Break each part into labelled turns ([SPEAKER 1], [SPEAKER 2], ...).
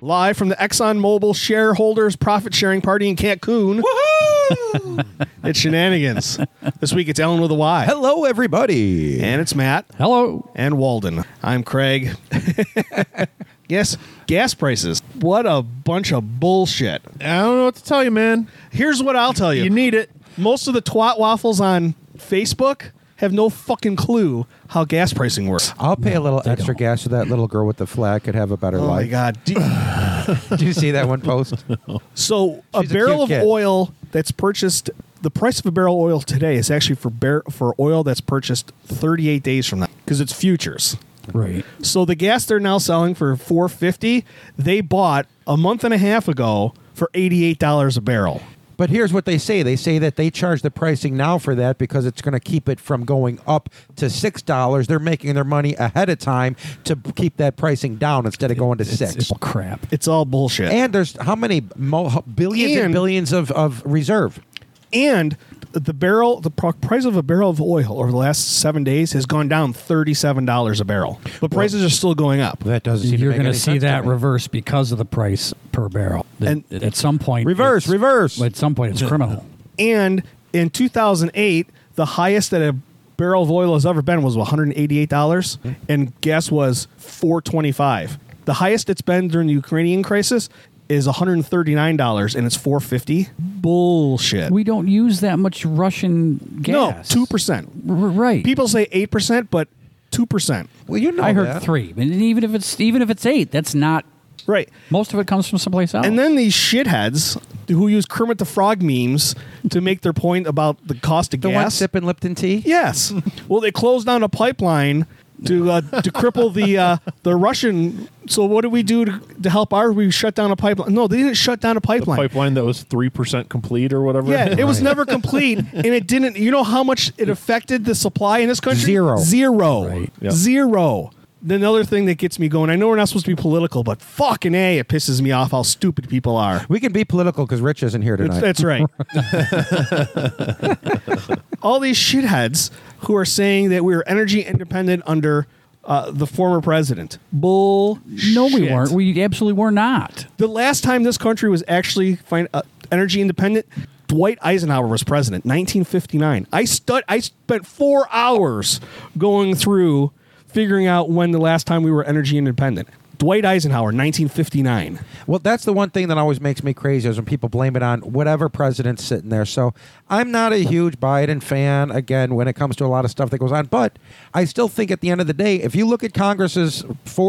[SPEAKER 1] live from the ExxonMobil shareholders profit sharing party in Cancun. Woohoo! it's shenanigans. This week it's Ellen with a Y.
[SPEAKER 2] Hello, everybody.
[SPEAKER 1] And it's Matt
[SPEAKER 3] Hello.
[SPEAKER 1] and Walden. I'm Craig. yes, gas prices. What a bunch of bullshit.
[SPEAKER 4] I don't know what to tell you, man.
[SPEAKER 1] Here's what I'll tell you.
[SPEAKER 4] You need it.
[SPEAKER 1] Most of the twat waffles on Facebook have no fucking clue how gas pricing works.
[SPEAKER 2] I'll pay a little extra gas so that little girl with the flag could have a better
[SPEAKER 1] Oh
[SPEAKER 2] life.
[SPEAKER 1] my god. Do-
[SPEAKER 2] Did you see that one post?
[SPEAKER 1] So a
[SPEAKER 2] She's a
[SPEAKER 1] barrel
[SPEAKER 2] cute
[SPEAKER 1] of
[SPEAKER 2] kid.
[SPEAKER 1] oil that's purchased the price of a barrel of oil today is actually for bar- for oil that's purchased 38 days from now because it's futures.
[SPEAKER 3] Right.
[SPEAKER 1] So the gas they're now selling for 450, they bought a month and a half ago for $88 a barrel.
[SPEAKER 2] But here's what they say. They say that they charge the pricing now for that because it's going to keep it from going up to six dollars. They're making their money ahead of time to b- keep that pricing down instead of going to six.
[SPEAKER 3] It's crap.
[SPEAKER 1] It's all bullshit.
[SPEAKER 2] and there's how many mo- ho- billions and,
[SPEAKER 1] And-
[SPEAKER 2] billions of, of reserve?
[SPEAKER 1] and the barrel the pro- price of a barrel of oil over the last 7 days has gone down $37 a barrel. But prices are still going up.
[SPEAKER 2] That doesn't. Seem
[SPEAKER 3] You're
[SPEAKER 2] going to
[SPEAKER 3] see that reverse because of the price per barrel.
[SPEAKER 1] And-
[SPEAKER 3] And at some point,
[SPEAKER 2] Reverse,
[SPEAKER 3] it's-
[SPEAKER 2] reverse.
[SPEAKER 3] At some point, it's criminal.
[SPEAKER 1] And in 2008, the highest that a barrel of oil has ever been was $188, and gas was 425. The highest it's been during the Ukrainian crisis is $139, and it's 450. Bullshit.
[SPEAKER 3] We don't use that much Russian
[SPEAKER 1] no,
[SPEAKER 3] gas.
[SPEAKER 1] two percent.
[SPEAKER 3] R- right.
[SPEAKER 1] People say eight percent, but two percent.
[SPEAKER 2] Well, you know
[SPEAKER 3] I heard
[SPEAKER 2] that.
[SPEAKER 3] three, and even if it's even if it's eight, that's not.
[SPEAKER 1] Right.
[SPEAKER 3] Most of it comes from someplace else.
[SPEAKER 1] And then these shitheads who use Kermit the Frog memes to make their point about the cost of
[SPEAKER 2] The one
[SPEAKER 1] gas.
[SPEAKER 2] sipping Lipton tea.
[SPEAKER 1] Yes. well, they closed down a pipeline to uh, to cripple the uh, the Russian. So what did we do to, to help our? We shut down a pipeline. No, they didn't shut down a
[SPEAKER 4] The
[SPEAKER 1] pipeline.
[SPEAKER 4] pipeline that was three percent complete or whatever.
[SPEAKER 1] Yeah, it was never complete, and it didn't. You know how much it affected the supply in this country?
[SPEAKER 2] Zero.
[SPEAKER 1] Zero.
[SPEAKER 3] Right.
[SPEAKER 4] Yep.
[SPEAKER 1] Zero. Then the other thing that gets me going. I know we're not supposed to be political, but fucking a, it pisses me off how stupid people are.
[SPEAKER 2] We can be political because Rich isn't here
[SPEAKER 1] It's-
[SPEAKER 2] tonight.
[SPEAKER 1] That's right. All these shitheads who are saying that we were energy independent under uh, the former president. Bull.
[SPEAKER 3] no, we weren't. We absolutely were not.
[SPEAKER 1] the last time this country was actually fin- uh, energy independent, Dwight Eisenhower was president, 1959. I stud- I spent four hours going through figuring out when the last time we were energy independent. Dwight Eisenhower, 1959.
[SPEAKER 2] Well, that's the one thing that always makes me crazy is when people blame it on whatever president's sitting there. So I'm not a huge Biden fan, again, when it comes to a lot of stuff that goes on. But I still think at the end of the day, if you look at Congress's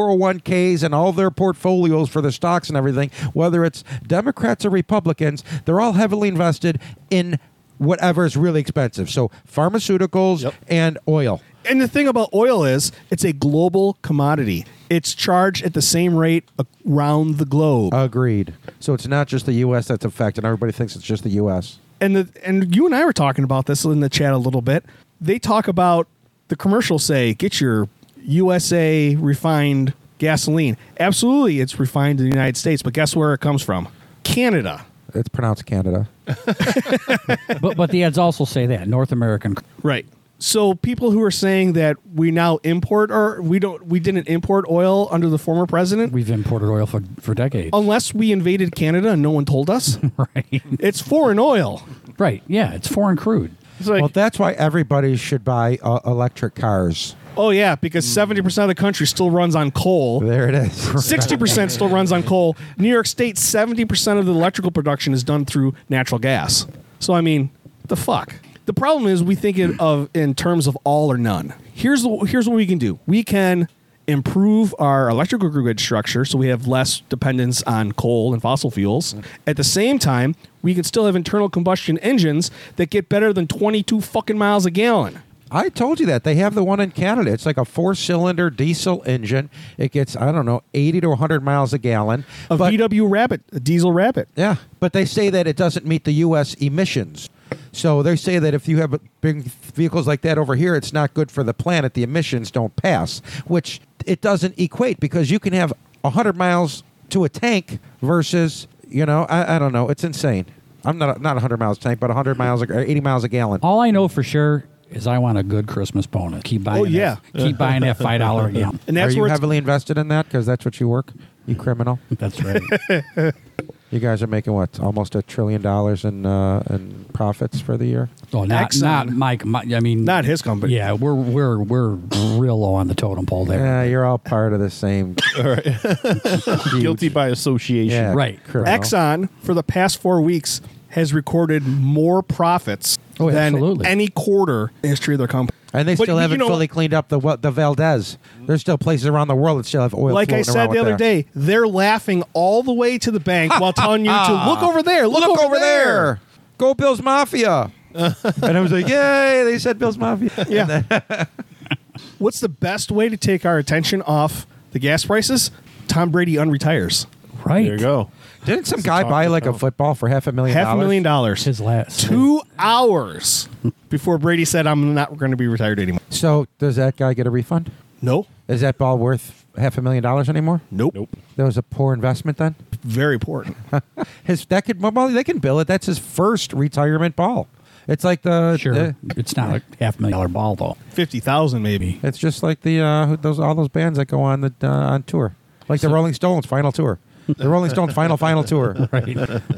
[SPEAKER 2] 401ks and all their portfolios for their stocks and everything, whether it's Democrats or Republicans, they're all heavily invested in whatever is really expensive. So pharmaceuticals
[SPEAKER 4] Yep.
[SPEAKER 2] and oil.
[SPEAKER 1] And the thing about oil is, it's a global commodity. It's charged at the same rate around the globe.
[SPEAKER 2] Uh. Agreed. So it's not just the U.S. that's affected. Everybody thinks it's just the U.S.
[SPEAKER 1] and the and you and I were talking about this in the chat a little bit. They talk about the commercials say, "Get your USA refined gasoline." Absolutely, it's refined in the United States, but guess where it comes from? Canada.
[SPEAKER 2] It's pronounced Canada.
[SPEAKER 3] but but the ads also say that North American.
[SPEAKER 1] Right. So people who are saying that we now import or we don't we didn't import oil under the former president
[SPEAKER 3] We've imported oil for for decades.
[SPEAKER 1] unless we invaded Canada and no one told us.
[SPEAKER 3] Right.
[SPEAKER 1] it's foreign oil.
[SPEAKER 3] Right. Yeah. It's foreign crude.
[SPEAKER 4] It's like
[SPEAKER 2] well, that's why everybody should buy uh, electric cars.
[SPEAKER 1] Oh yeah, because seventy percent of the country still runs on coal.
[SPEAKER 2] There it is.
[SPEAKER 1] Sixty percent still runs on coal. New York State, seventy percent of the electrical production is done through natural gas. So I mean, the fuck. The problem is we think it of in terms of all or none. Here's the- here's what we can do. We can improve our electrical grid structure so we have less dependence on coal and fossil fuels. At the same time, we can still have internal combustion engines that get better than 22 fucking miles a gallon.
[SPEAKER 2] I told you that they have the one in Canada. It's like a four-cylinder diesel engine. It gets I don't know eighty to one hundred miles a gallon.
[SPEAKER 1] A
[SPEAKER 2] but,
[SPEAKER 1] VW Rabbit, a diesel Rabbit.
[SPEAKER 2] yeah, but they say that it doesn't meet the U.S. emissions. So they say that if you have big vehicles like that over here, it's not good for the planet. The emissions don't pass, which it doesn't equate because you can have hundred miles to a tank versus you know I, I don't know. It's insane. I'm not not hundred miles a tank, but hundred miles a- or eighty miles a gallon.
[SPEAKER 3] All I know for sure is I want a good Christmas bonus. Keep buying.
[SPEAKER 1] Oh, yeah.
[SPEAKER 3] That, keep buying that five dollar a gallon.
[SPEAKER 1] And that's
[SPEAKER 2] Are you
[SPEAKER 1] where it's
[SPEAKER 2] heavily invested in that? Because that's what you work. You criminal.
[SPEAKER 3] That's right.
[SPEAKER 2] You guys are making what? Almost a trillion dollars in uh, in profits for the year.
[SPEAKER 3] Oh, not
[SPEAKER 1] Exxon.
[SPEAKER 3] not Mike. Mi- I mean,
[SPEAKER 1] uh, Not his company.
[SPEAKER 3] Yeah, we're we're we're real low on the totem pole there.
[SPEAKER 2] Yeah, you're all part of the same. huge-
[SPEAKER 4] Guilty by association.
[SPEAKER 2] yeah,
[SPEAKER 3] Right.
[SPEAKER 2] criminal.
[SPEAKER 1] Exxon, for the past four weeks, has recorded more profits
[SPEAKER 3] Oh,
[SPEAKER 1] than
[SPEAKER 3] absolutely.
[SPEAKER 1] any quarter in the history of their company.
[SPEAKER 2] And they
[SPEAKER 1] But
[SPEAKER 2] still
[SPEAKER 1] you
[SPEAKER 2] haven't
[SPEAKER 1] know-
[SPEAKER 2] fully cleaned up the wa- the Valdez. There's still places around the world that still have oil.
[SPEAKER 1] Like I
[SPEAKER 2] floating around
[SPEAKER 1] said the
[SPEAKER 2] with
[SPEAKER 1] other
[SPEAKER 2] there.
[SPEAKER 1] day, they're laughing all the way to the bank while telling you to look over there, Ah, look,
[SPEAKER 2] look over there. Go Bill's Mafia. and I was like, yay, they said Bill's Mafia.
[SPEAKER 1] Yeah. What's the best way to take our attention off the gas prices? Tom Brady unretires.
[SPEAKER 3] Right.
[SPEAKER 4] There you go.
[SPEAKER 2] Didn't some guy buy like a football for half a million
[SPEAKER 1] Half a
[SPEAKER 2] dollars?
[SPEAKER 1] million dollars.
[SPEAKER 3] His last
[SPEAKER 1] Two hours before Brady said, I'm not going to be retired anymore.
[SPEAKER 2] So does that guy get a refund?
[SPEAKER 1] No.
[SPEAKER 2] Is that ball worth half a million dollars anymore?
[SPEAKER 1] Nope.
[SPEAKER 4] Nope.
[SPEAKER 2] That was a poor investment then?
[SPEAKER 1] Very important.
[SPEAKER 2] His that could well, they can bill it. That's his first retirement ball. It's like the
[SPEAKER 3] Sure.
[SPEAKER 2] the-
[SPEAKER 3] it's not a half million dollar ball though.
[SPEAKER 1] 50,000 maybe.
[SPEAKER 2] it's just like the uh, who- those all those bands that go on the uh, on tour, like the Rolling Stones final tour, the Rolling Stones final final tour,
[SPEAKER 3] Right.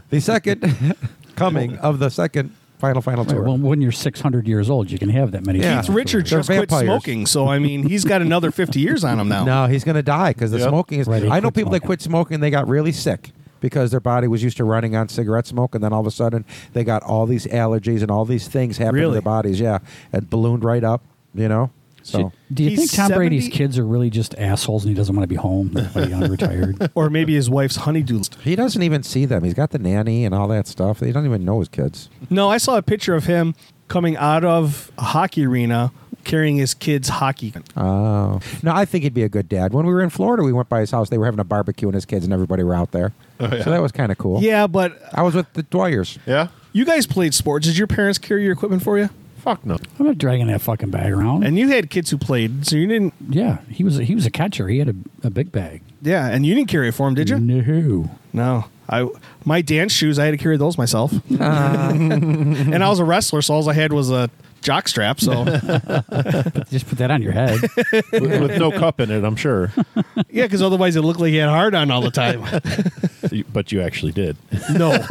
[SPEAKER 2] the second coming of the second final final tour.
[SPEAKER 3] Well, when you're 600 years old, you can have that many.
[SPEAKER 2] Yeah.
[SPEAKER 1] Keith Richards
[SPEAKER 2] They're
[SPEAKER 1] just quit
[SPEAKER 2] vampires.
[SPEAKER 1] smoking, so I mean, he's got another 50 years on him now.
[SPEAKER 2] No, he's going to die because the
[SPEAKER 4] Yep.
[SPEAKER 2] smoking is.
[SPEAKER 3] Right, he
[SPEAKER 2] I know
[SPEAKER 3] quit
[SPEAKER 2] people that
[SPEAKER 3] smoking.
[SPEAKER 2] quit smoking, they got really sick because their body was used to running on cigarette smoke, and then all of a sudden they got all these allergies and all these things happened to
[SPEAKER 1] Really?
[SPEAKER 2] their bodies. Yeah, it ballooned right up, you know? So.
[SPEAKER 3] Do you
[SPEAKER 1] He's
[SPEAKER 3] think Tom Brady's
[SPEAKER 1] 70
[SPEAKER 3] kids are really just assholes and he doesn't want to be home? That's why he unretired.
[SPEAKER 1] Or maybe his wife's honeydew list.
[SPEAKER 2] He doesn't even see them. He's got the nanny and all that stuff. He doesn't even know his kids.
[SPEAKER 1] No, I saw a picture of him coming out of a hockey arena carrying his kid's hockey.
[SPEAKER 2] Oh. No, I think he'd be a good dad. When we were in Florida, we went by his house. They were having a barbecue, and his kids and everybody were out there. So that was kind of cool.
[SPEAKER 1] Oh, Yeah, but
[SPEAKER 2] I was with the Dwyers.
[SPEAKER 4] Yeah?
[SPEAKER 1] you guys played sports. Did your parents carry your equipment for you?
[SPEAKER 4] Fuck no.
[SPEAKER 3] I'm not dragging that fucking bag around.
[SPEAKER 1] And you had kids who played, so you didn't.
[SPEAKER 3] yeah, he was he was a catcher. He had a, a big bag.
[SPEAKER 1] Yeah, and you didn't carry it for him, did you?
[SPEAKER 3] No.
[SPEAKER 1] No, I my dance shoes. I had to carry those myself. and I was a wrestler, so all I had was a jock strap. So
[SPEAKER 3] Just put that on your head.
[SPEAKER 4] with, with no cup in it, I'm sure.
[SPEAKER 1] yeah, because otherwise it looked like he had hard on all the time.
[SPEAKER 4] You- but you actually did.
[SPEAKER 1] no,
[SPEAKER 4] In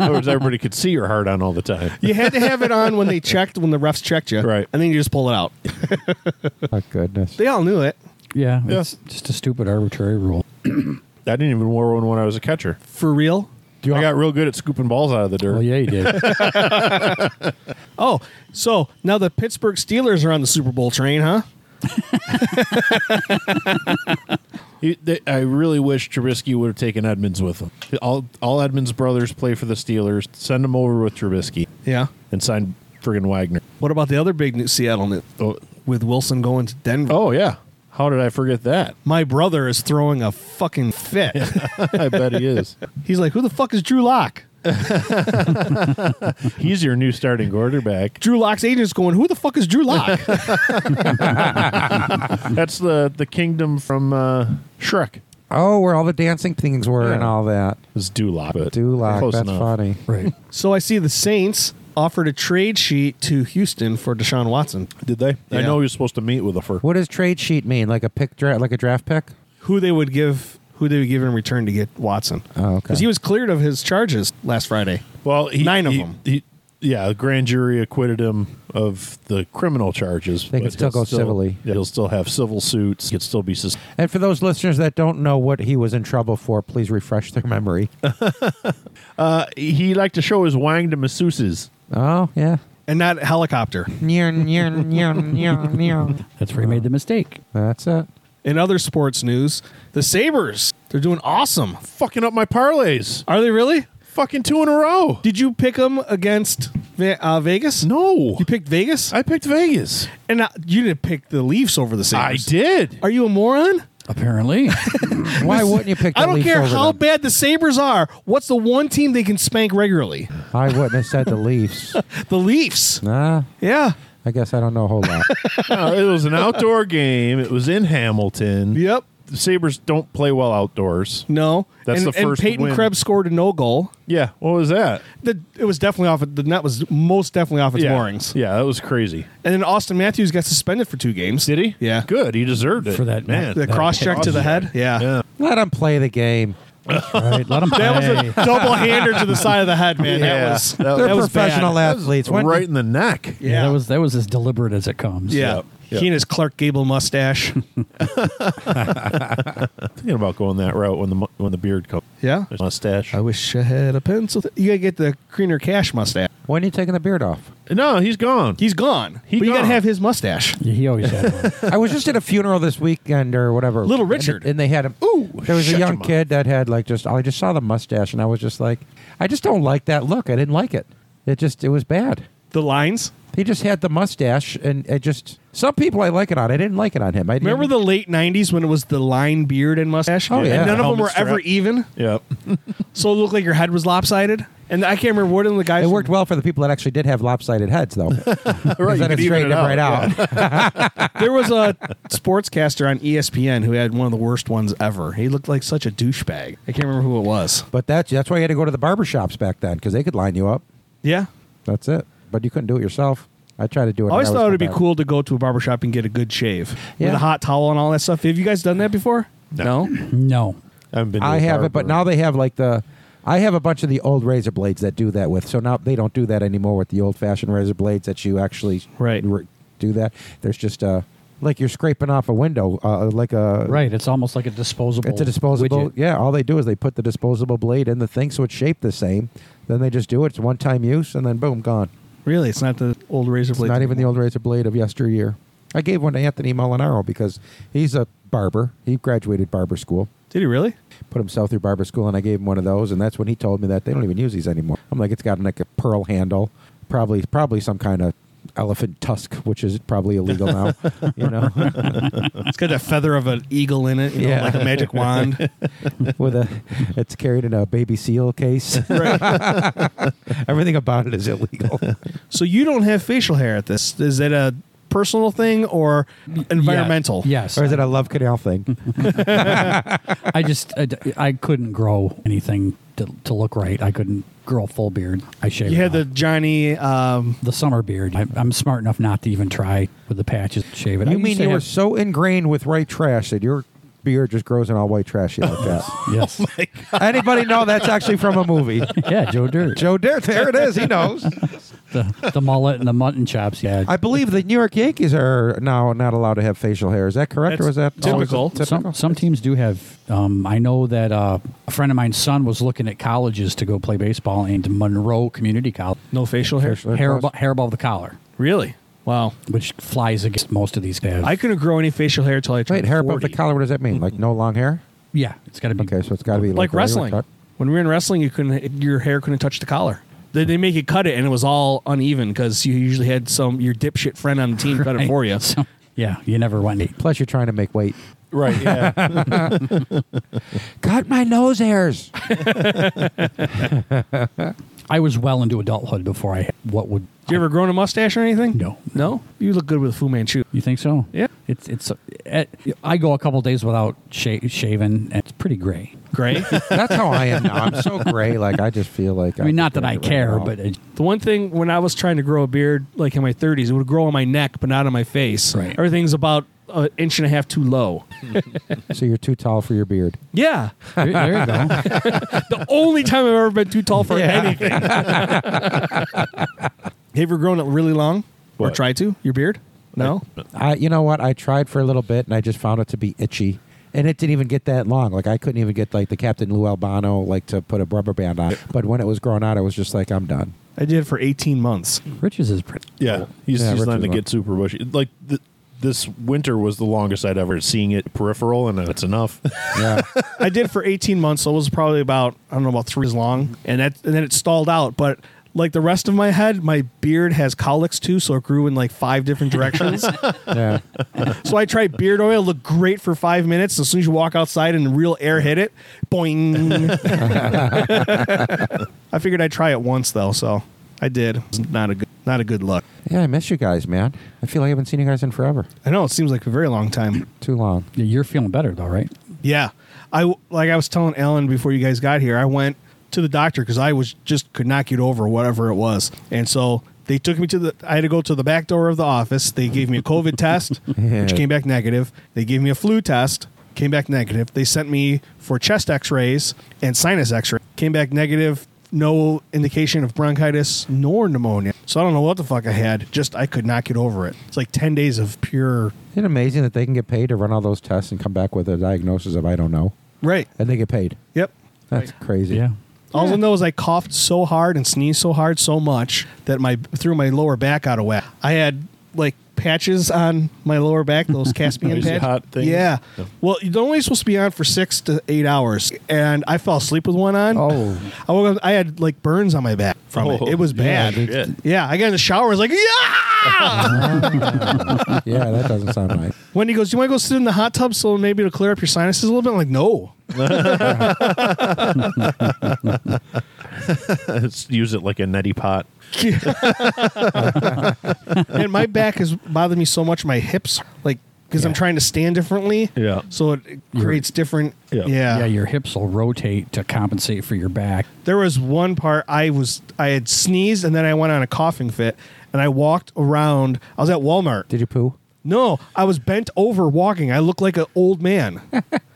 [SPEAKER 4] other words, everybody could see your heart on all the time.
[SPEAKER 1] you had to have it on when they checked, when the refs checked you,
[SPEAKER 4] Right.
[SPEAKER 1] And then you just pull it out.
[SPEAKER 2] Oh, goodness.
[SPEAKER 1] They all knew it.
[SPEAKER 3] yeah, it's just a stupid arbitrary rule.
[SPEAKER 4] I didn't even wear one when I was a catcher.
[SPEAKER 1] For real?
[SPEAKER 4] I got real good at scooping balls out of the dirt.
[SPEAKER 3] Well, yeah, he did.
[SPEAKER 1] Oh, so now the Pittsburgh Steelers are on the Super Bowl train, huh?
[SPEAKER 4] He- they- I really wish Trubisky would have taken Edmonds with him. All, all Edmonds brothers play for the Steelers. Send them over with Trubisky
[SPEAKER 1] Yeah.
[SPEAKER 4] and sign friggin' Wagner.
[SPEAKER 1] What about the other big new Seattle news
[SPEAKER 4] Oh,
[SPEAKER 1] with Wilson going to Denver?
[SPEAKER 4] oh yeah. How did I forget that?
[SPEAKER 1] My brother is throwing a fucking fit.
[SPEAKER 4] I bet he is.
[SPEAKER 1] He's like, "Who the fuck is Drew Lock?"
[SPEAKER 4] He's your new starting quarterback.
[SPEAKER 1] Drew Lock's agent's going, "Who the fuck is Drew Lock?"
[SPEAKER 4] That's the the kingdom from uh, Shrek.
[SPEAKER 2] Oh, where all the dancing things were and all that.
[SPEAKER 4] It's Duloc. but
[SPEAKER 2] Duloc,
[SPEAKER 4] close
[SPEAKER 2] that's
[SPEAKER 4] enough.
[SPEAKER 2] funny.
[SPEAKER 3] right.
[SPEAKER 1] so I see the Saints offered a trade sheet to Houston for Deshaun Watson,
[SPEAKER 4] Did they? I
[SPEAKER 1] Yeah.
[SPEAKER 4] know he was supposed to meet with a fur.
[SPEAKER 2] What does trade sheet mean? Like a pick, dra- like a draft pick?
[SPEAKER 1] who they would give who they would give in return to get Watson.
[SPEAKER 2] Oh, okay.
[SPEAKER 1] Cuz he was cleared of his charges last Friday.
[SPEAKER 4] Well, he,
[SPEAKER 1] Nine of
[SPEAKER 4] he-
[SPEAKER 1] them.
[SPEAKER 4] he- yeah, the grand jury acquitted him of the criminal charges.
[SPEAKER 2] They can
[SPEAKER 4] but
[SPEAKER 2] still
[SPEAKER 4] he'll
[SPEAKER 2] go civilly.
[SPEAKER 4] yeah, He'll still have civil suits. He'll still be sus-
[SPEAKER 2] And for those listeners that don't know what he was in trouble for, please refresh their memory.
[SPEAKER 4] Uh, he liked to show his wang to masseuses.
[SPEAKER 2] oh, yeah.
[SPEAKER 1] And not helicopter.
[SPEAKER 2] Nyer, nyer, nyer, nyer, nyer.
[SPEAKER 3] That's where he made the mistake.
[SPEAKER 2] That's it.
[SPEAKER 1] In other sports news, the Sabres, they're doing awesome.
[SPEAKER 4] Fucking up my parlays.
[SPEAKER 1] Are they really?
[SPEAKER 4] Fucking two in a row.
[SPEAKER 1] Did you pick them against Ve- uh, Vegas?
[SPEAKER 4] No.
[SPEAKER 1] You picked Vegas?
[SPEAKER 4] I picked Vegas.
[SPEAKER 1] and uh, you didn't pick the Leafs over the
[SPEAKER 4] I
[SPEAKER 1] Sabres.
[SPEAKER 4] did.
[SPEAKER 1] Are you a moron?
[SPEAKER 3] Apparently.
[SPEAKER 2] Why wouldn't you pick the
[SPEAKER 1] I don't
[SPEAKER 2] Leafs
[SPEAKER 1] care
[SPEAKER 2] over
[SPEAKER 1] how
[SPEAKER 2] them?
[SPEAKER 1] bad the Sabres are. What's the one team they can spank regularly?
[SPEAKER 2] I wouldn't have said the Leafs.
[SPEAKER 1] The Leafs.
[SPEAKER 2] Nah,
[SPEAKER 1] Yeah.
[SPEAKER 2] I guess I don't know a whole lot.
[SPEAKER 4] Uh, it was an outdoor game. It was in Hamilton.
[SPEAKER 1] Yep.
[SPEAKER 4] The Sabres don't play well outdoors.
[SPEAKER 1] No.
[SPEAKER 4] That's
[SPEAKER 1] and,
[SPEAKER 4] the
[SPEAKER 1] and
[SPEAKER 4] first
[SPEAKER 1] Peyton
[SPEAKER 4] win.
[SPEAKER 1] Krebs scored a no goal.
[SPEAKER 4] Yeah. What was that?
[SPEAKER 1] The, it was definitely off. The net was most definitely off its
[SPEAKER 4] yeah.
[SPEAKER 1] moorings.
[SPEAKER 4] Yeah, that was crazy.
[SPEAKER 1] And then Austin Matthews got suspended for two games.
[SPEAKER 4] Did he?
[SPEAKER 1] Yeah.
[SPEAKER 4] Good. He deserved it.
[SPEAKER 3] For that-
[SPEAKER 4] man.
[SPEAKER 1] The cross check to the
[SPEAKER 4] Cross-check.
[SPEAKER 1] head. Yeah.
[SPEAKER 4] Yeah.
[SPEAKER 2] Let him play the game.
[SPEAKER 3] Right, let them play.
[SPEAKER 1] That was a double hander to the side of the head, man. That
[SPEAKER 4] Yeah.
[SPEAKER 1] was
[SPEAKER 4] Oh, That-
[SPEAKER 2] They're
[SPEAKER 1] that was bad.
[SPEAKER 2] professional athletes. When-
[SPEAKER 4] right in the neck.
[SPEAKER 3] yeah, that was that was as deliberate as it comes.
[SPEAKER 1] Yeah.
[SPEAKER 4] Yep,
[SPEAKER 1] He
[SPEAKER 4] yep.
[SPEAKER 1] and his Clark Gable mustache.
[SPEAKER 4] Thinking about going that route when the mu- when the beard comes.
[SPEAKER 1] yeah.
[SPEAKER 4] Mustache.
[SPEAKER 1] I wish I had a pencil. Th- you gotta get the Greener Cash mustache.
[SPEAKER 2] When are you taking the beard off?
[SPEAKER 4] No, he's gone.
[SPEAKER 1] He's gone.
[SPEAKER 4] He
[SPEAKER 1] but you gotta
[SPEAKER 4] gone.
[SPEAKER 1] have his mustache.
[SPEAKER 3] Yeah, he always had one.
[SPEAKER 2] I was just at a funeral this weekend or whatever.
[SPEAKER 1] Little
[SPEAKER 2] and-
[SPEAKER 1] Richard.
[SPEAKER 2] And, they had him. Ooh, there was a
[SPEAKER 4] shut your
[SPEAKER 2] young
[SPEAKER 4] mouth.
[SPEAKER 2] kid that had like just. I just saw the mustache and I was just like, I just don't like that look. I didn't like it. It just it was bad.
[SPEAKER 1] The lines.
[SPEAKER 2] He just had the mustache and it just. Some people I like it on. I didn't like it on him. I didn't-
[SPEAKER 1] Remember the late '90s when it was the line beard and mustache?
[SPEAKER 2] Oh,
[SPEAKER 1] And
[SPEAKER 2] yeah.
[SPEAKER 1] none of them
[SPEAKER 4] Helmet
[SPEAKER 1] were ever
[SPEAKER 4] strap.
[SPEAKER 1] even,
[SPEAKER 4] Yep.
[SPEAKER 1] so it looked like your head was lopsided. And I can't remember what in the guy.
[SPEAKER 2] It worked well for the people that actually did have lopsided heads, though. right,
[SPEAKER 4] you
[SPEAKER 2] then
[SPEAKER 4] could
[SPEAKER 2] it
[SPEAKER 4] even
[SPEAKER 2] straightened
[SPEAKER 4] it
[SPEAKER 2] them right out.
[SPEAKER 1] There was a sportscaster on E ESPN who had one of the worst ones ever. He looked like such a douchebag. I can't remember who it was.
[SPEAKER 2] But that's that's why you had to go to the barber shops back then because they could line you up.
[SPEAKER 1] Yeah,
[SPEAKER 2] That's it. But you couldn't do it yourself. I tried to do
[SPEAKER 1] I
[SPEAKER 2] it. when
[SPEAKER 1] always
[SPEAKER 2] was
[SPEAKER 1] thought it would be
[SPEAKER 2] back.
[SPEAKER 1] cool to go to a barbershop and get a good shave with
[SPEAKER 2] Yeah.
[SPEAKER 1] a hot towel and all that stuff. Have you guys done that before? No.
[SPEAKER 3] No,
[SPEAKER 4] I haven't been. to
[SPEAKER 2] I
[SPEAKER 4] his
[SPEAKER 2] have it, but
[SPEAKER 4] barber.
[SPEAKER 2] now they have like the. I have a bunch of the old razor blades that do that with. So now they don't do that anymore with the old fashioned razor blades that you actually
[SPEAKER 1] Right.
[SPEAKER 2] re- do that. There's just a like you're scraping off a window, uh, like a
[SPEAKER 3] right? It's almost like a disposable.
[SPEAKER 2] It's a disposable.
[SPEAKER 3] widget.
[SPEAKER 2] Yeah, all they do is they put the disposable blade in the thing so it's shaped the same. Then they just do it. It's one time use, and then boom, gone.
[SPEAKER 1] Really, it's not the old razor
[SPEAKER 2] It's
[SPEAKER 1] blade.
[SPEAKER 2] not even the old razor blade of yesteryear. I gave one to Anthony Molinaro because he's a barber. He graduated barber school,
[SPEAKER 1] Did he really?
[SPEAKER 2] put himself through barber school, and I gave him one of those. And that's when he told me that they don't even use these anymore. I'm like, it's got like a pearl handle, probably probably some kind of elephant tusk, which is probably illegal now. you know,
[SPEAKER 1] It's got that feather of an eagle in it, you know,
[SPEAKER 2] Yeah.
[SPEAKER 1] like a magic wand.
[SPEAKER 2] with a it's carried in a baby seal case. Everything about it is illegal.
[SPEAKER 1] So you don't have facial hair at this. Is it a personal thing or environmental?
[SPEAKER 3] Yeah. Yes,
[SPEAKER 2] or is it a love canal thing?
[SPEAKER 3] I just I, I couldn't grow anything to, to look right. I couldn't grow a full beard. I shaved.
[SPEAKER 1] You had the
[SPEAKER 3] it off.
[SPEAKER 1] Johnny. Um,
[SPEAKER 3] the summer beard. I, I'm smart enough not to even try with the patches to shave it. I
[SPEAKER 2] You
[SPEAKER 3] used
[SPEAKER 2] mean
[SPEAKER 3] to
[SPEAKER 2] you were
[SPEAKER 3] have-
[SPEAKER 2] so ingrained with white trash that your beard just grows in all white trashy like that?
[SPEAKER 1] Oh
[SPEAKER 3] Yes.
[SPEAKER 2] Anybody know that's actually from a movie?
[SPEAKER 3] yeah, Joe Dirt.
[SPEAKER 2] Joe Dirt, there it is. He knows.
[SPEAKER 3] the, the mullet and the mutton chops. Yeah.
[SPEAKER 2] I believe the New York Yankees are now not allowed to have facial hair. Is that correct, or
[SPEAKER 1] That's
[SPEAKER 2] was that always
[SPEAKER 1] typical.
[SPEAKER 2] typical?
[SPEAKER 3] Some, some teams do have. Um, I know that uh, a friend of mine's son was looking at colleges to go play baseball, and Monroe Community College,
[SPEAKER 1] no facial hair.
[SPEAKER 2] Facial
[SPEAKER 3] hair,
[SPEAKER 2] close.
[SPEAKER 3] abo- hair above the collar,
[SPEAKER 1] Really? Wow.
[SPEAKER 3] which flies against most of these guys.
[SPEAKER 1] I couldn't grow any facial hair until I turned
[SPEAKER 2] Wait, hair above the
[SPEAKER 1] 40.
[SPEAKER 2] collar. What does that mean? Like no long hair?
[SPEAKER 3] yeah, it's got to be.
[SPEAKER 2] Okay, so it's got to be like,
[SPEAKER 1] Like wrestling.
[SPEAKER 2] cut.
[SPEAKER 1] When we were in wrestling, you couldn't. Your hair couldn't touch the collar. They, they make you cut it, and it was all uneven because you usually had some your dipshit friend on the team cut it for you.
[SPEAKER 3] So, yeah, you never went.
[SPEAKER 2] Plus, you're trying to make weight.
[SPEAKER 4] Right. Yeah.
[SPEAKER 2] Cut my nose hairs.
[SPEAKER 3] I was well into adulthood before I. What would
[SPEAKER 1] Did you ever grown a mustache or anything?
[SPEAKER 3] No.
[SPEAKER 1] No. You look good with a Fu Manchu.
[SPEAKER 3] You think so?
[SPEAKER 1] Yeah.
[SPEAKER 3] It's it's. eh, I go a couple days without sha- shaving, and it's pretty gray.
[SPEAKER 1] Gray.
[SPEAKER 2] That's how I am now. I'm so gray. Like I just feel like
[SPEAKER 3] I mean, not that I
[SPEAKER 2] right
[SPEAKER 3] care,
[SPEAKER 2] now.
[SPEAKER 3] but it,
[SPEAKER 1] The one thing when I was trying to grow a beard, like in my 30s, it would grow on my neck, but not on my face.
[SPEAKER 3] Right.
[SPEAKER 1] Everything's about an inch and a half too low.
[SPEAKER 2] so you're too tall for your beard.
[SPEAKER 1] Yeah.
[SPEAKER 3] there, there you go.
[SPEAKER 1] the only time I've ever been too tall for
[SPEAKER 2] Yeah.
[SPEAKER 1] anything. Have you ever grown it really long? Or
[SPEAKER 4] What?
[SPEAKER 1] tried to? Your beard? No?
[SPEAKER 2] I, you know what? I tried for a little bit, and I just found it to be itchy, and it didn't even get that long. Like I couldn't even get like the Captain Lou Albano like to put a rubber band on. But when it was growing out, I was just like, I'm done.
[SPEAKER 1] I did it for 18 months.
[SPEAKER 3] Riches is pretty.
[SPEAKER 4] yeah. He's,
[SPEAKER 2] Yeah,
[SPEAKER 4] he's
[SPEAKER 2] Richard's
[SPEAKER 4] not to
[SPEAKER 2] one.
[SPEAKER 4] get super bushy. Like th- this winter was the longest I'd ever seen it peripheral, and it's enough.
[SPEAKER 2] Yeah,
[SPEAKER 1] I did for 18 months, so it was probably about, I don't know, about three as long. And, that, and then it stalled out. But like the rest of my head, my beard has cowlicks too, so it grew in like five different directions.
[SPEAKER 2] yeah.
[SPEAKER 1] So I tried beard oil, looked great for five minutes. As soon as you walk outside and real air hit it, boing. I figured I'd try it once though, so I did. It's not a good, not a good look.
[SPEAKER 2] yeah. I miss you guys, man. I feel like I haven't seen you guys in forever.
[SPEAKER 1] I know it seems like a very long time.
[SPEAKER 2] Too long.
[SPEAKER 3] Yeah, You're feeling better though, right?
[SPEAKER 1] Yeah, I like I was telling Ellen before you guys got here. I went to the doctor because I was just could not get over whatever it was, and so they took me to the. I had to go to the back door of the office. They gave me a COVID test, which came back negative. They gave me a flu test, came back negative. They sent me for chest X-rays and sinus X-ray. Came back negative. No indication of bronchitis nor pneumonia. So I don't know what the fuck I had. Just I could not get over it. It's like ten days of pure
[SPEAKER 2] Isn't it amazing that they can get paid to run all those tests and come back with a diagnosis of I don't know,
[SPEAKER 1] right.
[SPEAKER 2] and they get paid?
[SPEAKER 1] Yep.
[SPEAKER 2] That's crazy.
[SPEAKER 3] Yeah.
[SPEAKER 1] All I know is I coughed so hard and sneezed so hard so much that my threw my lower back out of whack. I had like patches on my lower back, those Caspian
[SPEAKER 4] Those
[SPEAKER 1] patches.
[SPEAKER 4] hot things?
[SPEAKER 1] Yeah.
[SPEAKER 4] Yeah.
[SPEAKER 1] Well, they're only supposed to be on for six to eight hours, and I fell asleep with one on.
[SPEAKER 2] Oh.
[SPEAKER 1] I woke up. I had like burns on my back from it.
[SPEAKER 4] Oh,
[SPEAKER 1] It was
[SPEAKER 4] yeah,
[SPEAKER 1] bad. Yeah,
[SPEAKER 4] shit.
[SPEAKER 1] I got in the shower. I was like, yeah.
[SPEAKER 2] yeah, that doesn't sound right.
[SPEAKER 1] Wendy goes, "Do you want to go sit in the hot tub so maybe it'll clear up your sinuses a little bit?" I'm like, no.
[SPEAKER 4] Use it like a neti pot.
[SPEAKER 1] and my back has bothered me so much. My hips, like, because I'm trying to stand differently.
[SPEAKER 4] Yeah.
[SPEAKER 1] So it, it creates different.
[SPEAKER 4] Yeah.
[SPEAKER 1] Yeah.
[SPEAKER 3] Yeah, your hips will rotate to compensate for your back.
[SPEAKER 1] There was one part I was I had sneezed and then I went on a coughing fit and I walked around. I was at Walmart.
[SPEAKER 2] Did you poo?
[SPEAKER 1] No, I was bent over walking. I looked like an old man.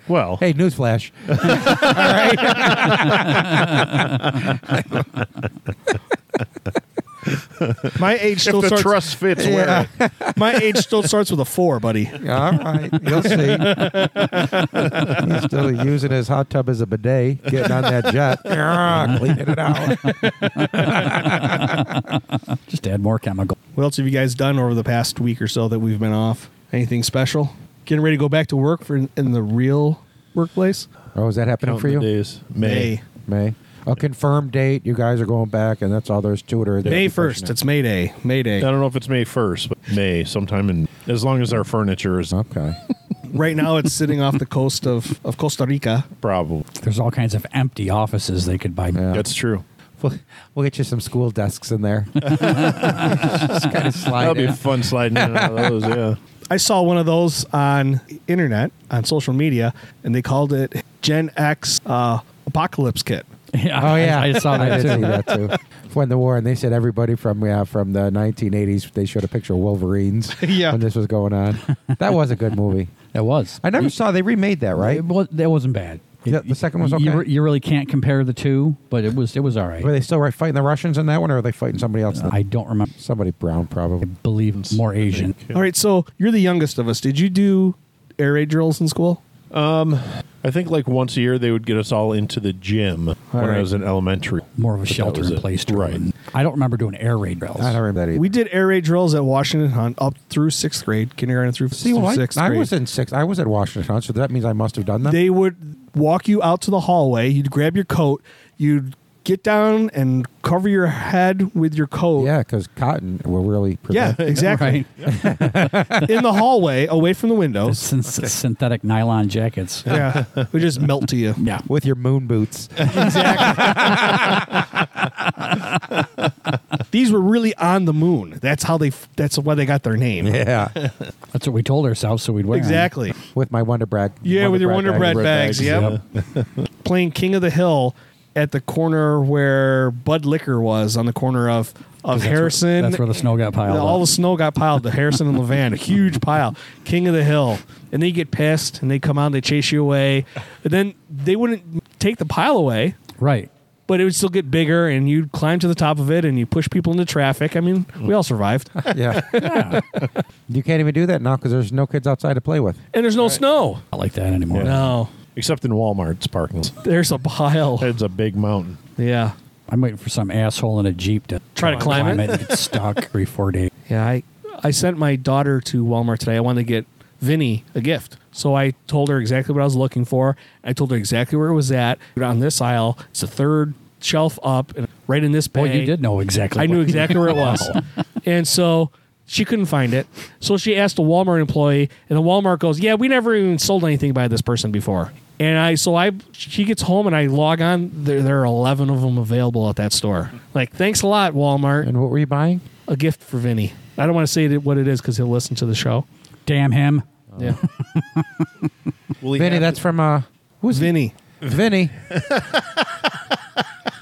[SPEAKER 4] Well,
[SPEAKER 2] Hey, newsflash.
[SPEAKER 1] My age
[SPEAKER 4] if
[SPEAKER 1] still
[SPEAKER 4] the
[SPEAKER 1] starts.
[SPEAKER 4] trust fits, wear it.
[SPEAKER 1] My age still starts with a four, buddy.
[SPEAKER 2] All right, you'll see. He's still using his hot tub as a bidet, getting on that jet, Ah, cleaning it out.
[SPEAKER 3] Just add more chemical.
[SPEAKER 1] What else have you guys done over the past week or so that we've been off? Anything special? Getting ready to go back to work for in, in the real workplace?
[SPEAKER 2] Oh, is that happening
[SPEAKER 4] Count
[SPEAKER 2] for
[SPEAKER 4] the
[SPEAKER 2] you?
[SPEAKER 4] days. May.
[SPEAKER 2] May. A confirmed date. You guys are going back, and that's all there's to it. Or they
[SPEAKER 1] May
[SPEAKER 2] keep
[SPEAKER 1] first.
[SPEAKER 2] pushing it.
[SPEAKER 1] It's May Day. May Day.
[SPEAKER 4] I don't know if it's May first, but May sometime in as long as our furniture is
[SPEAKER 2] okay.
[SPEAKER 1] right now it's sitting off the coast of, of Costa Rica.
[SPEAKER 4] probably.
[SPEAKER 3] There's all kinds of empty offices they could buy.
[SPEAKER 2] Yeah.
[SPEAKER 4] That's true.
[SPEAKER 2] We'll, we'll get you some school desks in there. Just kind of slide
[SPEAKER 4] That'll be
[SPEAKER 2] in.
[SPEAKER 4] fun sliding in and out of those. Yeah.
[SPEAKER 1] I saw one of those on the internet, on social media, and they called it Gen X uh, Apocalypse Kit.
[SPEAKER 3] Yeah,
[SPEAKER 2] Oh yeah,
[SPEAKER 3] I, I saw
[SPEAKER 2] I
[SPEAKER 3] that
[SPEAKER 2] did see
[SPEAKER 3] too.
[SPEAKER 2] that too. When the war, and they said everybody from yeah from the 1980s, they showed a picture of Wolverines.
[SPEAKER 1] Yeah.
[SPEAKER 2] when this was going on, that was a good movie.
[SPEAKER 3] That was.
[SPEAKER 2] I never
[SPEAKER 3] You-
[SPEAKER 2] saw they remade that, right?
[SPEAKER 3] It was, that wasn't bad.
[SPEAKER 2] Yeah, the second one's
[SPEAKER 3] You,
[SPEAKER 2] okay?
[SPEAKER 3] re- you really can't compare the two, but it was it was all right.
[SPEAKER 2] Were they still right fighting the Russians in that one, or are they fighting somebody else?
[SPEAKER 3] I don't remember.
[SPEAKER 2] somebody brown
[SPEAKER 3] I
[SPEAKER 2] probably.
[SPEAKER 3] believe more Asian.
[SPEAKER 1] All right, so you're the youngest of us. Did you do air raid drills in school?
[SPEAKER 4] I think like once a year they would get us all into the gym when I
[SPEAKER 1] right.
[SPEAKER 4] was in elementary.
[SPEAKER 3] More of a
[SPEAKER 4] But that
[SPEAKER 3] shelter
[SPEAKER 4] was
[SPEAKER 3] in
[SPEAKER 4] it.
[SPEAKER 3] place drill.
[SPEAKER 4] Right.
[SPEAKER 3] I don't remember doing air raid drills.
[SPEAKER 2] I don't remember that either.
[SPEAKER 1] We did air raid drills at Washington Hunt up through sixth grade, kindergarten through
[SPEAKER 2] See
[SPEAKER 1] through
[SPEAKER 2] what?
[SPEAKER 1] sixth
[SPEAKER 2] I
[SPEAKER 1] grade.
[SPEAKER 2] was in sixth. I was at Washington, so that means I must have done that.
[SPEAKER 1] they would walk you out to the hallway. You'd grab your coat. You'd get down and cover your head with your coat.
[SPEAKER 2] yeah, because cotton will really.
[SPEAKER 1] Yeah,
[SPEAKER 2] Prevent
[SPEAKER 1] exactly.
[SPEAKER 3] Right.
[SPEAKER 1] In the hallway, away from the windows.
[SPEAKER 3] Syn- synthetic nylon jackets.
[SPEAKER 1] yeah, we just melt to you.
[SPEAKER 3] Yeah.
[SPEAKER 2] With your moon boots.
[SPEAKER 1] These were really on the moon. That's how they. f- That's why they got their name.
[SPEAKER 2] yeah.
[SPEAKER 3] That's what we told ourselves, so we'd wear 'em.
[SPEAKER 1] Exactly.
[SPEAKER 2] With my Wonder Bread.
[SPEAKER 1] Yeah, with your Wonder Bread bags.
[SPEAKER 4] bags,
[SPEAKER 1] Yep. Playing King of the Hill at the corner where Bud Licker was on the corner of of
[SPEAKER 3] That's where-
[SPEAKER 1] Harrison.
[SPEAKER 3] that's where the snow got piled.
[SPEAKER 1] all the
[SPEAKER 3] up.
[SPEAKER 1] snow got piled to Harrison and Levan, a huge pile. King of the Hill. And they get pissed and they come out and they chase you away. And then they wouldn't take the pile away.
[SPEAKER 3] right.
[SPEAKER 1] but it would still get bigger and you'd climb to the top of it and you push people into traffic. I mean, we all survived.
[SPEAKER 2] Yeah. you can't even do that now because there's no kids outside to play with.
[SPEAKER 1] And there's no snow.
[SPEAKER 3] Not like that anymore.
[SPEAKER 1] No.
[SPEAKER 4] Except in Walmart's parking lot.
[SPEAKER 1] There's a pile.
[SPEAKER 4] It's a big mountain.
[SPEAKER 1] Yeah.
[SPEAKER 3] I'm waiting for some asshole in a jeep to
[SPEAKER 1] Try to climb it.
[SPEAKER 3] and get stuck every four days.
[SPEAKER 1] Yeah, I I sent my daughter to Walmart today. I wanted to get Vinny a gift. So I told her exactly what I was looking for. I told her exactly where it was at. On this aisle. It's the third shelf up and right in this bag.
[SPEAKER 3] Well, you did know exactly.
[SPEAKER 1] I
[SPEAKER 3] what-
[SPEAKER 1] knew exactly where it was. and so she couldn't find it. So she asked a Walmart employee, and the Walmart goes, "Yeah, we never even sold anything by this person before." And I, so I, she gets home and I log on. There, there are eleven of them available at that store. Like, thanks a lot, Walmart.
[SPEAKER 2] And what were you buying?
[SPEAKER 1] A gift for Vinny. I don't want to say it- what it is because he'll listen to the show.
[SPEAKER 3] Damn him.
[SPEAKER 1] Yeah,
[SPEAKER 4] Well, he
[SPEAKER 2] Vinny,
[SPEAKER 4] had
[SPEAKER 2] that's from. uh Who's
[SPEAKER 1] Vinny.
[SPEAKER 2] Vinny.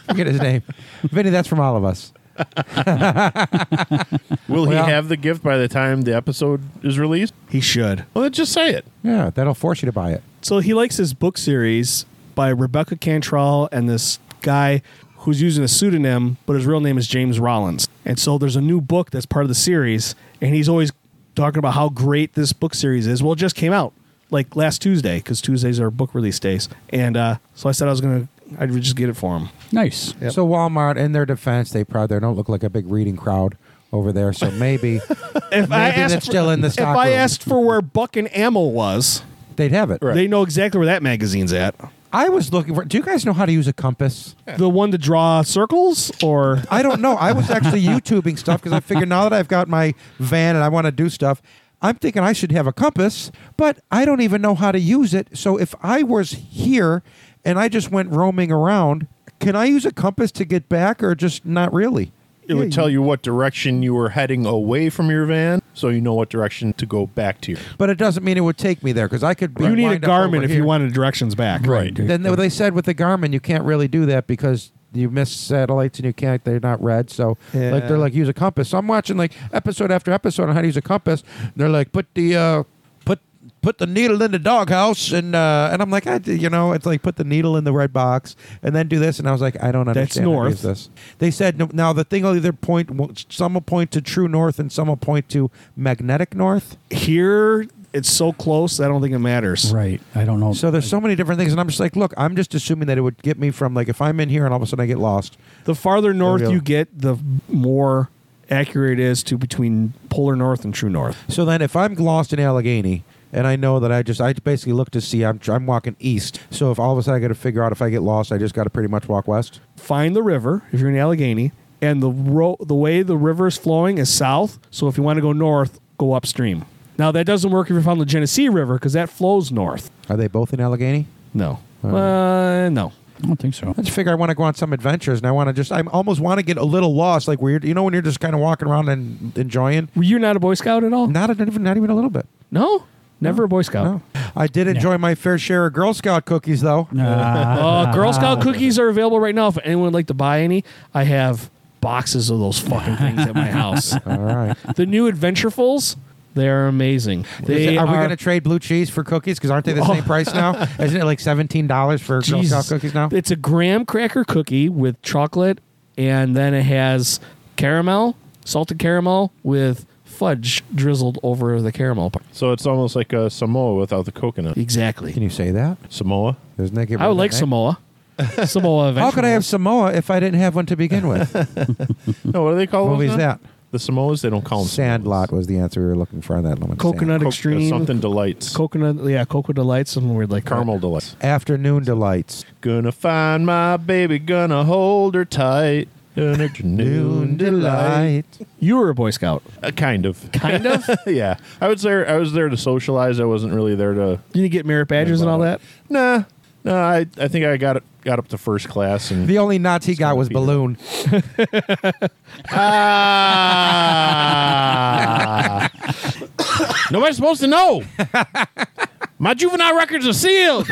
[SPEAKER 2] Forget his name. Vinny, that's from all of us.
[SPEAKER 4] the- will
[SPEAKER 2] well-
[SPEAKER 4] he have the gift by the time the episode is released?
[SPEAKER 1] He should.
[SPEAKER 4] Well, then just say it.
[SPEAKER 2] Yeah, that'll force you to buy it.
[SPEAKER 1] So he likes this book series by Rebecca Cantrell and this guy who's using a pseudonym, but his real name is James Rollins. And so there's a new book that's part of the series, and he's always talking about how great this book series is. Well, it just came out like last Tuesday because Tuesdays are book release days. And uh, so I said I was gonna, I'd just get it for him.
[SPEAKER 3] Nice.
[SPEAKER 2] So Walmart, in their defense, they probably don't look like a big reading crowd over there. So maybe
[SPEAKER 1] If I
[SPEAKER 2] Maybe
[SPEAKER 1] asked
[SPEAKER 2] that's still in the
[SPEAKER 1] if
[SPEAKER 2] stock
[SPEAKER 1] I
[SPEAKER 2] room.
[SPEAKER 1] asked for where Buck and Ammo was,
[SPEAKER 2] they'd have it.
[SPEAKER 4] Right.
[SPEAKER 1] they know exactly where that magazine's at.
[SPEAKER 2] I was looking for. Do you guys know how to use a compass?
[SPEAKER 1] The one to draw circles, or
[SPEAKER 2] I don't know. I was actually YouTubing stuff because I figured now that I've got my van and I want to do stuff, I'm thinking I should have a compass, but I don't even know how to use it. So if I was here and I just went roaming around, can I use a compass to get back or just not really?
[SPEAKER 4] It would tell you what direction you were heading away from your van, so you know what direction to go back to. Your.
[SPEAKER 2] But it doesn't mean it would take me there because I could. Be
[SPEAKER 1] you need a
[SPEAKER 2] lined up over
[SPEAKER 1] Garmin if
[SPEAKER 2] here.
[SPEAKER 1] you wanted directions back.
[SPEAKER 4] Right.
[SPEAKER 2] Then they, they said with the Garmin, you can't really do that because you miss satellites and you can't. They're not red, so like
[SPEAKER 1] Yeah.
[SPEAKER 2] they're like use a compass. So I'm watching like episode after episode on how to use a compass. And they're like put the uh, put put the needle in the doghouse and uh, and I'm like I, you know it's like put the needle in the red box and then do this and I was like I don't understand how to
[SPEAKER 1] north.
[SPEAKER 2] use this. They said no, now the thing will either point some will point to true north and some will point to magnetic north.
[SPEAKER 1] Here, it's so close. I don't think it matters.
[SPEAKER 3] Right. I don't know.
[SPEAKER 2] So there's so many different things, and I'm just like, look, I'm just assuming that it would get me from like if I'm in here and all of a sudden I get lost.
[SPEAKER 1] The farther north
[SPEAKER 2] go.
[SPEAKER 1] you get, the more accurate it is to between polar north and true north.
[SPEAKER 2] So then if I'm lost in Allegheny and I know that I just I basically look to see I'm I'm walking east. So if all of a sudden I got to figure out if I get lost, I just got to pretty much walk west.
[SPEAKER 1] Find the river if you're in Allegheny, and the ro- the way the river is flowing is south. So if you want to go north, go upstream. Now that doesn't work if you're on the Genesee River because that flows north.
[SPEAKER 2] Are they both in Allegheny?
[SPEAKER 1] No, uh, no.
[SPEAKER 3] I don't think so.
[SPEAKER 2] I just figure I want to go on some adventures and I want to just I almost want to get a little lost, like weird. You know when you're just kind of walking around and enjoying.
[SPEAKER 1] Were you not a Boy Scout at all?
[SPEAKER 2] Not a- not even not even a little bit.
[SPEAKER 1] No? never a Boy Scout.
[SPEAKER 2] No, I did enjoy my fair share of Girl Scout cookies though.
[SPEAKER 1] Uh, Girl Scout cookies are available right now. If anyone would like to buy any, I have boxes of those fucking things at my house.
[SPEAKER 2] All right.
[SPEAKER 1] The new Adventurefuls, they are amazing.
[SPEAKER 2] Is
[SPEAKER 1] They
[SPEAKER 2] it- are, we
[SPEAKER 1] are- Oh.
[SPEAKER 2] going to trade blue cheese for cookies? Because aren't they the same price now? Isn't it like seventeen dollars for Girl Scout
[SPEAKER 1] Jesus.
[SPEAKER 2] cookies now?
[SPEAKER 1] It's a graham cracker cookie with chocolate, and then it has caramel, salted caramel with fudge drizzled over the caramel part.
[SPEAKER 4] So it's almost like a Samoa without the coconut.
[SPEAKER 2] Can
[SPEAKER 1] Exactly.
[SPEAKER 2] you say that?
[SPEAKER 4] Samoa.
[SPEAKER 2] Doesn't that get rid
[SPEAKER 1] I
[SPEAKER 2] of
[SPEAKER 1] would like
[SPEAKER 2] that name?
[SPEAKER 1] Samoa. Samoa eventually.
[SPEAKER 2] How could I have Samoa if I didn't have one to begin with? what
[SPEAKER 4] No, what do they call
[SPEAKER 2] movie
[SPEAKER 4] those
[SPEAKER 2] is
[SPEAKER 4] now?
[SPEAKER 2] that? Oh,
[SPEAKER 4] The Samoas. They don't call them
[SPEAKER 2] Sandlot was the answer we were looking for on that one.
[SPEAKER 1] coconut
[SPEAKER 4] Samoas. Co- uh,
[SPEAKER 1] extreme?
[SPEAKER 4] something delights.
[SPEAKER 1] coconut, yeah, cocoa delights, something weird like that.
[SPEAKER 4] Caramel delights.
[SPEAKER 2] Sand- Afternoon delights.
[SPEAKER 4] Gonna find my baby. Gonna hold her tight. An afternoon delight.
[SPEAKER 1] You were a Boy Scout,
[SPEAKER 4] Uh, kind of.
[SPEAKER 1] kind of.
[SPEAKER 4] yeah, I was there. I was there to socialize. I wasn't really there to.
[SPEAKER 1] You didn't get merit badges and all that.
[SPEAKER 4] Nah, nah. I, I think I got got up to first class and
[SPEAKER 2] The only Nazi he got was
[SPEAKER 4] be there.
[SPEAKER 2] balloon.
[SPEAKER 4] Ah. Nobody's supposed to know. My juvenile records are sealed.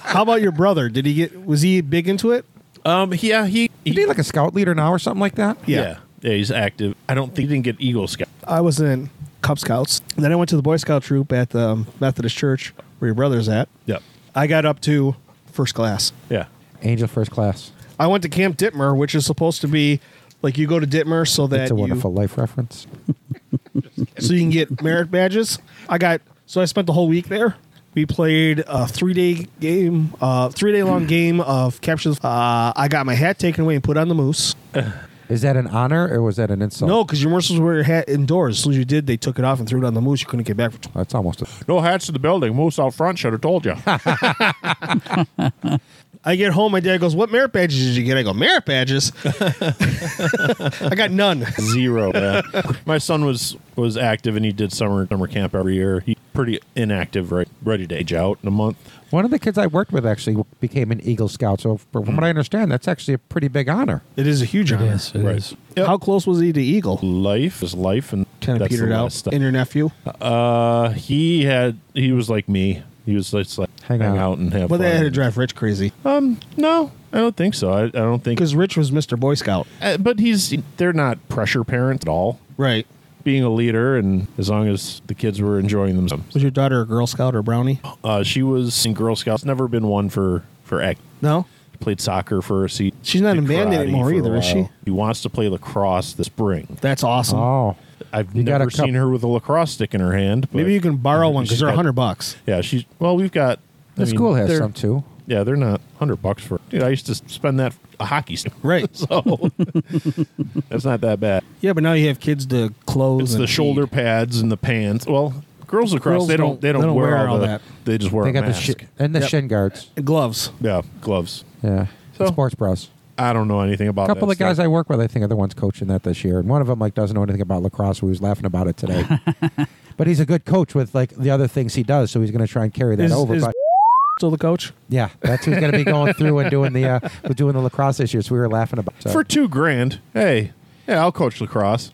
[SPEAKER 1] How about your brother? Did he get? Was he big into it?
[SPEAKER 4] Um, he- yeah, he, he,
[SPEAKER 2] Isn't he like a scout leader now or something like that?
[SPEAKER 4] yeah. yeah, he's active. I don't think he didn't get Eagle Scout.
[SPEAKER 1] I was in Cub Scouts. Then I went to the Boy Scout troop at the um, Methodist Church where your brother's at.
[SPEAKER 4] Yep.
[SPEAKER 1] I got up to first class.
[SPEAKER 4] Yeah.
[SPEAKER 2] Angel first class.
[SPEAKER 1] I went to Camp Ditmer, which is supposed to be like you go to Ditmer so that
[SPEAKER 2] It's a
[SPEAKER 1] you-
[SPEAKER 2] wonderful life reference.
[SPEAKER 1] so you can get merit badges. I got so I spent the whole week there. We played a three day game, uh, three day long game of captures. Uh, I got my hat taken away and put on the moose.
[SPEAKER 2] Is that an honor or was that an insult?
[SPEAKER 1] No, because you weren't supposed to wear your hat indoors. As soon as you did, they took it off and threw it on the moose. You couldn't get back for.
[SPEAKER 2] That's almost a.
[SPEAKER 4] No hats to the building. Moose out front should have told you.
[SPEAKER 1] I get home, my dad goes, "What merit badges did you get?" I go, "Merit badges." I got none.
[SPEAKER 4] Zero. Yeah. My son was was active and he did summer summer camp every year. He pretty inactive, right? Ready to age out in a month.
[SPEAKER 2] One of the kids I worked with actually became an Eagle Scout. So, from what I understand, that's actually a pretty big honor.
[SPEAKER 1] It is a huge honor.
[SPEAKER 3] Yes, it
[SPEAKER 4] Right.
[SPEAKER 3] is.
[SPEAKER 4] Yep.
[SPEAKER 1] How close was he to Eagle?
[SPEAKER 4] Life is life, and
[SPEAKER 1] Kind of
[SPEAKER 4] that's the
[SPEAKER 1] petered out.
[SPEAKER 4] last step.
[SPEAKER 1] In your nephew,
[SPEAKER 4] Uh, he had he was like me. He was just like
[SPEAKER 2] Hang
[SPEAKER 4] hang,
[SPEAKER 2] out.
[SPEAKER 4] out. and have
[SPEAKER 1] but
[SPEAKER 4] fun.
[SPEAKER 1] they had to drive Rich crazy
[SPEAKER 4] Um, no, I don't think so. I, I don't think.
[SPEAKER 1] because Rich was Mr. Boy Scout,
[SPEAKER 4] Uh, but he's they're not pressure parents at all.
[SPEAKER 1] right?
[SPEAKER 4] being a leader, and as long as the kids were enjoying themselves.
[SPEAKER 1] Was your daughter a Girl Scout or Brownie?
[SPEAKER 4] Uh, she was in Girl Scouts. Never been one for for act.
[SPEAKER 1] No.
[SPEAKER 4] Played soccer for a seat.
[SPEAKER 1] She's not
[SPEAKER 4] Did
[SPEAKER 1] in band
[SPEAKER 4] karate
[SPEAKER 1] anymore
[SPEAKER 4] for a
[SPEAKER 1] either, is
[SPEAKER 4] while.
[SPEAKER 1] she?
[SPEAKER 4] She wants to play lacrosse this spring.
[SPEAKER 1] That's
[SPEAKER 4] Hmm.
[SPEAKER 1] awesome.
[SPEAKER 2] Oh,
[SPEAKER 4] I've
[SPEAKER 2] You got a
[SPEAKER 4] never
[SPEAKER 2] cup-
[SPEAKER 4] seen her with a lacrosse stick in her hand. But
[SPEAKER 1] Maybe you can borrow one because
[SPEAKER 4] She's
[SPEAKER 1] they're
[SPEAKER 4] got-
[SPEAKER 1] hundred bucks.
[SPEAKER 4] Yeah, she's well. We've got
[SPEAKER 2] the
[SPEAKER 4] I mean,
[SPEAKER 2] school has
[SPEAKER 4] they're-
[SPEAKER 2] some too.
[SPEAKER 4] Yeah, they're not hundred bucks for. Dude, I used to spend that for a hockey stick.
[SPEAKER 1] Right.
[SPEAKER 4] So that's not that bad.
[SPEAKER 1] Yeah, but now you have kids to clothes.
[SPEAKER 4] It's the
[SPEAKER 1] and
[SPEAKER 4] shoulder
[SPEAKER 1] feed.
[SPEAKER 4] pads and the pants. Well, girls lacrosse
[SPEAKER 1] Girls
[SPEAKER 4] they don't,
[SPEAKER 1] don't-
[SPEAKER 4] they don't
[SPEAKER 1] they don't
[SPEAKER 4] wear, all,
[SPEAKER 1] that.
[SPEAKER 4] that. They just wear
[SPEAKER 2] They
[SPEAKER 4] a
[SPEAKER 2] got the
[SPEAKER 4] mask.
[SPEAKER 2] shi and the
[SPEAKER 1] Yep.
[SPEAKER 2] shin guards.
[SPEAKER 1] gloves.
[SPEAKER 4] Yeah, gloves.
[SPEAKER 2] Yeah,
[SPEAKER 4] So-
[SPEAKER 2] sports bras.
[SPEAKER 4] I don't know anything about.
[SPEAKER 2] A couple
[SPEAKER 4] that
[SPEAKER 2] of the guys
[SPEAKER 4] stuff.
[SPEAKER 2] I work with, I think, are the ones coaching that this year, and one of them like doesn't know anything about lacrosse. We was laughing about it today, but he's a good coach with like the other things he does, so he's going to try and carry that
[SPEAKER 1] Is-
[SPEAKER 2] over.
[SPEAKER 1] is-
[SPEAKER 2] but
[SPEAKER 1] Still the coach.
[SPEAKER 2] yeah, that's who's going to be going through and doing the uh, with doing the lacrosse this year. So we were laughing about. So.
[SPEAKER 4] for two grand. Hey, yeah, I'll coach lacrosse.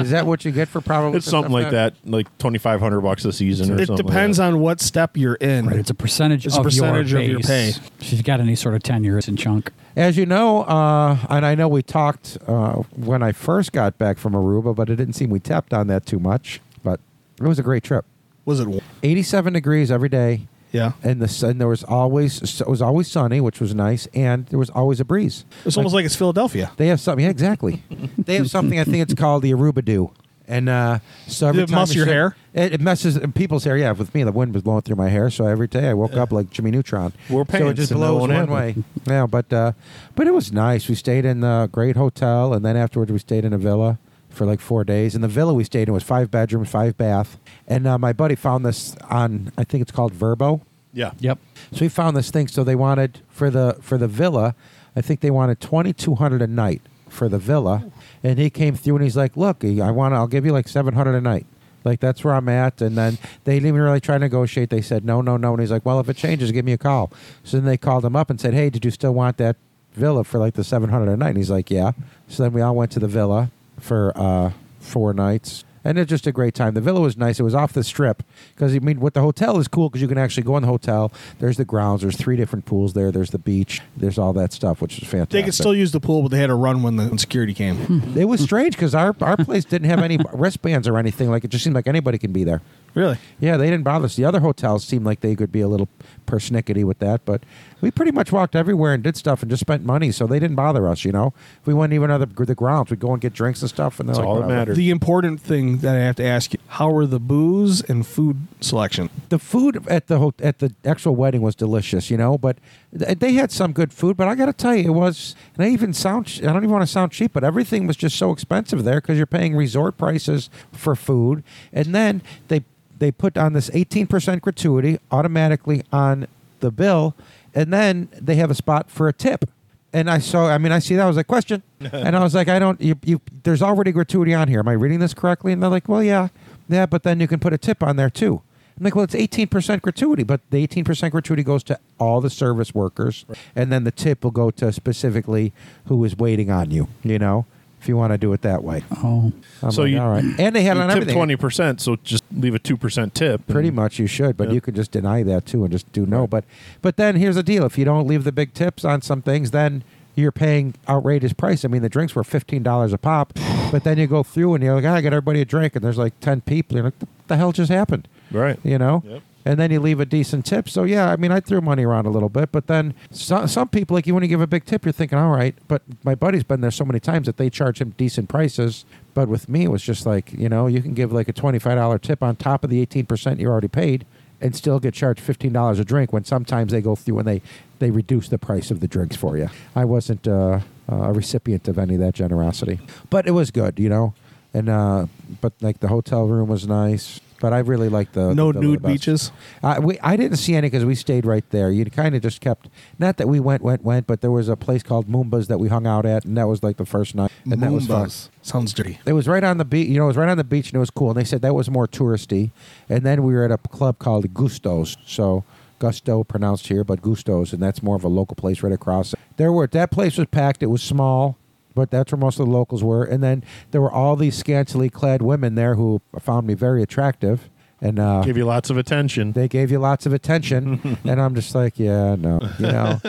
[SPEAKER 2] is that what you get for probably
[SPEAKER 4] It's something like that, like twenty five hundred bucks a season. Or
[SPEAKER 1] It
[SPEAKER 4] something
[SPEAKER 1] depends
[SPEAKER 4] like
[SPEAKER 1] on what step you're in.
[SPEAKER 3] Right, it's a percentage
[SPEAKER 1] It's a
[SPEAKER 3] of
[SPEAKER 1] percentage
[SPEAKER 3] your
[SPEAKER 1] of your
[SPEAKER 3] base. She's got any sort of tenure, it's in chunk.
[SPEAKER 2] As you know, uh, and I know we talked uh, when I first got back from Aruba, but it didn't seem we tapped on that too much. But it was a great trip.
[SPEAKER 1] Was it?
[SPEAKER 2] 87 degrees every day.
[SPEAKER 1] Yeah.
[SPEAKER 2] And the sun, there was always it was always sunny, which was nice, and there was always a breeze.
[SPEAKER 1] It's almost like it's Philadelphia.
[SPEAKER 2] They have something, yeah, exactly. they have something. I think it's called the Aruba Dew, and uh, so every
[SPEAKER 1] Did it
[SPEAKER 2] time
[SPEAKER 1] muss
[SPEAKER 2] you
[SPEAKER 1] your
[SPEAKER 2] sit-
[SPEAKER 1] hair?
[SPEAKER 2] It, it messes uh, people's hair. Yeah, with me, the wind was blowing through my hair, so every day I woke up like Jimmy Neutron.
[SPEAKER 4] Wore
[SPEAKER 2] so it
[SPEAKER 4] pants,
[SPEAKER 2] just
[SPEAKER 4] and that
[SPEAKER 2] blows one
[SPEAKER 4] won't happen.
[SPEAKER 2] way. Yeah, but uh, but it was nice. We stayed in the great hotel, and then afterwards we stayed in a villa for like four days. And the villa we stayed in was five bedroom, five bath. And uh, my buddy found this on I think it's called Verbo.
[SPEAKER 4] that. Yeah.
[SPEAKER 3] Yep.
[SPEAKER 2] So we found this thing. So they wanted for the for the villa, I think they wanted twenty two hundred a night for the villa, and he came through and he's like, "Look, I want. I'll give you like seven hundred a night. Like that's where I'm at." And then they didn't even really try to negotiate. They said, "No, no, no." And he's like, "Well, if it changes, give me a call." So then they called him up and said, "Hey, did you still want that villa for like the seven hundred a night?" And he's like, "Yeah." So then we all went to the villa for uh, four nights. And it's just a great time. The villa was nice. It was off the strip because I mean, what the hotel is cool because you can actually go in the hotel. There's the grounds. There's three different pools there. There's the beach. There's all that stuff, which is fantastic.
[SPEAKER 1] They could still use the pool, but they had to run when the security came.
[SPEAKER 2] It was strange because our our place didn't have any wristbands or anything. Like it just seemed like anybody can be there.
[SPEAKER 1] really?
[SPEAKER 2] Yeah, they didn't bother us. The other hotels seemed like they could be a little persnickety with that, but we pretty much walked everywhere and did stuff and just spent money, so they didn't bother us. You know, if we went even to the, the grounds, we'd go and get drinks and stuff. And they're
[SPEAKER 4] That's
[SPEAKER 2] like,
[SPEAKER 4] all that
[SPEAKER 2] "Whatever."
[SPEAKER 4] matters.
[SPEAKER 1] The important thing that I have to ask you: How were the booze and food selection?
[SPEAKER 2] the food at the ho- at the actual wedding was delicious, you know. But th- they had some good food. But I got to tell you, it was. And I even sound. ch- I don't even want to sound cheap, but everything was just so expensive there because you're paying resort prices for food, and then they they put on this 18% gratuity automatically on the bill, and then they have a spot for a tip. And I saw. I mean, I see that. I was like, question, and I was like, I don't. You, you. There's already gratuity on here. Am I reading this correctly? And they're like, well, yeah, yeah. But then you can put a tip on there too. I'm like, well, it's 18% gratuity, but the 18% gratuity goes to all the service workers, and then the tip will go to specifically who is waiting on you, you know, if you want to do it that way.
[SPEAKER 3] Oh.
[SPEAKER 2] I'm
[SPEAKER 4] So
[SPEAKER 2] like,
[SPEAKER 4] you-
[SPEAKER 2] all right. And they had it on
[SPEAKER 4] You tip
[SPEAKER 2] everything.
[SPEAKER 4] twenty percent, so just leave a two percent tip. and-
[SPEAKER 2] Pretty much you should, but
[SPEAKER 4] Yeah.
[SPEAKER 2] you could just deny that too and just do no. But but then here's the deal. If you don't leave the big tips on some things, then you're paying outrageous price. I mean, the drinks were fifteen dollars a pop, but then you go through and you're like, "Ah, I got everybody a drink, and there's like ten people. You're like, what the hell just happened?
[SPEAKER 4] Right.
[SPEAKER 2] you know
[SPEAKER 4] Yep.
[SPEAKER 2] and then you leave a decent tip so yeah i mean i threw money around a little bit but then so, some people like you want to give a big tip you're thinking all right but my buddy's been there so many times that they charge him decent prices but with me it was just like you know you can give like a $25 tip on top of the 18% you already paid and still get charged $15 a drink when sometimes they go through and they they reduce the price of the drinks for you i wasn't uh, a recipient of any of that generosity but it was good you know and uh but like the hotel room was nice but i really liked the
[SPEAKER 1] No
[SPEAKER 2] the villa
[SPEAKER 1] nude
[SPEAKER 2] the best.
[SPEAKER 1] beaches?
[SPEAKER 2] I, we, I didn't see any because we stayed right there. You kind of just kept not that we went went went, but there was a place called Moomba's that we hung out at, and that was like the first night, and that was fun.
[SPEAKER 1] Moombas. Sounds dirty.
[SPEAKER 2] It was right on the beach. You know, it was right on the beach, and it was cool. And they said that was more touristy. And then we were at a club called Gusto's. So Gusto pronounced here, but Gusto's, and that's more of a local place right across. There were that place was packed. It was small, but that's where most of the locals were. And then there were all these scantily clad women there who found me very attractive. And uh,
[SPEAKER 4] Give you lots of attention.
[SPEAKER 2] they gave you lots of attention and i'm just like yeah no you know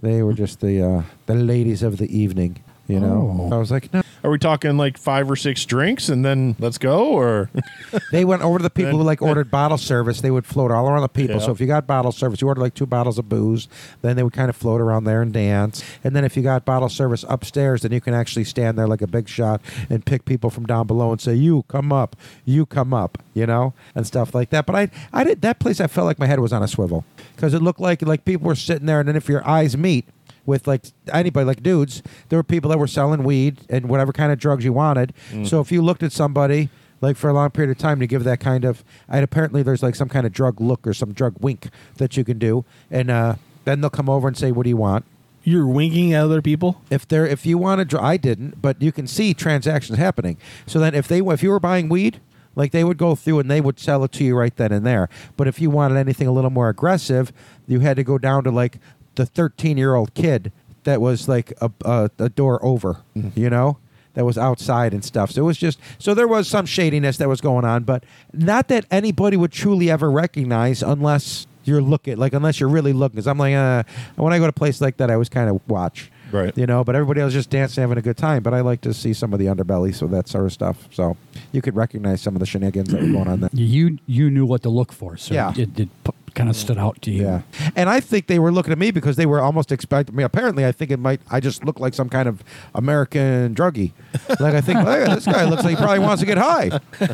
[SPEAKER 2] they were just the uh, the ladies of the evening You know,
[SPEAKER 3] Oh.
[SPEAKER 2] I was like, no.
[SPEAKER 4] Are we talking like five or six drinks and then let's go? Or
[SPEAKER 2] They went over to the people who like ordered bottle service. They would float all around the people.
[SPEAKER 4] Yeah.
[SPEAKER 2] So if you got bottle service, you ordered like two bottles of booze. Then they would kind of float around there and dance. And then if you got bottle service upstairs, then you can actually stand there like a big shot and pick people from down below and say, "You come up, you come up," you know, and stuff like that. But I, I did that place. I felt like my head was on a swivel because it looked like like people were sitting there, and then if your eyes meet. With like anybody, like dudes, there were people that were selling weed and whatever kind of drugs you wanted. So if you looked at somebody like for a long period of time to give that kind of and apparently there's like some kind of drug look or some drug wink that you can do and uh, then they'll come over and say what do you want
[SPEAKER 1] You're winking at other people.
[SPEAKER 2] if they're if you want to dr- i didn't but you can see transactions happening so then if they if you were buying weed like they would go through and they would sell it to you right then and there but if you wanted anything a little more aggressive you had to go down to like the 13 year old kid that was like a, a, a door over you know that was outside and stuff. So it was just so there was some shadiness that was going on, but not that anybody would truly ever recognize unless you're looking, like unless you're really looking. Because I'm like, uh, when I go to a place like that, I always kind of watch,
[SPEAKER 4] Right.
[SPEAKER 2] You know, but everybody else just dancing, having a good time. But I like to see some of the underbelly, so that sort of stuff. So you could recognize some of the shenanigans that were going on there.
[SPEAKER 3] You you knew what to look for, so
[SPEAKER 2] Yeah.
[SPEAKER 3] it, it, kind of stood out to you.
[SPEAKER 2] Yeah, and I think they were looking at me because they were almost expecting me. Apparently, I think it might. I just look like some kind of American druggie. Like I think "Hey, this guy looks like he probably wants to get high,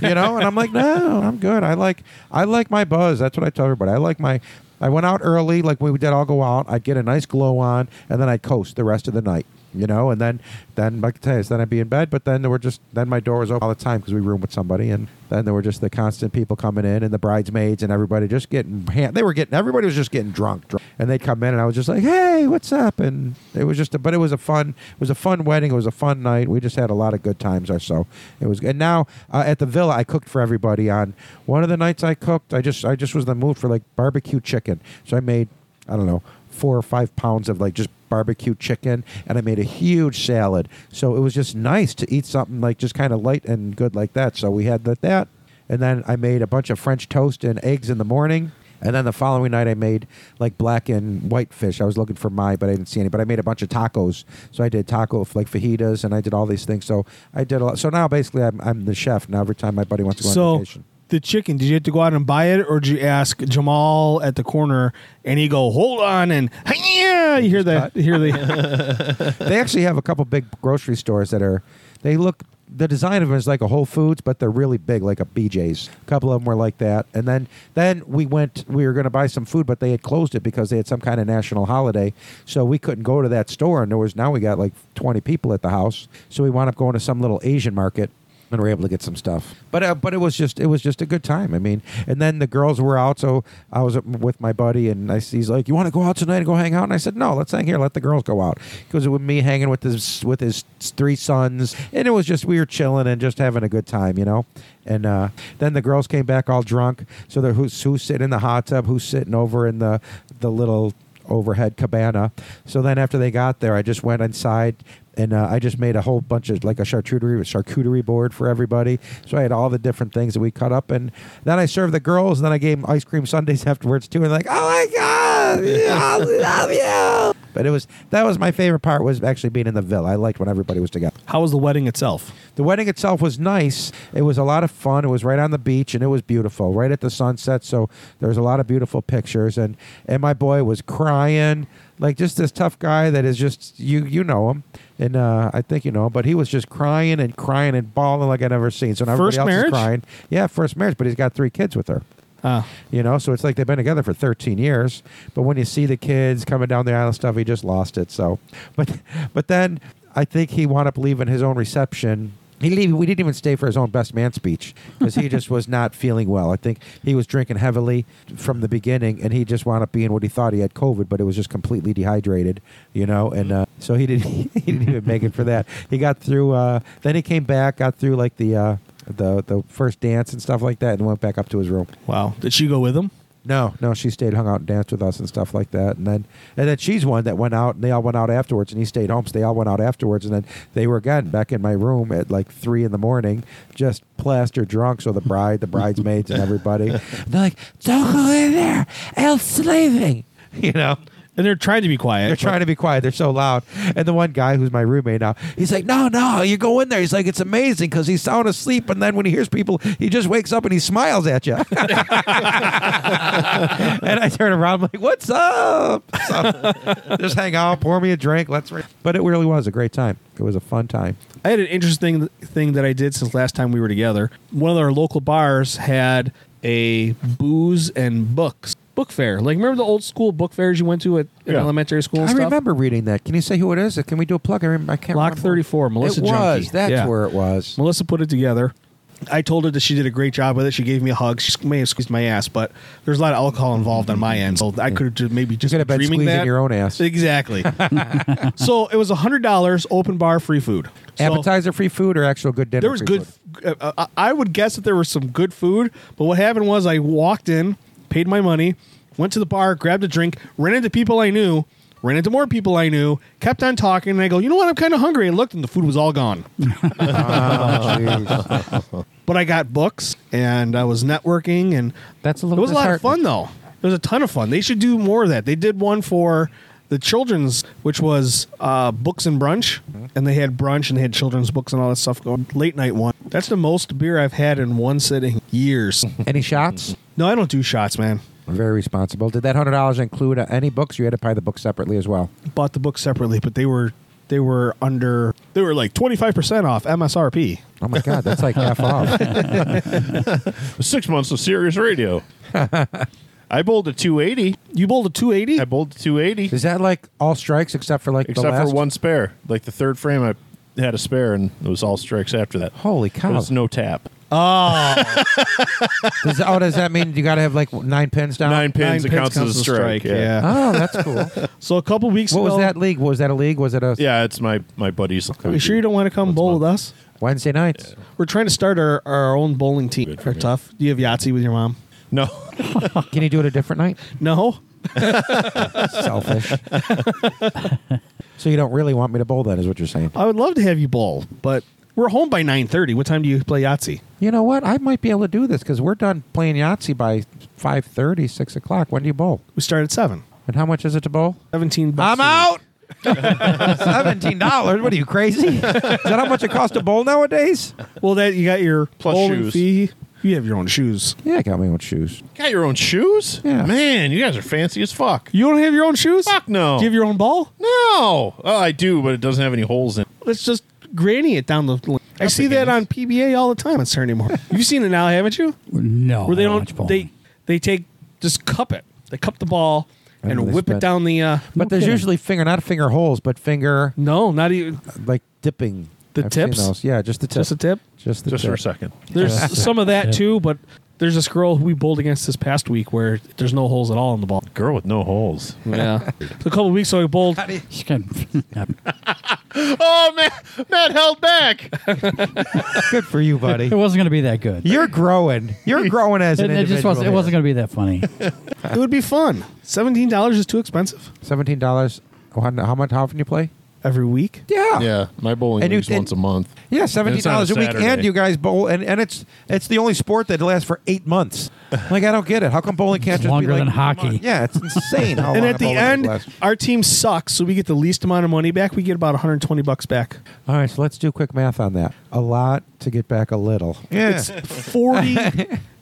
[SPEAKER 2] you know. And I'm like, no, I'm good. I like I like my buzz. That's what I tell everybody. I like my. I went out early, like we did. I'll go out. I'd get a nice glow on, and then I'd coast the rest of the night. You know, and then, then like I tell you, then I'd be in bed. But then there were just then my door was open all the time because we roomed with somebody, and then there were just the constant people coming in and the bridesmaids and everybody just getting hand, they were getting everybody was just getting drunk, drunk, and they'd come in and I was just like, hey, what's up? And it was just, a, but it was a fun, it was a fun wedding. It was a fun night. We just had a lot of good times or so. It was, and now uh, at the villa, I cooked for everybody. On one of the nights I cooked, I just, I just was in the mood for like barbecue chicken, so I made I don't know, four or five pounds of like just barbecue chicken, and I made a huge salad. So it was just nice to eat something like just kind of light and good like that. So we had that, that, and then I made a bunch of French toast and eggs in the morning. And then the following night, I made like black and white fish. I was looking for my, but I didn't see any. But I made a bunch of tacos. So I did taco like fajitas, and I did all these things. So I did a lot. So now basically, I'm, I'm the chef. Now every time my buddy wants to go on
[SPEAKER 1] So
[SPEAKER 2] vacation,
[SPEAKER 1] the chicken, did you have to go out and buy it, or did you ask Jamal at the corner and he go, "Hold on," and yeah, you hear that? you Hear the?
[SPEAKER 2] they actually have a couple big grocery stores that are they look the design of them is like a Whole Foods, but they're really big, like a BJ's. A couple of them were like that, and then then we went. We were going to buy some food, but they had closed it because they had some kind of national holiday, so we couldn't go to that store. And there was now we got like twenty people at the house, so we wound up going to some little Asian market and we are able to get some stuff. But uh, but it was just it was just a good time. I mean, and then the girls were out, so I was with my buddy, and I he's like, "You want to go out tonight and go hang out?" And I said, "No, let's hang here. Let the girls go out." Because it was me hanging with his with his three sons, and it was just we were chilling and just having a good time, you know. And uh, then the girls came back all drunk. So they're who's who's sitting in the hot tub, who's sitting over in the the little overhead cabana. So then after they got there, I just went inside and uh, I just made a whole bunch of like a charcuterie charcuterie board for everybody. So I had all the different things that we cut up, and then I served the girls, and then I gave them ice cream sundaes afterwards too. And like, oh my god, I love you. But it was that was my favorite part was actually being in the villa. I liked when everybody was together.
[SPEAKER 1] How was the wedding itself?
[SPEAKER 2] The wedding itself was nice. It was a lot of fun. It was right on the beach and it was beautiful, right at the sunset. So there's a lot of beautiful pictures and and my boy was crying, like just this tough guy that is just you you know him and uh, I think you know him, but he was just crying and crying and bawling like I never seen. So now everybody
[SPEAKER 1] First
[SPEAKER 2] else
[SPEAKER 1] marriage?
[SPEAKER 2] is crying. Yeah, first marriage, but he's got three kids with her.
[SPEAKER 1] Uh,
[SPEAKER 2] You know, so it's like they've been together for 13 years. But when you see the kids coming down the aisle and stuff, he just lost it. So, but but then I think he wound up leaving his own reception. He leave, we didn't even stay for his own best man speech because he just was not feeling well. I think he was drinking heavily from the beginning, and he just wound up being what he thought he had COVID, but it was just completely dehydrated, you know. And uh, so he didn't he didn't even make it for that. He got through. Uh, then he came back, got through like the uh, the the first dance and stuff like that, and went back up to his room.
[SPEAKER 1] wow, did she go with him?
[SPEAKER 2] No, no, she stayed, hung out, and danced with us and stuff like that. And then, and then she's one that went out, and they all went out afterwards, and he stayed home, so they all went out afterwards. And then they were again back in my room at like three in the morning, just plastered drunk. So the bride, the bridesmaids, and everybody, they're like, "Don't go in there, Elle's sleeping," you know.
[SPEAKER 1] And they're trying to be quiet.
[SPEAKER 2] They're trying to be quiet. They're so loud. And the one guy who's my roommate now, he's like, no, no, you go in there. He's like, it's amazing because he's sound asleep. And then when he hears people, he just wakes up and he smiles at you. and I turn around, I'm like, what's up? So, just hang out, pour me a drink. Let's. Re-. But it really was a great time. It was a fun time.
[SPEAKER 1] I had an interesting thing that I did since last time we were together. One of our local bars had a booze and books book fair. Like remember the old school book fairs you went to at in
[SPEAKER 4] Yeah.
[SPEAKER 1] elementary school? and
[SPEAKER 2] I
[SPEAKER 1] stuff?
[SPEAKER 2] remember reading that. Can you say who it is? Can we do a plug? I, remember, I can't
[SPEAKER 1] Lock
[SPEAKER 2] remember.
[SPEAKER 1] 34, Melissa
[SPEAKER 2] It was.
[SPEAKER 1] Junkie.
[SPEAKER 2] That's
[SPEAKER 1] Yeah.
[SPEAKER 2] where it was.
[SPEAKER 1] Melissa put it together. I told her that she did a great job with it. She gave me a hug. She may have squeezed my ass, but there's a lot of alcohol involved on my end, so I could have ju- maybe just
[SPEAKER 2] could have been
[SPEAKER 1] dreaming
[SPEAKER 2] squeezing
[SPEAKER 1] that.
[SPEAKER 2] your own ass.
[SPEAKER 1] Exactly. so it was hundred dollars, open bar, free food. So
[SPEAKER 2] Appetizer free food or actual good dinner?
[SPEAKER 1] There was
[SPEAKER 2] free
[SPEAKER 1] good.
[SPEAKER 2] food?
[SPEAKER 1] uh, uh, I would guess that there was some good food, but what happened was I walked in, paid my money, went to the bar, grabbed a drink, ran into people I knew, ran into more people I knew, kept on talking, and I go, you know what? I'm kind of hungry. And looked, and the food was all gone.
[SPEAKER 2] Oh, jeez.
[SPEAKER 1] but I got books and I was networking and
[SPEAKER 2] That's a little
[SPEAKER 1] It was a lot of
[SPEAKER 2] disheartening.
[SPEAKER 1] fun though. It was a ton of fun. They should do more of that. They did one for the children's, which was uh, books and brunch,
[SPEAKER 2] Mm-hmm.
[SPEAKER 1] and they had brunch and they had children's books and all that stuff going. Late night one. That's the most beer I've had in one sitting years.
[SPEAKER 2] Any shots?
[SPEAKER 1] no, I don't do shots, man.
[SPEAKER 2] Very responsible. Did that hundred dollars include uh, any books? You had to buy the book separately as well.
[SPEAKER 1] Bought the book separately, but they were they were under they were like twenty five percent off MSRP.
[SPEAKER 2] Oh my god, that's like half off.
[SPEAKER 4] Six months of serious radio. I bowled a 280.
[SPEAKER 1] You bowled a two eighty.
[SPEAKER 4] I bowled a 280,
[SPEAKER 2] Is that like all strikes except for like the
[SPEAKER 4] except
[SPEAKER 2] last?
[SPEAKER 4] for one spare. Like the third frame, I had a spare, and it was all strikes after that.
[SPEAKER 2] Holy
[SPEAKER 4] There
[SPEAKER 2] cow!
[SPEAKER 4] was no tap.
[SPEAKER 2] Does- oh, does that mean you got to have like nine pins down?
[SPEAKER 4] Nine pins, it counts, as a strike. yeah.
[SPEAKER 2] Oh, that's cool.
[SPEAKER 1] So a couple weeks
[SPEAKER 2] what
[SPEAKER 1] ago,
[SPEAKER 2] was that league? Was that a league? Was it a
[SPEAKER 4] Yeah, it's my my buddies.
[SPEAKER 1] Are you sure you don't want to come bowl with us?
[SPEAKER 2] Wednesday nights?
[SPEAKER 1] We're trying to start our, our own bowling team.
[SPEAKER 4] Good for
[SPEAKER 1] They're
[SPEAKER 4] you.
[SPEAKER 1] tough. Do you have Yahtzee with your mom?
[SPEAKER 4] No,
[SPEAKER 2] Can you do it a different night?
[SPEAKER 1] No.
[SPEAKER 2] Selfish. so you don't really want me to bowl then, is what you're saying?
[SPEAKER 1] I would love to have you bowl, but we're home by 9.30. What time do you play Yahtzee?
[SPEAKER 2] You know what? I might be able to do this because we're done playing Yahtzee by 5.30, 6 o'clock. When do you bowl?
[SPEAKER 1] We start at 7.
[SPEAKER 2] And how much is it to bowl?
[SPEAKER 1] 17 bucks.
[SPEAKER 2] I'm out. Seventeen dollars? What are you crazy? Is that how much it costs to bowl nowadays?
[SPEAKER 1] Well, that you got your
[SPEAKER 4] Plus
[SPEAKER 1] bowling
[SPEAKER 4] shoes.
[SPEAKER 1] fee. You have your own shoes.
[SPEAKER 2] Yeah, I got my own shoes.
[SPEAKER 4] got your own shoes.
[SPEAKER 2] Yeah.
[SPEAKER 4] man, you guys are fancy as fuck.
[SPEAKER 1] You don't have your own shoes?
[SPEAKER 4] Fuck no.
[SPEAKER 1] Do you have your own ball?
[SPEAKER 4] No, oh, I do, but it doesn't have any holes in. it.
[SPEAKER 1] Let's just granny it down the lane. I see that on PBA all the time on Saturday morning. You've seen it now, haven't you?
[SPEAKER 3] No,
[SPEAKER 1] Where they
[SPEAKER 3] Oh, I watch
[SPEAKER 1] don't,
[SPEAKER 3] bowling.
[SPEAKER 1] they, they take, just cup it. They cup the ball
[SPEAKER 2] know,
[SPEAKER 1] and
[SPEAKER 2] they
[SPEAKER 1] whip it
[SPEAKER 2] spend-
[SPEAKER 1] down the, uh,
[SPEAKER 2] But there's
[SPEAKER 3] kidding.
[SPEAKER 2] usually finger, not finger holes, but finger
[SPEAKER 1] no, not even,
[SPEAKER 2] like dipping.
[SPEAKER 1] The
[SPEAKER 2] seen
[SPEAKER 1] tips?
[SPEAKER 2] those. Yeah, just the tip.
[SPEAKER 1] just a tip.
[SPEAKER 2] Just the
[SPEAKER 4] Just
[SPEAKER 2] tip.
[SPEAKER 4] for a second.
[SPEAKER 1] There's some of that
[SPEAKER 3] Yeah.
[SPEAKER 1] too, but there's this girl who we bowled against this past week where there's no holes at all in the ball.
[SPEAKER 4] Girl with no holes.
[SPEAKER 1] Yeah. so a couple weeks ago, I bowled.
[SPEAKER 3] Just kinda-
[SPEAKER 4] Oh man, Matt held back.
[SPEAKER 2] Good for you, buddy.
[SPEAKER 3] it wasn't going to be that good.
[SPEAKER 2] You're growing. You're growing as
[SPEAKER 3] it,
[SPEAKER 2] an
[SPEAKER 3] it
[SPEAKER 2] individual.
[SPEAKER 3] just wasn't. It
[SPEAKER 2] here.
[SPEAKER 3] wasn't going to be that funny.
[SPEAKER 1] It would be fun. Seventeen dollars is too expensive
[SPEAKER 2] Seventeen dollars. How much? How often you play?
[SPEAKER 1] every week.
[SPEAKER 2] Yeah.
[SPEAKER 4] Yeah, my bowling
[SPEAKER 2] And
[SPEAKER 4] and
[SPEAKER 2] you-
[SPEAKER 4] league's
[SPEAKER 2] and-
[SPEAKER 4] once a month.
[SPEAKER 2] Yeah, seventeen
[SPEAKER 4] It's on a
[SPEAKER 2] dollars a week,
[SPEAKER 4] Saturday.
[SPEAKER 2] and you guys bowl, and, and it's it's the only sport that lasts for eight months. Like I don't get it. How come bowling can't
[SPEAKER 3] It's
[SPEAKER 2] just be
[SPEAKER 3] longer
[SPEAKER 2] like
[SPEAKER 3] than
[SPEAKER 2] two months?
[SPEAKER 3] hockey.
[SPEAKER 2] Yeah, it's insane. How
[SPEAKER 1] and
[SPEAKER 2] long
[SPEAKER 1] at
[SPEAKER 2] a
[SPEAKER 1] the
[SPEAKER 2] bowling
[SPEAKER 1] end,
[SPEAKER 2] lasts.
[SPEAKER 1] our team sucks, so we get the least amount of money back. We get about 120 bucks back.
[SPEAKER 2] All right, so let's do quick math on that. A lot to get back a little. Yeah.
[SPEAKER 1] It's forty.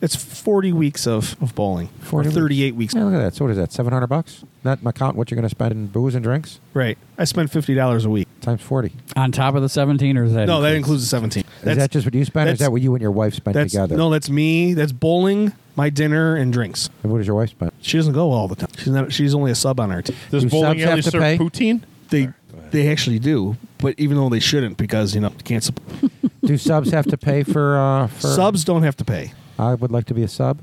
[SPEAKER 1] it's forty weeks of, of bowling.
[SPEAKER 2] 40
[SPEAKER 1] or
[SPEAKER 2] weeks.
[SPEAKER 1] Thirty-eight weeks.
[SPEAKER 2] look at that. So what is that? Seven hundred bucks? Not my count. What you're going to spend in booze and drinks
[SPEAKER 1] Right. I spend fifty dollars a week.
[SPEAKER 2] times forty.
[SPEAKER 3] On top of the 17, or is that
[SPEAKER 1] No, that
[SPEAKER 3] includes-
[SPEAKER 1] includes the seventeen.
[SPEAKER 2] is that just what you spend? Or is
[SPEAKER 1] that's-
[SPEAKER 2] that what you and your wife spend
[SPEAKER 1] that's
[SPEAKER 2] together?
[SPEAKER 1] no? That's me. That's bowling, my dinner, and drinks.
[SPEAKER 2] And what does your wife spend?
[SPEAKER 1] She doesn't go all the time. She's not. She's only a sub on our team.
[SPEAKER 4] Does
[SPEAKER 2] Do
[SPEAKER 4] bowling
[SPEAKER 2] subs have
[SPEAKER 4] alley
[SPEAKER 2] to
[SPEAKER 4] serve
[SPEAKER 2] pay?
[SPEAKER 4] poutine?
[SPEAKER 1] They they actually do, but even though they shouldn't, because you know can't sup-
[SPEAKER 2] Do subs have to pay for uh, for
[SPEAKER 1] subs don't have to pay.
[SPEAKER 2] I would like to be a sub.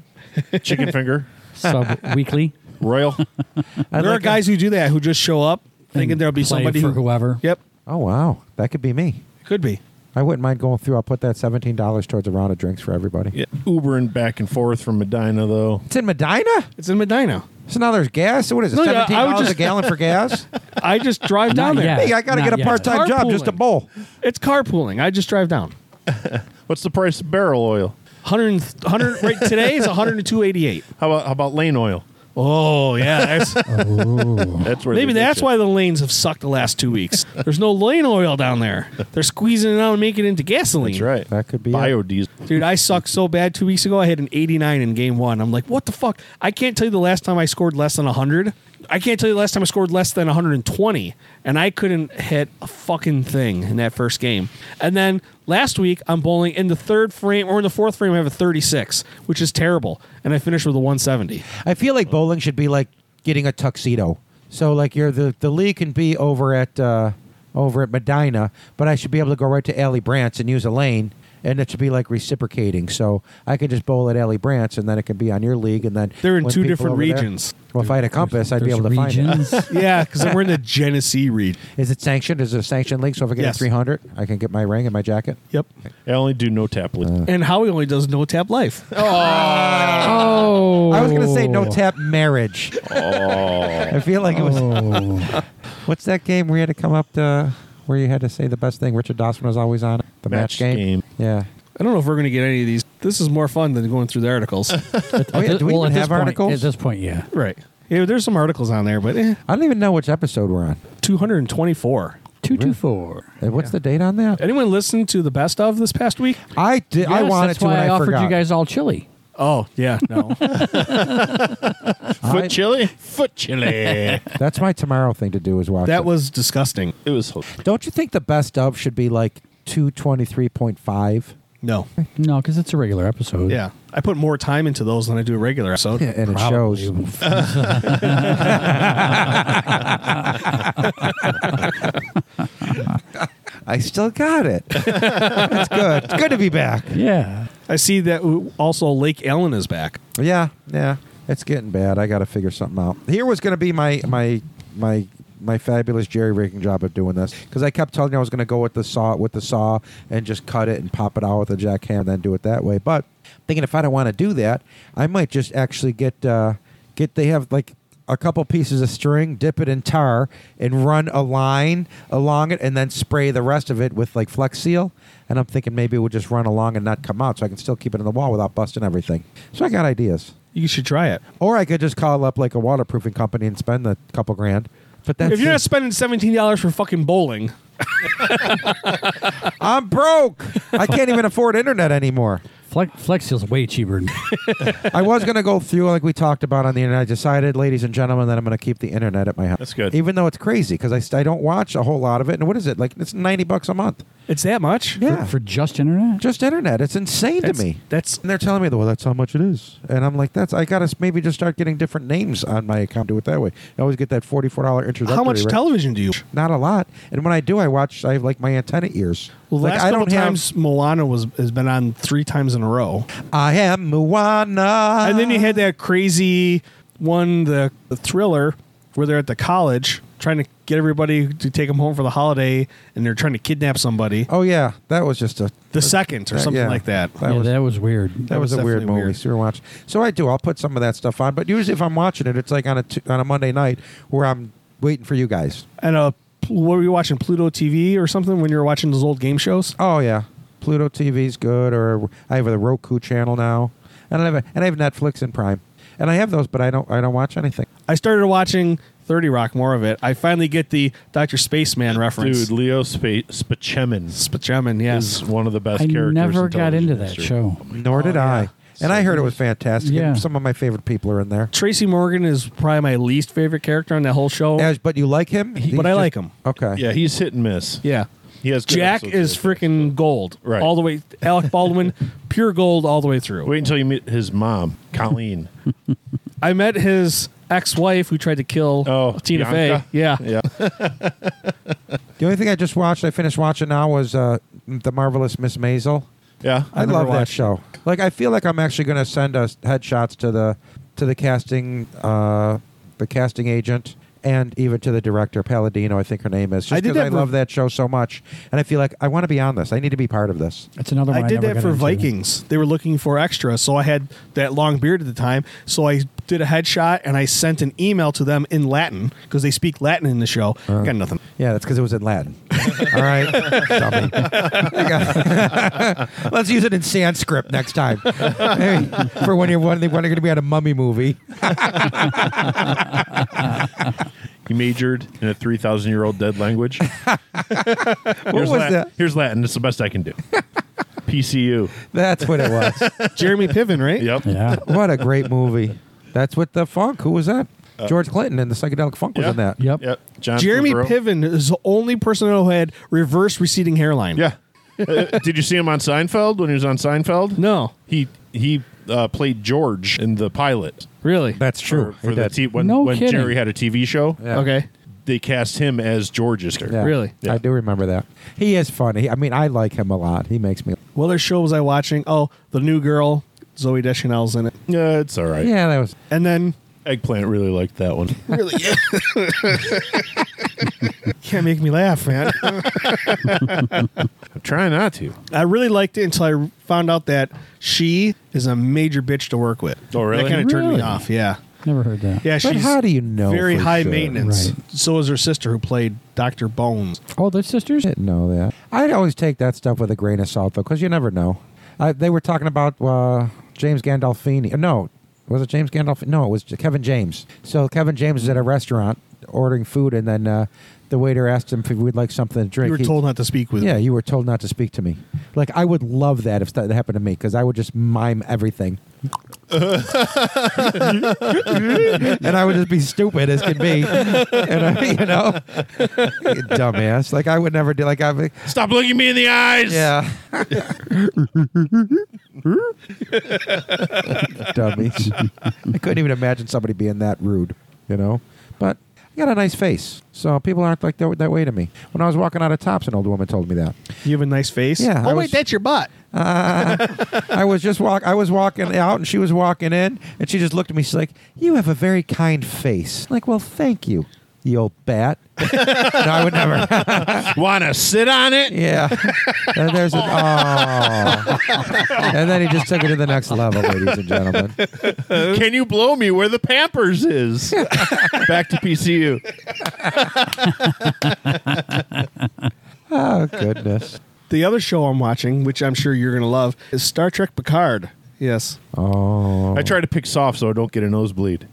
[SPEAKER 4] Chicken finger,
[SPEAKER 3] sub weekly.
[SPEAKER 4] royal.
[SPEAKER 2] I'd
[SPEAKER 1] there
[SPEAKER 2] like
[SPEAKER 1] are
[SPEAKER 2] a-
[SPEAKER 1] guys who do that who just show up thinking there'll be
[SPEAKER 3] play
[SPEAKER 1] somebody
[SPEAKER 3] for
[SPEAKER 1] who-
[SPEAKER 3] whoever.
[SPEAKER 1] Yep,
[SPEAKER 2] Oh wow, that could be me.
[SPEAKER 1] could be.
[SPEAKER 2] I wouldn't mind going through. I'll put that seventeen dollars towards a round of drinks for everybody.
[SPEAKER 4] Yeah, Ubering back and forth from Medina though.
[SPEAKER 2] It's in Medina.
[SPEAKER 1] It's in Medina.
[SPEAKER 2] So now there's gas. So what is it?
[SPEAKER 1] No, yeah,
[SPEAKER 2] Seventeen
[SPEAKER 1] I would
[SPEAKER 2] dollars a
[SPEAKER 1] just-
[SPEAKER 2] gallon for gas.
[SPEAKER 1] I just drive down
[SPEAKER 3] Not
[SPEAKER 1] there.
[SPEAKER 3] yet.
[SPEAKER 2] hey, I got to
[SPEAKER 3] Not
[SPEAKER 2] get a
[SPEAKER 3] yet.
[SPEAKER 2] part-time job just to
[SPEAKER 1] Carpooling.
[SPEAKER 2] bowl.
[SPEAKER 1] It's carpooling. I just drive down.
[SPEAKER 4] What's the price of barrel oil?
[SPEAKER 1] 100, and th- 100 right today is 102.88.
[SPEAKER 4] How about how about lane oil?
[SPEAKER 1] Oh yeah, that's,
[SPEAKER 4] That's where
[SPEAKER 1] maybe
[SPEAKER 4] they get
[SPEAKER 1] that's
[SPEAKER 4] you.
[SPEAKER 1] why the lanes have sucked the last two weeks. There's no lane oil down there. They're squeezing it out and making it into gasoline.
[SPEAKER 4] That's right.
[SPEAKER 2] That could be it.
[SPEAKER 4] biodiesel.
[SPEAKER 1] Dude, I sucked so bad two weeks ago. I had an 89 in game one. I'm like, what the fuck? I can't tell you the last time I scored less than 100. I can't tell you the last time I scored less than 120. And I couldn't hit a fucking thing in that first game. And then last week, I'm bowling in the third frame or in the fourth frame, I have a 36, which is terrible. And I finished with a 170.
[SPEAKER 2] I feel like bowling should be like getting a tuxedo. So like you're the the league can be over at uh, over at Medina, but I should be able to go right to Alley Brant's and use a lane, and it should be like reciprocating. So I could just bowl at Alley Brant's, and then it can be on your league, and then
[SPEAKER 1] They're in
[SPEAKER 2] when
[SPEAKER 1] two
[SPEAKER 2] people
[SPEAKER 1] different
[SPEAKER 2] over there-
[SPEAKER 1] regions.
[SPEAKER 2] well, if I had a compass, I'd be
[SPEAKER 3] There's
[SPEAKER 2] able to find it.
[SPEAKER 3] regions.
[SPEAKER 1] yeah, because we're in the Genesee read.
[SPEAKER 2] Is it sanctioned? Is it a sanctioned league? So if I get
[SPEAKER 1] Yes.
[SPEAKER 2] a 300, I can get my ring and my jacket.
[SPEAKER 1] Yep.
[SPEAKER 4] I only do no tap lift.
[SPEAKER 1] And Howie only does no tap life.
[SPEAKER 3] oh,
[SPEAKER 2] I was gonna say no tap marriage. I feel like it was.
[SPEAKER 3] Oh.
[SPEAKER 2] What's that game where you had to come up to where you had to say the best thing? Richard Dawson was always on it. The match,
[SPEAKER 4] Match
[SPEAKER 2] game.
[SPEAKER 4] game.
[SPEAKER 2] Yeah.
[SPEAKER 1] I don't know if we're going to get any of these. This is more fun than going through the articles.
[SPEAKER 2] Oh, yeah.
[SPEAKER 3] At
[SPEAKER 2] Do we
[SPEAKER 3] well, at
[SPEAKER 2] even
[SPEAKER 3] this
[SPEAKER 2] have
[SPEAKER 3] point-
[SPEAKER 2] articles?
[SPEAKER 3] at this point? Yeah.
[SPEAKER 1] right. Yeah, there's some articles on there, but eh,
[SPEAKER 2] I don't even know which episode we're on.
[SPEAKER 1] 224.
[SPEAKER 3] Two two four.
[SPEAKER 2] Uh, What's the date on that?
[SPEAKER 1] Anyone listen to the best of this past week?
[SPEAKER 2] I did. I wanted to,
[SPEAKER 3] why
[SPEAKER 2] and I,
[SPEAKER 3] I, offered
[SPEAKER 2] forgot.
[SPEAKER 3] you guys all chili.
[SPEAKER 1] Oh, yeah, no.
[SPEAKER 4] Foot chili? Foot chili. it
[SPEAKER 2] That's my tomorrow thing to do is watch.
[SPEAKER 1] that
[SPEAKER 2] it.
[SPEAKER 1] was disgusting.
[SPEAKER 4] was.
[SPEAKER 2] Don't you think the best of should be like two twenty three point five?
[SPEAKER 1] No.
[SPEAKER 3] No, because it's a regular episode.
[SPEAKER 1] Yeah. I put more time into those than I do a regular episode.
[SPEAKER 2] And it
[SPEAKER 3] Probably.
[SPEAKER 2] shows. I still got it. That's good. It's good to be back.
[SPEAKER 3] yeah.
[SPEAKER 1] I see that w- also Lake Ellen is back.
[SPEAKER 2] Yeah, yeah. It's getting bad. I got to figure something out. Here was going to be my my my my fabulous jerry rigging job of doing this because I kept telling you I was going to go with the saw with the saw and just cut it and pop it out with a jackhammer and then do it that way. But thinking if I don't want to do that, I might just actually get uh, get they have like a couple pieces of string, dip it in tar, and run a line along it, and then spray the rest of it with like Flex Seal. And I'm thinking maybe it would just run along and not come out, so I can still keep it in the wall without busting everything. So I got ideas.
[SPEAKER 1] You should try it.
[SPEAKER 2] Or I could just call up like a waterproofing company and spend the couple grand. But that's
[SPEAKER 1] if you're not spending $17 for fucking bowling,
[SPEAKER 2] I'm broke. I can't even afford internet anymore.
[SPEAKER 3] Flex, Flex Seal's way cheaper. than-
[SPEAKER 2] I was gonna go through like we talked about on the internet. I decided, ladies and gentlemen, that I'm gonna keep the internet at my house.
[SPEAKER 4] That's good.
[SPEAKER 2] Even though it's crazy because I, st- I don't watch a whole lot of it. And what is it like? It's ninety bucks a month.
[SPEAKER 1] it's that much?
[SPEAKER 2] Yeah,
[SPEAKER 3] For just internet?
[SPEAKER 2] just internet. It's insane
[SPEAKER 1] That's,
[SPEAKER 2] to me.
[SPEAKER 1] that's
[SPEAKER 2] And they're telling me, well, that's how much it is. And I'm like, that's I gotta s- maybe just start getting different names on my account. Do it that way. I always get that forty four dollar introductory.
[SPEAKER 1] how much
[SPEAKER 2] rate.
[SPEAKER 1] television do you?
[SPEAKER 2] Not a lot. And when I do, I watch. I have like my antenna ears.
[SPEAKER 1] Well,
[SPEAKER 2] like
[SPEAKER 1] last
[SPEAKER 2] I
[SPEAKER 1] couple
[SPEAKER 2] don't
[SPEAKER 1] times Milana was has been on three times in a row.
[SPEAKER 2] have. I am Moana.
[SPEAKER 1] And then you
[SPEAKER 2] Uh-huh.
[SPEAKER 1] had that crazy one, the, the thriller, where they're at the college trying to get everybody to take them home for the holiday, and they're trying to kidnap somebody.
[SPEAKER 2] Oh yeah, that was just a.
[SPEAKER 1] The second or something
[SPEAKER 2] yeah.
[SPEAKER 1] like that.
[SPEAKER 2] That
[SPEAKER 3] yeah,
[SPEAKER 2] was-
[SPEAKER 3] that was weird.
[SPEAKER 2] That, was,
[SPEAKER 1] was
[SPEAKER 2] a weird
[SPEAKER 1] definitely
[SPEAKER 2] movie.
[SPEAKER 1] weird.
[SPEAKER 2] So we were watching. So I do. I'll put some of that stuff on. But usually, if I'm watching it, it's like on a t- on a Monday night where I'm waiting for you guys.
[SPEAKER 1] And uh, pl- what were you watching? Pluto TV or something when you were watching those old game shows?
[SPEAKER 2] Oh yeah, Pluto TV's good. Or I have a Roku channel now, and I have a, and I have Netflix and Prime, and I have those, but I don't I don't watch anything.
[SPEAKER 1] I started watching 30 Rock, more of it. I finally get the Dr. Spaceman reference.
[SPEAKER 4] Dude, Leo Spa- Spacemin
[SPEAKER 1] Spaceman, yes.
[SPEAKER 4] is one of the best
[SPEAKER 3] I
[SPEAKER 4] characters.
[SPEAKER 3] never
[SPEAKER 4] in
[SPEAKER 3] got into
[SPEAKER 4] television
[SPEAKER 3] that
[SPEAKER 4] history.
[SPEAKER 3] show.
[SPEAKER 1] Oh,
[SPEAKER 2] Nor did I. And I heard it was fantastic.
[SPEAKER 3] Yeah.
[SPEAKER 2] And some of my favorite people are in there.
[SPEAKER 1] Tracy Morgan is probably my least favorite character on that whole show.
[SPEAKER 2] As, but you like him? He's
[SPEAKER 1] but I
[SPEAKER 2] just-
[SPEAKER 1] like him.
[SPEAKER 2] Okay.
[SPEAKER 4] Yeah, he's hit and miss.
[SPEAKER 1] Yeah.
[SPEAKER 4] He has good
[SPEAKER 1] Jack
[SPEAKER 4] episodes
[SPEAKER 1] is
[SPEAKER 4] of it.
[SPEAKER 1] freaking gold.
[SPEAKER 4] Right.
[SPEAKER 1] All the way. Alec Baldwin, pure gold all the way through.
[SPEAKER 4] Wait until you meet his mom, Colleen.
[SPEAKER 1] I met his ex wife who tried to kill
[SPEAKER 4] Oh,
[SPEAKER 1] Tina
[SPEAKER 4] Bianca?
[SPEAKER 1] Fey. Yeah.
[SPEAKER 4] yeah.
[SPEAKER 2] The only thing I just watched, I finished watching now, was uh, The Marvelous Miss Maisel.
[SPEAKER 4] Yeah.
[SPEAKER 2] I,
[SPEAKER 1] never
[SPEAKER 2] love that
[SPEAKER 1] watched
[SPEAKER 2] show. Like, I feel like I'm actually going to send us headshots to the to the casting uh, the casting agent and even to the director Palladino. I think her name is.
[SPEAKER 1] I
[SPEAKER 2] Just
[SPEAKER 1] did
[SPEAKER 2] because
[SPEAKER 1] that
[SPEAKER 2] I
[SPEAKER 1] for-
[SPEAKER 2] love that show so much, and I feel like I want to be on this. I need to be part of this.
[SPEAKER 3] That's another one.
[SPEAKER 1] I did
[SPEAKER 3] never
[SPEAKER 1] that
[SPEAKER 3] got
[SPEAKER 1] for
[SPEAKER 3] into.
[SPEAKER 1] Vikings. They were looking for extra, so I had that long beard at the time. So I did a headshot and I sent an email to them in Latin because they speak Latin in the show. Got nothing.
[SPEAKER 2] Yeah, that's because it was in Latin. All right, dummy. Let's use it in Sanskrit next time Hey, for when you're when they're going to be at a mummy movie.
[SPEAKER 4] You majored in a 3,000 year old dead language. what
[SPEAKER 2] was
[SPEAKER 4] here's Latin.
[SPEAKER 2] that?
[SPEAKER 4] Here's Latin. It's the best I can do. PCU.
[SPEAKER 2] That's what it was.
[SPEAKER 1] Jeremy Piven, right?
[SPEAKER 4] Yep.
[SPEAKER 3] Yeah.
[SPEAKER 2] What a great movie. That's what the funk. Who was that? George Clinton and the psychedelic funk was
[SPEAKER 4] Uh, Yeah.
[SPEAKER 2] in that.
[SPEAKER 3] Yep.
[SPEAKER 4] Yep. John
[SPEAKER 1] Jeremy
[SPEAKER 4] Favreau.
[SPEAKER 1] Piven is the only person who had reverse receding hairline.
[SPEAKER 4] Yeah. Uh, did you see him on Seinfeld when he was on Seinfeld?
[SPEAKER 1] No.
[SPEAKER 4] He he uh, played George in the pilot.
[SPEAKER 1] Really?
[SPEAKER 2] That's true.
[SPEAKER 4] For
[SPEAKER 2] He
[SPEAKER 4] the
[SPEAKER 2] did.
[SPEAKER 4] t- when,
[SPEAKER 3] No
[SPEAKER 4] when
[SPEAKER 3] kidding.
[SPEAKER 4] Jerry had a TV show,
[SPEAKER 2] Yeah.
[SPEAKER 1] Okay.
[SPEAKER 4] they cast him as George's character.
[SPEAKER 2] Yeah.
[SPEAKER 1] Really?
[SPEAKER 4] Yeah.
[SPEAKER 2] I do remember that. He is funny. I mean, I like him a lot. He makes me.
[SPEAKER 1] What other show was I watching? Oh, The New Girl. Zoe Deschanel's in it.
[SPEAKER 4] Yeah, it's all right.
[SPEAKER 2] Yeah, that was.
[SPEAKER 1] And then
[SPEAKER 4] Eggplant really liked that one.
[SPEAKER 1] really can't make me laugh, man.
[SPEAKER 4] I'm trying not to.
[SPEAKER 1] I really liked it until I found out that she is a major bitch to work with.
[SPEAKER 4] Oh, really?
[SPEAKER 1] That kind of turned me
[SPEAKER 3] Really?
[SPEAKER 1] off. Yeah.
[SPEAKER 3] Never heard that.
[SPEAKER 1] Yeah,
[SPEAKER 2] But
[SPEAKER 1] she's
[SPEAKER 2] how do you know
[SPEAKER 1] Very
[SPEAKER 2] for
[SPEAKER 1] high
[SPEAKER 2] sure?
[SPEAKER 1] maintenance.
[SPEAKER 3] Right.
[SPEAKER 1] So is her sister who played Dr. Bones.
[SPEAKER 3] Oh, they're sisters?
[SPEAKER 2] Didn't know that. I'd always take that stuff with a grain of salt though, because you never know. I, they were talking about uh, James Gandolfini. No, was it James Gandolfini? No, it was Kevin James. So Kevin James is at a restaurant ordering food, and then uh, the waiter asked him if we'd like something to drink.
[SPEAKER 1] You were
[SPEAKER 2] He-
[SPEAKER 1] told not to speak with
[SPEAKER 2] Yeah,
[SPEAKER 1] me.
[SPEAKER 2] you were told not to speak to me. Like I would love that if that happened to me because I would just mime everything, and I would just be stupid as can be, and I, you know, You dumbass. Like I would never do. Like I, would-
[SPEAKER 4] Stop looking me in the eyes.
[SPEAKER 2] yeah, dummies. I couldn't even imagine somebody being that rude, you know. But I got a nice face, so people aren't like that, that way to me. When I was walking out of Tops, an old woman told me that.
[SPEAKER 1] You have a nice face.
[SPEAKER 2] Yeah,
[SPEAKER 1] Oh,
[SPEAKER 2] I
[SPEAKER 1] wait,
[SPEAKER 2] was-
[SPEAKER 1] that's your butt.
[SPEAKER 2] I was just walk. I was walking out, and she was walking in, and she just looked at me. She's like, "You have a very kind face." I'm like, well, thank you, you old bat. no, I would never.
[SPEAKER 4] Want to sit on it?
[SPEAKER 2] yeah. And there's an oh. and then he just took it to the next level, ladies and gentlemen.
[SPEAKER 4] Can you blow me where the Pampers is? Back to PCU.
[SPEAKER 2] Oh goodness.
[SPEAKER 1] The other show I'm watching, which I'm sure you're going to love, is Star Trek Picard. Yes.
[SPEAKER 2] Oh.
[SPEAKER 4] I try to pick soft so I don't get a nosebleed.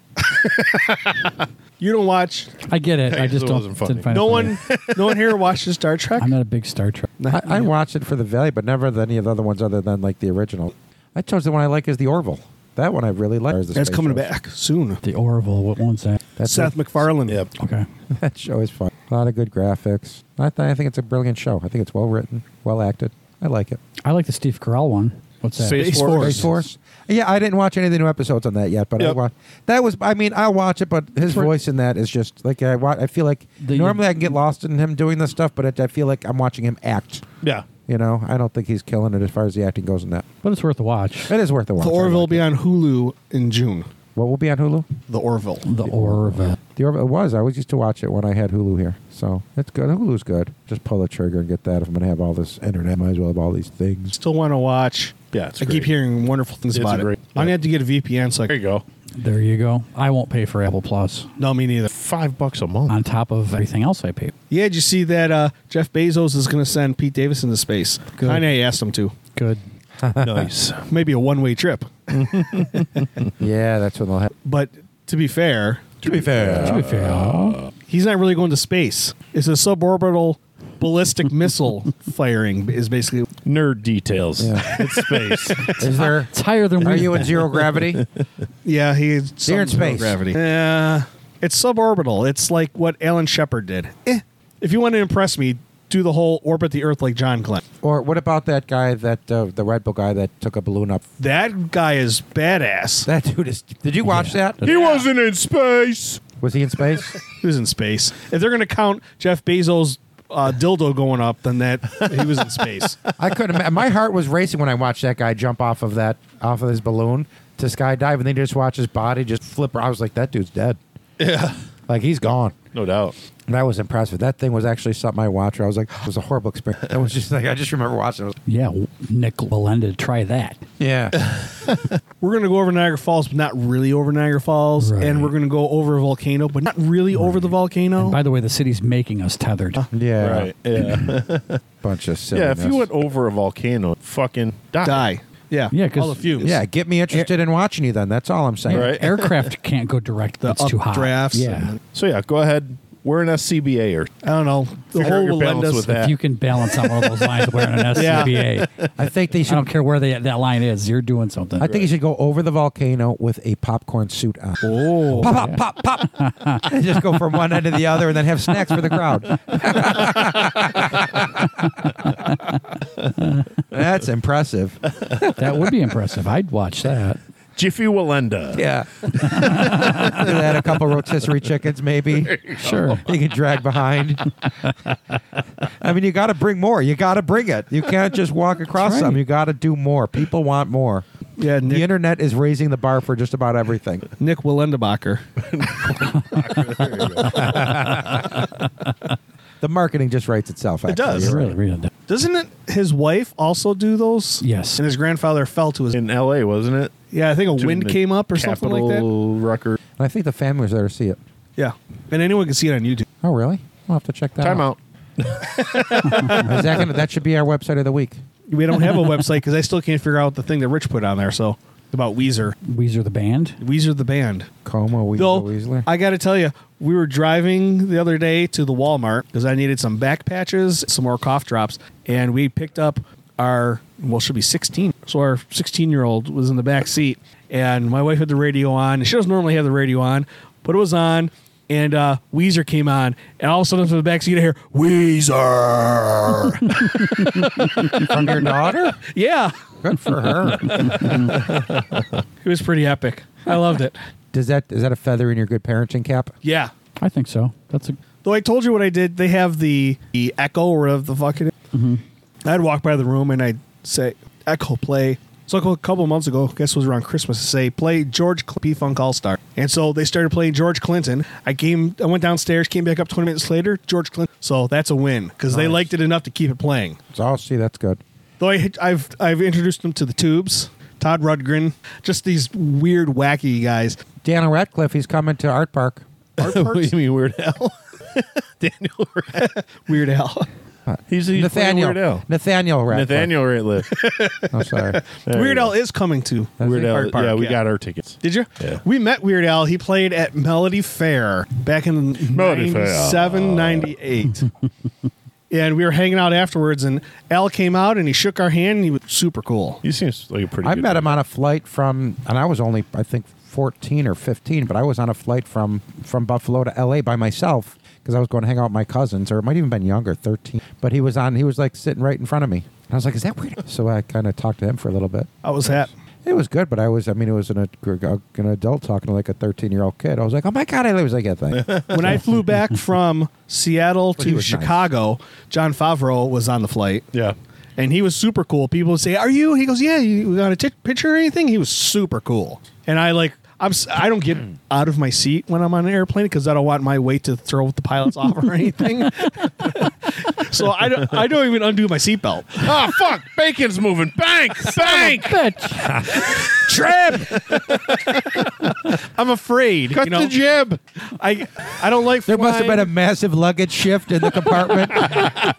[SPEAKER 1] You don't watch.
[SPEAKER 3] I get it. I
[SPEAKER 4] Hey,
[SPEAKER 3] just
[SPEAKER 4] it
[SPEAKER 3] don't,
[SPEAKER 4] wasn't funny.
[SPEAKER 3] didn't find it
[SPEAKER 1] No
[SPEAKER 3] funny.
[SPEAKER 1] one no one here watches Star Trek.
[SPEAKER 3] I'm not a big Star Trek.
[SPEAKER 2] I, I watched it for the value, but never the- any of the other ones other than like the original. I chose the one I like is the Orville. That one I really like.
[SPEAKER 1] That's coming back soon.
[SPEAKER 3] The Orville. What one's that?
[SPEAKER 2] That's
[SPEAKER 1] Seth MacFarlane.
[SPEAKER 4] Yep.
[SPEAKER 3] Okay.
[SPEAKER 2] That show is fun. A lot of good graphics. I, th- I think it's a brilliant show. I think it's well written, well acted. I like it.
[SPEAKER 3] I like the Steve Carell one. What's that?
[SPEAKER 1] Space Force.
[SPEAKER 2] Space Force. Yeah, I didn't watch any of the new episodes on that yet, but I
[SPEAKER 4] Yep.
[SPEAKER 2] watched. That was. I mean, I'll watch it, but his
[SPEAKER 3] For-
[SPEAKER 2] voice in that is just like I. Wa- I feel like
[SPEAKER 3] The-
[SPEAKER 2] normally I can get lost in him doing this stuff, but it, I feel like I'm watching him act.
[SPEAKER 4] Yeah.
[SPEAKER 2] You know, I don't think he's killing it as far as the acting goes in that.
[SPEAKER 3] But it's worth a watch.
[SPEAKER 2] It is worth a watch.
[SPEAKER 1] The
[SPEAKER 2] I
[SPEAKER 1] Orville will
[SPEAKER 2] like
[SPEAKER 1] be on Hulu in June.
[SPEAKER 2] it. What will be on Hulu?
[SPEAKER 1] The Orville.
[SPEAKER 3] The Orville.
[SPEAKER 2] The Orville it was. I always used to watch it when I had Hulu here, so it's good. Hulu's good. Just pull the trigger and get that. If I'm going to have all this internet, I might as well have all these things.
[SPEAKER 1] Still want to watch.
[SPEAKER 4] Yeah, it's
[SPEAKER 1] I
[SPEAKER 4] great.
[SPEAKER 1] keep hearing wonderful things
[SPEAKER 4] It's
[SPEAKER 1] about
[SPEAKER 4] great.
[SPEAKER 1] it. I'm gonna have to get a VPN. So I
[SPEAKER 4] There you go.
[SPEAKER 3] There you go. I won't pay for Apple Plus
[SPEAKER 1] no, me neither.
[SPEAKER 4] Five bucks a month.
[SPEAKER 3] on top of everything else I pay.
[SPEAKER 1] Yeah, did you see that uh, Jeff Bezos is gonna send Pete Davidson to space?
[SPEAKER 3] Good.
[SPEAKER 1] Kanye asked him to.
[SPEAKER 3] Good.
[SPEAKER 4] nice.
[SPEAKER 1] Maybe a one way trip.
[SPEAKER 2] Yeah, that's what they'll have.
[SPEAKER 1] But to be fair,
[SPEAKER 4] To be fair.
[SPEAKER 3] To be fair,
[SPEAKER 1] he's not really going to space. It's a suborbital ballistic missile firing is basically
[SPEAKER 4] Nerd details.
[SPEAKER 2] Yeah.
[SPEAKER 4] It's space.
[SPEAKER 2] Is there?
[SPEAKER 3] it's higher than we
[SPEAKER 2] Are you in zero gravity?
[SPEAKER 1] Yeah, he's
[SPEAKER 2] They're in
[SPEAKER 1] something
[SPEAKER 2] space.
[SPEAKER 1] about Gravity. Yeah, it's suborbital. It's like what Alan Shepard did. Eh. If you want to impress me, do the whole orbit the Earth like John Glenn.
[SPEAKER 2] Or what about that guy that uh, the Red Bull guy that took a balloon up?
[SPEAKER 1] That guy is badass.
[SPEAKER 2] That dude is. Did you watch that?
[SPEAKER 4] he wasn't in space.
[SPEAKER 2] Was he in space?
[SPEAKER 1] he was in space. If they're going to count Jeff Bezos' uh, dildo going up, then that he was in space.
[SPEAKER 2] I couldn't. ima- My heart was racing when I watched that guy jump off of that off of his balloon to skydive, and then just watch his body just flip. I was like, that dude's dead. Yeah. Like he's gone.
[SPEAKER 4] No doubt.
[SPEAKER 2] And I was impressed with that thing. Was actually something I watched. Where I was like, it was a horrible experience. I was just like, I just remember watching. It.
[SPEAKER 3] Yeah, w- Nick Belenda, try that.
[SPEAKER 2] Yeah,
[SPEAKER 1] We're going to go over Niagara Falls, but not really over Niagara Falls.
[SPEAKER 3] Right.
[SPEAKER 1] And we're going to go over a volcano, but not really over the volcano.
[SPEAKER 3] By the way, the city's making us tethered.
[SPEAKER 2] yeah,
[SPEAKER 4] Right. Yeah.
[SPEAKER 2] bunch of
[SPEAKER 4] yeah.
[SPEAKER 2] silliness.
[SPEAKER 4] If you went over a volcano, fucking die.
[SPEAKER 1] Die. Yeah.
[SPEAKER 3] Yeah, 'cause-
[SPEAKER 1] All the fumes.
[SPEAKER 2] yeah, get me interested in watching you. Then that's all I'm saying.
[SPEAKER 4] Right.
[SPEAKER 3] Aircraft can't go direct.
[SPEAKER 1] The
[SPEAKER 3] That's too hot.
[SPEAKER 1] updrafts
[SPEAKER 3] Yeah.
[SPEAKER 1] and-
[SPEAKER 4] So yeah, go ahead. We're an SCBA or
[SPEAKER 1] I don't know. The
[SPEAKER 4] Figure out
[SPEAKER 1] whole
[SPEAKER 4] your balance
[SPEAKER 1] Melendez-
[SPEAKER 4] with that.
[SPEAKER 3] If you can balance on one of those lines wearing an SCBA,
[SPEAKER 2] I think they
[SPEAKER 3] I
[SPEAKER 2] should.
[SPEAKER 3] don't care where they, that line is, you're doing something.
[SPEAKER 2] I think you should go over the volcano with a popcorn suit on.
[SPEAKER 1] Oh.
[SPEAKER 2] Pop, pop, pop, pop. And just go from one end to the other and then have snacks for the crowd. That's impressive.
[SPEAKER 3] that would be impressive. I'd watch that.
[SPEAKER 4] Jiffy Walenda.
[SPEAKER 2] Yeah. Add a couple rotisserie chickens, maybe.
[SPEAKER 3] Sure.
[SPEAKER 2] You can drag behind. I mean, you got to bring more. You got to bring it. You can't just walk across
[SPEAKER 3] right.
[SPEAKER 2] some. You got to do more. People want more.
[SPEAKER 1] Yeah,
[SPEAKER 2] The
[SPEAKER 1] Nick,
[SPEAKER 2] internet is raising the bar for just about everything.
[SPEAKER 1] Nick Willendebacher.
[SPEAKER 2] The marketing just writes itself. Actually.
[SPEAKER 4] does.
[SPEAKER 2] You're right.
[SPEAKER 3] Really, really do-
[SPEAKER 1] Doesn't it, his wife also do those?
[SPEAKER 3] Yes.
[SPEAKER 1] And his grandfather fell to his.
[SPEAKER 4] In L.A., wasn't it?
[SPEAKER 1] yeah, I think a wind came up or something like that.
[SPEAKER 4] Capital Rucker.
[SPEAKER 2] And I think the family was there to see it.
[SPEAKER 1] Yeah. And anyone can see it on YouTube.
[SPEAKER 2] Oh, really? We'll have to check that
[SPEAKER 4] Time out.
[SPEAKER 2] out. Is that, gonna, that should be our website of the week.
[SPEAKER 1] We don't have a website because I still can't figure out the thing that Rich put on there. So about Weezer,
[SPEAKER 3] Weezer the band.
[SPEAKER 1] Weezer the band.
[SPEAKER 2] Como Weasel
[SPEAKER 1] Though
[SPEAKER 2] Weasley.
[SPEAKER 1] I got to tell you, we were driving the other day to the Walmart because I needed some back patches, some more cough drops, and we picked up our well, she'll be 16, so our 16 year old was in the back seat, and my wife had the radio on. She doesn't normally have the radio on, but it was on. And uh, Weezer came on, and all of a sudden from the back seat, I hear Weezer.
[SPEAKER 2] From your daughter?
[SPEAKER 1] yeah,
[SPEAKER 2] Good for her.
[SPEAKER 1] it was pretty epic. I loved it.
[SPEAKER 2] Does that is that a feather in your good parenting cap?
[SPEAKER 1] Yeah,
[SPEAKER 3] I think so. That's a
[SPEAKER 1] Though I told you what I did, they have the, the echo or of the fucking. I'd walk by the room and I'd say, "Echo play." So a couple months ago, I guess it was around Christmas, say play George Cl- P Funk All Star, and so they started playing George Clinton. I came, I went downstairs, came back up twenty minutes later, George Clinton. So that's a win because they
[SPEAKER 2] Nice.
[SPEAKER 1] liked it enough to keep it playing.
[SPEAKER 2] So I'll see. That's good.
[SPEAKER 1] Though I, I've I've introduced them to the Tubes, Todd Rudgren, just these weird wacky guys.
[SPEAKER 2] Daniel Radcliffe, he's coming to Art Park.
[SPEAKER 1] Art
[SPEAKER 4] what do
[SPEAKER 1] Parks,
[SPEAKER 4] you mean Weird Al? Daniel Radcliffe.
[SPEAKER 1] Weird Al.
[SPEAKER 4] He's, he's
[SPEAKER 2] Nathaniel.
[SPEAKER 4] Weird Al.
[SPEAKER 2] Nathaniel Radcliffe.
[SPEAKER 4] Nathaniel Ratliff.
[SPEAKER 2] I'm sorry.
[SPEAKER 4] There
[SPEAKER 1] Weird
[SPEAKER 4] you
[SPEAKER 1] Al
[SPEAKER 4] go.
[SPEAKER 1] is coming to
[SPEAKER 4] Weird Al.
[SPEAKER 1] Art Park,
[SPEAKER 4] yeah, we
[SPEAKER 1] yeah.
[SPEAKER 4] got our tickets.
[SPEAKER 1] Did you?
[SPEAKER 4] Yeah.
[SPEAKER 1] We met Weird Al. He played at Melody Fair back in
[SPEAKER 4] Melody Fair.
[SPEAKER 1] 97, 98. and we were hanging out afterwards, and Al came out and he shook our hand, and he was super cool.
[SPEAKER 4] He seems like a pretty.
[SPEAKER 2] I
[SPEAKER 4] good
[SPEAKER 2] met him
[SPEAKER 4] guy.
[SPEAKER 2] on a flight from, and I was only, I think, 14 or 15, but I was on a flight from from Buffalo to LA by myself because I was going to hang out with my cousins, or it might even been younger, 13. But he was on, he was like sitting right in front of me. And I was like, is that weird? So I kind of talked to him for a little bit.
[SPEAKER 1] How was that?
[SPEAKER 2] It was good, but I was, I mean, it was an, an adult talking to like a 13 year old kid. I was like, oh my God, I was like, yeah, thanks.
[SPEAKER 1] When I flew back from Seattle
[SPEAKER 2] he
[SPEAKER 1] to
[SPEAKER 2] was nice.
[SPEAKER 1] Chicago, John Favreau was on the flight.
[SPEAKER 4] Yeah.
[SPEAKER 1] And he was super cool. People would say, "Are you?" He goes, "Yeah." You got a t- picture or anything? He was super cool. And I like, I'm s- I don't get
[SPEAKER 2] Hmm.
[SPEAKER 1] out of my seat when I'm on an airplane because I don't want my weight to throw the pilots off or anything. so I don't I don't even undo my seatbelt.
[SPEAKER 4] Oh fuck! Bacon's moving. Bank, bank.
[SPEAKER 3] bitch.
[SPEAKER 1] Trip. I'm afraid.
[SPEAKER 4] Cut
[SPEAKER 1] you know?
[SPEAKER 4] the jib.
[SPEAKER 1] I I don't like.
[SPEAKER 2] There must have been a massive luggage shift in the compartment.
[SPEAKER 1] I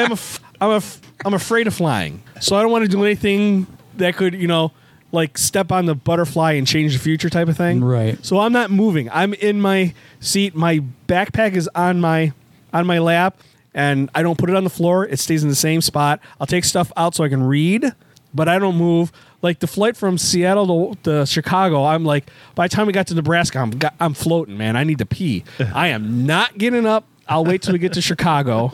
[SPEAKER 1] am a f- I'm a f- I'm afraid of flying, so I don't want to do anything that could you know like step on the butterfly and change the future type of thing.
[SPEAKER 3] Right.
[SPEAKER 1] So I'm not moving. I'm in my seat. My backpack is on my on my lap, and I don't put it on the floor. It stays in the same spot. I'll take stuff out so I can read, but I don't move. Like the flight from Seattle to, to Chicago, I'm like, by the time we got to Nebraska, I'm got, I'm floating, man. I need to pee. I am not getting up. I'll wait till we get to Chicago.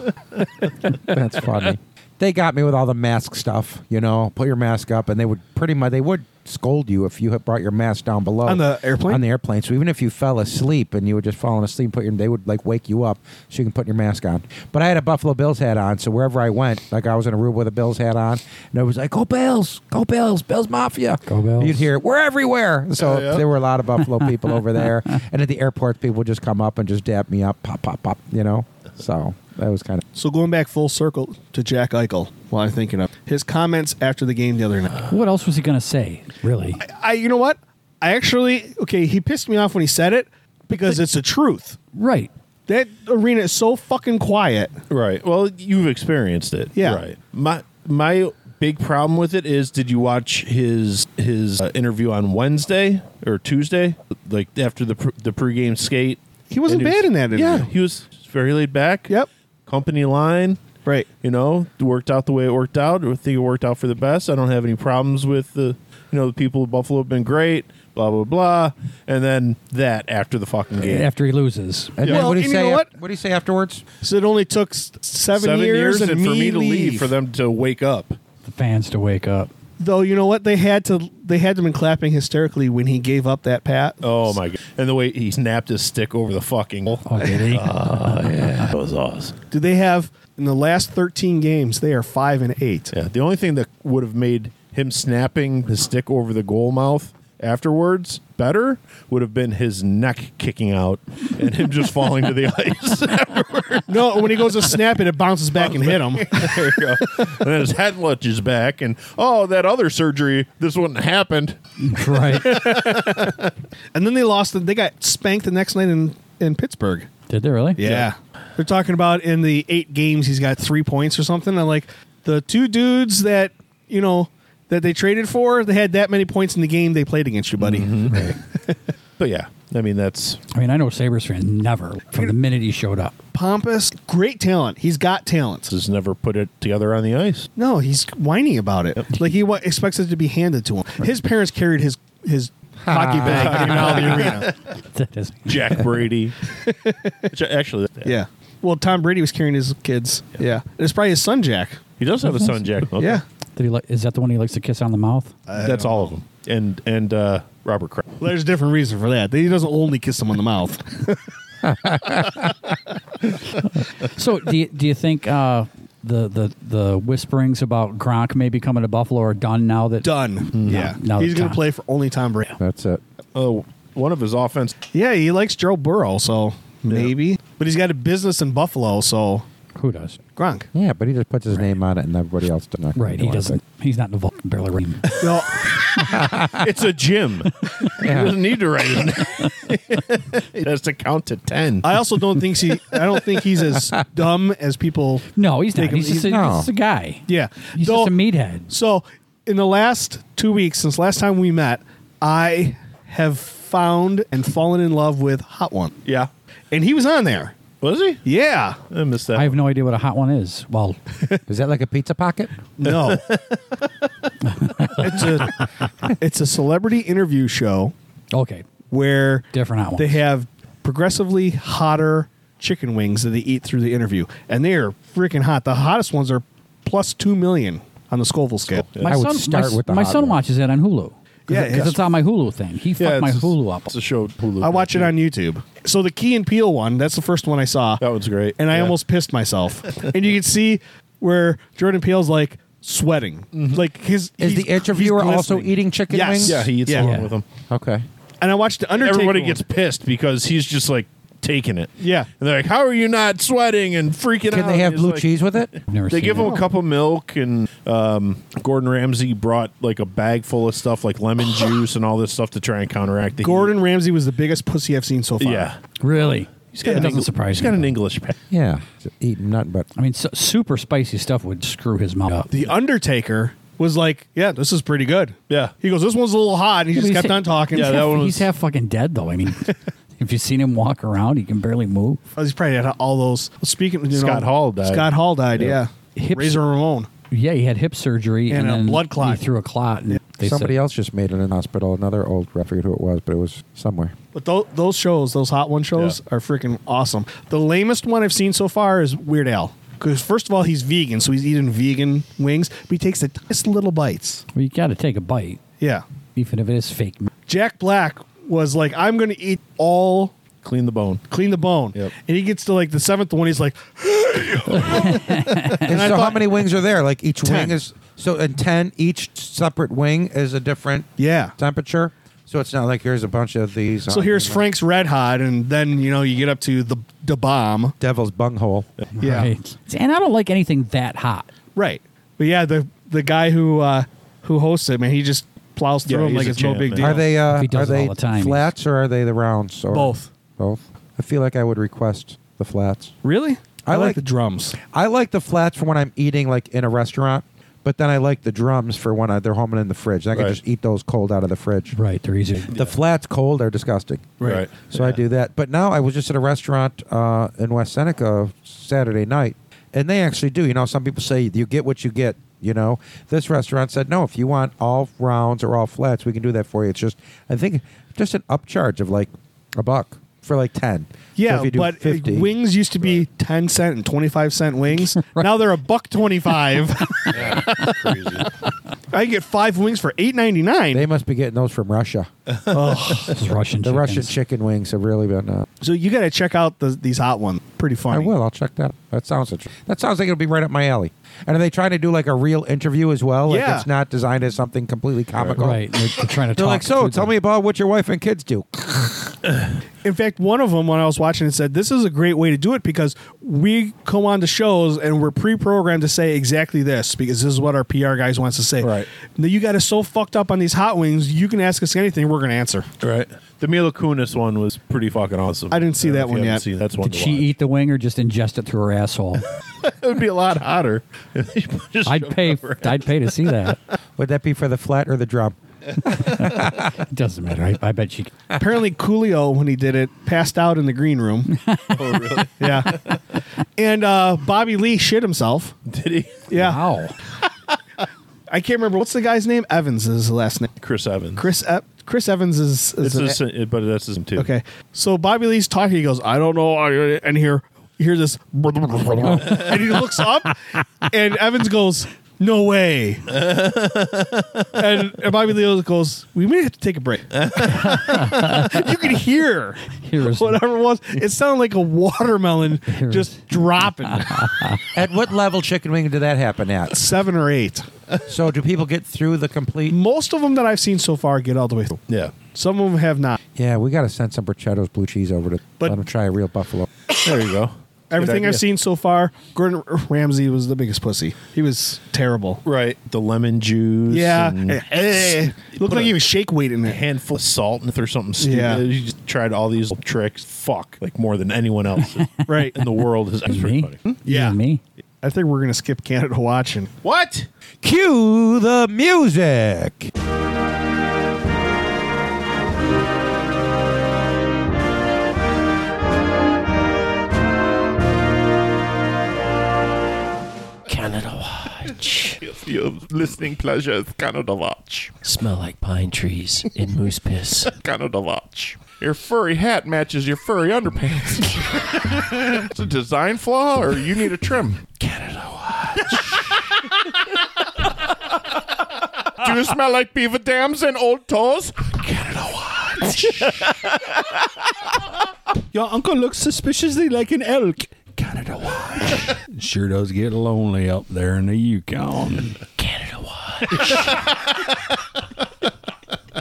[SPEAKER 2] That's funny. They got me with all the mask stuff, you know. Put your mask up, and they would pretty much they would scold you if you had brought your mask down below
[SPEAKER 1] On the airplane?
[SPEAKER 2] On the airplane. So even if you fell asleep and you were just falling asleep, put your, they would like wake you up so you can put your mask on. But I had a Buffalo Bills hat on, so wherever I went, like I was in a room with a Bills hat on, and I was like, "Go Bills, go Bills, Bills Mafia,
[SPEAKER 3] Go Bills.
[SPEAKER 2] You'd hear it. We're everywhere. So
[SPEAKER 4] Yeah, yeah.
[SPEAKER 2] there were a lot of Buffalo people over there, and at the airport, people would just come up and just dab me up, pop, pop, pop. You know, so that was kind of.
[SPEAKER 1] So going back full circle to Jack Eichel, while I'm thinking of his comments after the game the other night.
[SPEAKER 3] What else was he going to say, really?
[SPEAKER 1] I, you know what? I actually, okay, he pissed me off when he said it because it's the truth.
[SPEAKER 3] right.
[SPEAKER 1] That arena is so fucking quiet.
[SPEAKER 4] Right. Well, you've experienced it.
[SPEAKER 1] Yeah.
[SPEAKER 4] Right. My my big problem with it is did you watch his his uh, interview on Wednesday or Tuesday like after the pr- the pregame skate?
[SPEAKER 1] He wasn't
[SPEAKER 4] And
[SPEAKER 1] bad in that interview.
[SPEAKER 4] Yeah, he was very laid back.
[SPEAKER 1] Yep.
[SPEAKER 4] Company line.
[SPEAKER 1] Right.
[SPEAKER 4] You know, it worked out the way it worked out. I think it worked out for the best. I don't have any problems with the you know, the people of Buffalo have been great, blah blah blah. And then that after the fucking game.
[SPEAKER 3] After he loses.
[SPEAKER 2] And
[SPEAKER 1] Yeah.
[SPEAKER 2] then
[SPEAKER 1] Well,
[SPEAKER 2] what do you
[SPEAKER 1] and you
[SPEAKER 2] say?
[SPEAKER 1] know
[SPEAKER 2] af-
[SPEAKER 1] what?
[SPEAKER 2] What do you say afterwards?
[SPEAKER 1] So it only took s- seven,
[SPEAKER 4] Seven
[SPEAKER 1] years, and,
[SPEAKER 4] for me to leave, for them to wake up.
[SPEAKER 3] The fans to wake up.
[SPEAKER 1] Though you know what they had to, they had them in clapping hysterically when he gave up that pat.
[SPEAKER 4] Oh my god! And the way he snapped his stick over the fucking.
[SPEAKER 3] Oh, did he?
[SPEAKER 4] that was awesome.
[SPEAKER 1] Do they have in the last thirteen games? They are five and eight.
[SPEAKER 4] Yeah. The only thing that would have made him snapping his stick over the goal mouth afterwards better would have been his neck kicking out and him just falling to the ice. afterwards.
[SPEAKER 1] No, when he goes to snap it, it bounces back and hit him.
[SPEAKER 4] there you go. And then his head lunges back, and oh, that other surgery, this wouldn't have happened.
[SPEAKER 3] right.
[SPEAKER 1] And then they lost. They got spanked the next night in in Pittsburgh.
[SPEAKER 3] Did they really?
[SPEAKER 1] Yeah. They're talking about in the eight games he's got three points or something. I'm like, the two dudes that you know that they traded for, they had that many points in the game they played against you, buddy.
[SPEAKER 4] But yeah, I mean that's
[SPEAKER 3] I mean, I know Sabres fans never, from the minute he showed up.
[SPEAKER 1] Pompous, great talent. He's got talent.
[SPEAKER 4] just never put it together on the ice.
[SPEAKER 1] No, he's whiny about it. Like he wa- expects it to be handed to him. His parents carried his his hockey bag out of the arena.
[SPEAKER 3] That is-
[SPEAKER 4] Jack Brady. Which, Actually,
[SPEAKER 1] Yeah. Well, Tom Brady was carrying his kids. Yeah. And it's probably his son Jack.
[SPEAKER 4] he does have a son, Jack. Okay.
[SPEAKER 1] Yeah.
[SPEAKER 3] Did he li- is that the one he likes to kiss on the mouth?
[SPEAKER 4] That's all of them. And and uh, Robert Kraft.
[SPEAKER 1] Well, there's a different reason for that. He doesn't only kiss him on the mouth.
[SPEAKER 3] So do you, do you think uh, the, the the whisperings about Gronk maybe coming to Buffalo are done now that
[SPEAKER 1] Done. Yeah.
[SPEAKER 3] now
[SPEAKER 1] He's
[SPEAKER 3] that
[SPEAKER 1] going to
[SPEAKER 3] Tom-
[SPEAKER 1] play for only Tom Brady.
[SPEAKER 2] That's it.
[SPEAKER 4] Oh, one of his offense.
[SPEAKER 1] Yeah, he likes Joe Burrow, so maybe. But he's got a business in Buffalo, so
[SPEAKER 3] who does?
[SPEAKER 1] Gronk.
[SPEAKER 2] Yeah, but he just puts his name on it, and everybody else does not.
[SPEAKER 1] oh,
[SPEAKER 3] Right, he
[SPEAKER 2] do
[SPEAKER 3] doesn't. He's not involved in barely ring.
[SPEAKER 1] No,
[SPEAKER 4] It's a gym. He doesn't need to write it. He has to count to ten.
[SPEAKER 1] I also don't think he. I don't think he's as dumb as people.
[SPEAKER 3] No, he's not.
[SPEAKER 1] Take him-
[SPEAKER 3] He's just, a,
[SPEAKER 2] no.
[SPEAKER 3] he's just a guy.
[SPEAKER 1] Yeah,
[SPEAKER 3] He's
[SPEAKER 1] Though-
[SPEAKER 3] just a meathead.
[SPEAKER 1] So, in the last two weeks since last time we met, I have found and fallen in love with Hot One,
[SPEAKER 4] yeah.
[SPEAKER 1] and he was on there.
[SPEAKER 4] Was he?
[SPEAKER 1] Yeah,
[SPEAKER 4] I missed that.
[SPEAKER 3] I have no idea what a hot one is. Well,
[SPEAKER 2] Is that like a pizza pocket?
[SPEAKER 1] No. it's a it's a celebrity interview show
[SPEAKER 3] okay,
[SPEAKER 1] where
[SPEAKER 3] Different hot
[SPEAKER 1] they
[SPEAKER 3] ones.
[SPEAKER 1] have progressively hotter chicken wings that they eat through the interview. And they are freaking hot. The hottest ones are plus two million on the Scoville scale.
[SPEAKER 4] Oh, Yeah.
[SPEAKER 3] my
[SPEAKER 2] I would
[SPEAKER 3] son.
[SPEAKER 2] start
[SPEAKER 3] my, s-
[SPEAKER 2] with the
[SPEAKER 3] my
[SPEAKER 2] hot
[SPEAKER 3] son
[SPEAKER 2] one.
[SPEAKER 3] watches it on Hulu. Cause,
[SPEAKER 1] Yeah,
[SPEAKER 3] 'cause
[SPEAKER 1] yes.
[SPEAKER 3] it's on my Hulu thing. He
[SPEAKER 4] Yeah,
[SPEAKER 3] fucked my
[SPEAKER 4] it's a-
[SPEAKER 3] Hulu up.
[SPEAKER 4] It's a show. Hulu.
[SPEAKER 1] I watch it on YouTube. So the Key and Peel one, that's the first one I saw.
[SPEAKER 4] That one's great.
[SPEAKER 1] And I
[SPEAKER 4] Yeah.
[SPEAKER 1] almost pissed myself. and you can see where Jordan Peele's like sweating. Like his
[SPEAKER 2] Is
[SPEAKER 1] he's-
[SPEAKER 2] the interviewer
[SPEAKER 1] he's
[SPEAKER 2] also
[SPEAKER 1] glistening.
[SPEAKER 2] eating chicken
[SPEAKER 1] Yes.
[SPEAKER 2] wings?
[SPEAKER 4] Mm-hmm. Yeah, he eats
[SPEAKER 1] Yeah.
[SPEAKER 4] along
[SPEAKER 3] Yeah.
[SPEAKER 4] with him.
[SPEAKER 2] Okay.
[SPEAKER 1] And I watched the Undertaker.
[SPEAKER 4] Everybody
[SPEAKER 1] one.
[SPEAKER 4] gets pissed because he's just like taking it.
[SPEAKER 1] Yeah.
[SPEAKER 4] And they're like, "How are you not sweating and freaking out?"
[SPEAKER 2] Can they have
[SPEAKER 4] He's
[SPEAKER 2] blue
[SPEAKER 4] like-
[SPEAKER 2] cheese with it?
[SPEAKER 3] Never
[SPEAKER 4] They
[SPEAKER 3] seen
[SPEAKER 4] give
[SPEAKER 3] it.
[SPEAKER 4] him a cup of milk, and um, Gordon Ramsay brought like a bag full of stuff, like lemon juice and all this stuff to try and counteract the heat.
[SPEAKER 1] Gordon Ramsay was the biggest pussy I've seen so far.
[SPEAKER 4] Yeah,
[SPEAKER 3] really. It
[SPEAKER 4] an
[SPEAKER 3] doesn't
[SPEAKER 4] Engli-
[SPEAKER 3] surprise
[SPEAKER 4] He's got
[SPEAKER 3] me.
[SPEAKER 4] an English pa-
[SPEAKER 2] Yeah. Eating nothing but
[SPEAKER 3] I mean, su- super spicy stuff would screw his mouth up.
[SPEAKER 1] The Undertaker was like, "Yeah, this is pretty good."
[SPEAKER 4] Yeah.
[SPEAKER 1] He goes, "This one's a little hot," and he
[SPEAKER 3] Yeah, but
[SPEAKER 1] just
[SPEAKER 3] he's
[SPEAKER 1] kept
[SPEAKER 3] ha-
[SPEAKER 1] on talking.
[SPEAKER 4] Yeah,
[SPEAKER 3] he's
[SPEAKER 4] that
[SPEAKER 3] half,
[SPEAKER 4] one was-
[SPEAKER 3] He's half fucking dead though. I mean, if you've seen him walk around, he can barely move.
[SPEAKER 1] Oh, he's probably had all those. Speaking, you
[SPEAKER 4] Scott
[SPEAKER 1] know,
[SPEAKER 4] Hall died.
[SPEAKER 1] Scott Hall died. Yeah,
[SPEAKER 3] Hip-
[SPEAKER 1] Razor Ramon.
[SPEAKER 3] Yeah, he had hip surgery
[SPEAKER 1] And
[SPEAKER 3] and,
[SPEAKER 1] a
[SPEAKER 3] then
[SPEAKER 1] blood clot.
[SPEAKER 3] He threw a clot. And they
[SPEAKER 2] somebody
[SPEAKER 3] said,
[SPEAKER 2] else just made it in the hospital. Another old, I forget who it was, but it was somewhere.
[SPEAKER 1] But tho- those shows, those hot one shows,
[SPEAKER 4] Yeah.
[SPEAKER 1] are freaking awesome. The lamest one I've seen so far is Weird Al. Because first of all, he's vegan, so he's eating vegan wings, but he takes the tiniest little bites.
[SPEAKER 3] Well, you got to take a bite.
[SPEAKER 1] Yeah,
[SPEAKER 3] even if it is fake.
[SPEAKER 1] Jack Black was like, I'm going to eat all,
[SPEAKER 4] Clean the bone.
[SPEAKER 1] clean the bone.
[SPEAKER 4] Yep.
[SPEAKER 1] And he gets to like the seventh one. He's like,
[SPEAKER 2] And so how many wings are there? Like each
[SPEAKER 1] Ten.
[SPEAKER 2] wing is so and ten each separate wing is a different
[SPEAKER 1] yeah.
[SPEAKER 2] temperature. So it's not like here's a bunch of these.
[SPEAKER 1] So
[SPEAKER 2] uh,
[SPEAKER 1] here's Frank's Red Hot. And then, you know, you get up to the, the bomb.
[SPEAKER 2] devil's bunghole.
[SPEAKER 1] Yeah.
[SPEAKER 3] Right. And I don't like anything that hot.
[SPEAKER 1] Right. But yeah, the the guy who uh who hosts it, man, he just plows through
[SPEAKER 4] Yeah,
[SPEAKER 1] them
[SPEAKER 4] he's
[SPEAKER 1] like
[SPEAKER 4] a
[SPEAKER 1] it's no
[SPEAKER 4] champ,
[SPEAKER 1] big
[SPEAKER 4] man.
[SPEAKER 1] deal.
[SPEAKER 2] Are they uh,
[SPEAKER 3] If he does
[SPEAKER 2] are
[SPEAKER 3] it
[SPEAKER 2] they
[SPEAKER 3] all the time, he's-
[SPEAKER 2] flats or are they the rounds? Or
[SPEAKER 1] Both.
[SPEAKER 2] Both. I feel like I would request the flats.
[SPEAKER 1] Really?
[SPEAKER 2] I like-
[SPEAKER 1] drums.
[SPEAKER 2] I like the flats for when I'm eating like in a restaurant, but then I like the drums for when I, they're homing in the fridge. I can
[SPEAKER 4] Right.
[SPEAKER 2] just eat those cold out of the fridge.
[SPEAKER 3] Right. They're easy.
[SPEAKER 2] The flats cold are disgusting.
[SPEAKER 1] Right.
[SPEAKER 2] So I do that. But now I was just at a restaurant uh, in West Seneca Saturday night, and they actually do. You know, some people say you get what you get. You know, this restaurant said no. If you want all rounds or all flats, we can do that for you. It's just I think just an upcharge of like a buck for like ten. So
[SPEAKER 1] Yeah,
[SPEAKER 2] if you do
[SPEAKER 1] but uh,
[SPEAKER 2] 50,
[SPEAKER 1] wings used to be ten cent and twenty five cent wings. Now they're a buck twenty five.
[SPEAKER 4] Crazy.
[SPEAKER 1] I can get five wings for eight ninety
[SPEAKER 2] they
[SPEAKER 1] nine.
[SPEAKER 2] must be getting those from Russia.
[SPEAKER 3] This is Russian
[SPEAKER 2] The
[SPEAKER 3] chickens.
[SPEAKER 2] Russian chicken wings have really been. Uh,
[SPEAKER 1] So you got to check out the, these hot ones. Pretty
[SPEAKER 2] I
[SPEAKER 1] funny.
[SPEAKER 2] will. I'll check that. That sounds inter- that sounds like it'll be right up my alley. And are they trying to do like a real interview as well?
[SPEAKER 1] Yeah.
[SPEAKER 2] Like it's not designed as something completely comical.
[SPEAKER 3] Right. They're, they're trying to
[SPEAKER 2] They're
[SPEAKER 3] talk
[SPEAKER 2] like, so
[SPEAKER 3] through
[SPEAKER 2] tell
[SPEAKER 3] the-
[SPEAKER 2] me about what your wife and kids do.
[SPEAKER 1] In fact, one of them when I was watching it said, "This is a great way to do it because we come on to shows and we're pre-programmed to say exactly this because this is what our PR guys wants to say."
[SPEAKER 4] Right.
[SPEAKER 1] Now you got us so fucked up on these hot wings, you can ask us anything, we're gonna answer.
[SPEAKER 4] Right. The Mila Kunis one was pretty fucking awesome.
[SPEAKER 1] I didn't see
[SPEAKER 4] don't
[SPEAKER 1] that
[SPEAKER 4] know if you
[SPEAKER 1] one
[SPEAKER 4] haven't
[SPEAKER 1] yet.
[SPEAKER 4] Seen, that's one.
[SPEAKER 3] Did
[SPEAKER 4] to
[SPEAKER 3] she
[SPEAKER 4] watch.
[SPEAKER 3] eat the wing or just ingest it through her asshole?
[SPEAKER 4] It would be a lot hotter. Just
[SPEAKER 3] I'd
[SPEAKER 4] shove
[SPEAKER 3] pay.
[SPEAKER 4] it over.
[SPEAKER 3] I'd pay to see that.
[SPEAKER 2] Would that be for the flat or the drum?
[SPEAKER 3] It doesn't matter. I, I bet she.
[SPEAKER 1] Apparently, Coolio, when he did it, passed out in the green room.
[SPEAKER 4] Oh, really?
[SPEAKER 1] Yeah. and uh, Bobby Lee shit himself.
[SPEAKER 4] Did he?
[SPEAKER 1] Yeah.
[SPEAKER 3] Wow.
[SPEAKER 1] I can't remember. What's the guy's name? Evans is the last name.
[SPEAKER 4] Chris Evans.
[SPEAKER 1] Chris E- Chris Evans is. is
[SPEAKER 4] It's
[SPEAKER 1] an-
[SPEAKER 4] his, it, but that's his too.
[SPEAKER 1] okay. So Bobby Lee's talking. He goes, I don't know. I- And here, you hear this. and he looks up, and Evans goes, No way. and, and Bobby Lee goes, We may have to take a break. you can hear.
[SPEAKER 3] Here is
[SPEAKER 1] whatever it was. It sounded like a watermelon just dropping
[SPEAKER 2] At what level chicken wing did that happen at?
[SPEAKER 1] seven or eight.
[SPEAKER 2] So do people get through the complete?
[SPEAKER 1] Most of them that I've seen so far get all the way through.
[SPEAKER 4] Yeah.
[SPEAKER 1] Some of them have not.
[SPEAKER 2] Yeah, we got to send some bruschettos blue cheese over to
[SPEAKER 1] But-
[SPEAKER 2] let them try a real buffalo.
[SPEAKER 4] There you go.
[SPEAKER 1] Everything
[SPEAKER 4] Good
[SPEAKER 1] I've
[SPEAKER 4] idea.
[SPEAKER 1] seen so far, Gordon Ramsay was the biggest pussy. He was terrible.
[SPEAKER 4] Right. The lemon juice.
[SPEAKER 1] Yeah,
[SPEAKER 4] and
[SPEAKER 1] Eh, looked
[SPEAKER 4] Put
[SPEAKER 1] like
[SPEAKER 4] a-
[SPEAKER 1] he was shake weight in
[SPEAKER 4] a
[SPEAKER 1] it.
[SPEAKER 4] handful of salt and or something stupid.
[SPEAKER 1] Yeah.
[SPEAKER 4] You just tried all these little tricks. Fuck. Like more than anyone else
[SPEAKER 1] Right.
[SPEAKER 4] in the world. Is that's pretty
[SPEAKER 3] me.
[SPEAKER 4] funny.
[SPEAKER 1] Yeah.
[SPEAKER 3] You and me.
[SPEAKER 1] I think we're gonna skip Canada watching.
[SPEAKER 4] What?
[SPEAKER 2] Cue the music.
[SPEAKER 5] Canada Watch.
[SPEAKER 6] Your listening pleasure is Canada Watch.
[SPEAKER 5] Smell like pine trees in moose piss.
[SPEAKER 6] Canada Watch. Your furry hat matches your furry underpants. it's a design flaw, or you need a trim. Canada Watch. Do you smell like beaver dams and old toes? Canada Watch.
[SPEAKER 7] Your uncle looks suspiciously like an elk.
[SPEAKER 6] Canada Watch.
[SPEAKER 7] Sure does get lonely up there in the Yukon.
[SPEAKER 5] Canada Watch.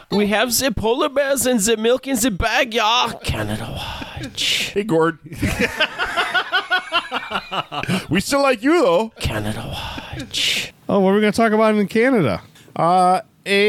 [SPEAKER 8] We have the polar bears and the milk in the bag, y'all.
[SPEAKER 5] Canada Watch.
[SPEAKER 6] Hey, Gord. we still like you, though.
[SPEAKER 5] Canada Watch.
[SPEAKER 1] Oh, what are we gonna talk about in Canada?
[SPEAKER 4] Hey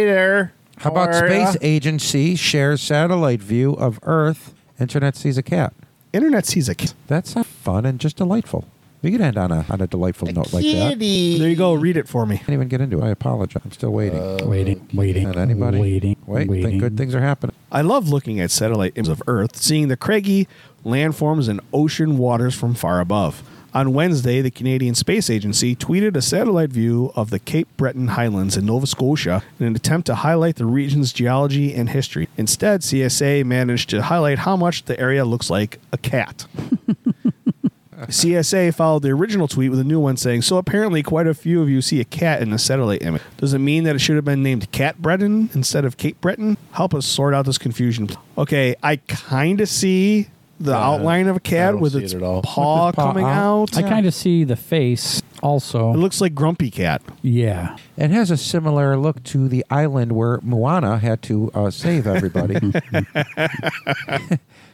[SPEAKER 4] there.
[SPEAKER 2] How about space agency shares satellite view of Earth? Internet sees a cat.
[SPEAKER 1] Internet sees a kid.
[SPEAKER 2] That's not fun and just delightful. We could end on a on a delightful note like that.
[SPEAKER 1] There you go. Read it for me.
[SPEAKER 2] Can't even get into it. I apologize. I'm still waiting.
[SPEAKER 3] Waiting. Waiting.
[SPEAKER 2] Not anybody.
[SPEAKER 3] Uh, Waiting.
[SPEAKER 2] Wait.
[SPEAKER 3] waiting.
[SPEAKER 2] Think good things are happening.
[SPEAKER 1] I love looking at satellite images of Earth, seeing the craggy landforms and ocean waters from far above. On Wednesday, the Canadian Space Agency tweeted a satellite view of the Cape Breton Highlands in Nova Scotia in an attempt to highlight the region's geology and history. Instead, CSA managed to highlight how much the area looks like a cat. CSA followed the original tweet with a new one saying, So apparently, quite a few of you see a cat in the satellite image. Does it mean that it should have been named Cat Breton instead of Kate Breton? Help us sort out this confusion. Okay, I kind of see the outline of a cat
[SPEAKER 4] Uh, don't
[SPEAKER 1] with
[SPEAKER 4] see
[SPEAKER 1] its
[SPEAKER 4] it at all.
[SPEAKER 1] paw
[SPEAKER 2] With its paw
[SPEAKER 1] coming
[SPEAKER 2] out.
[SPEAKER 1] out.
[SPEAKER 3] I kind of see the face also.
[SPEAKER 1] It looks like Grumpy Cat.
[SPEAKER 3] yeah.
[SPEAKER 2] It has a similar look to the island where Moana had to uh, save everybody.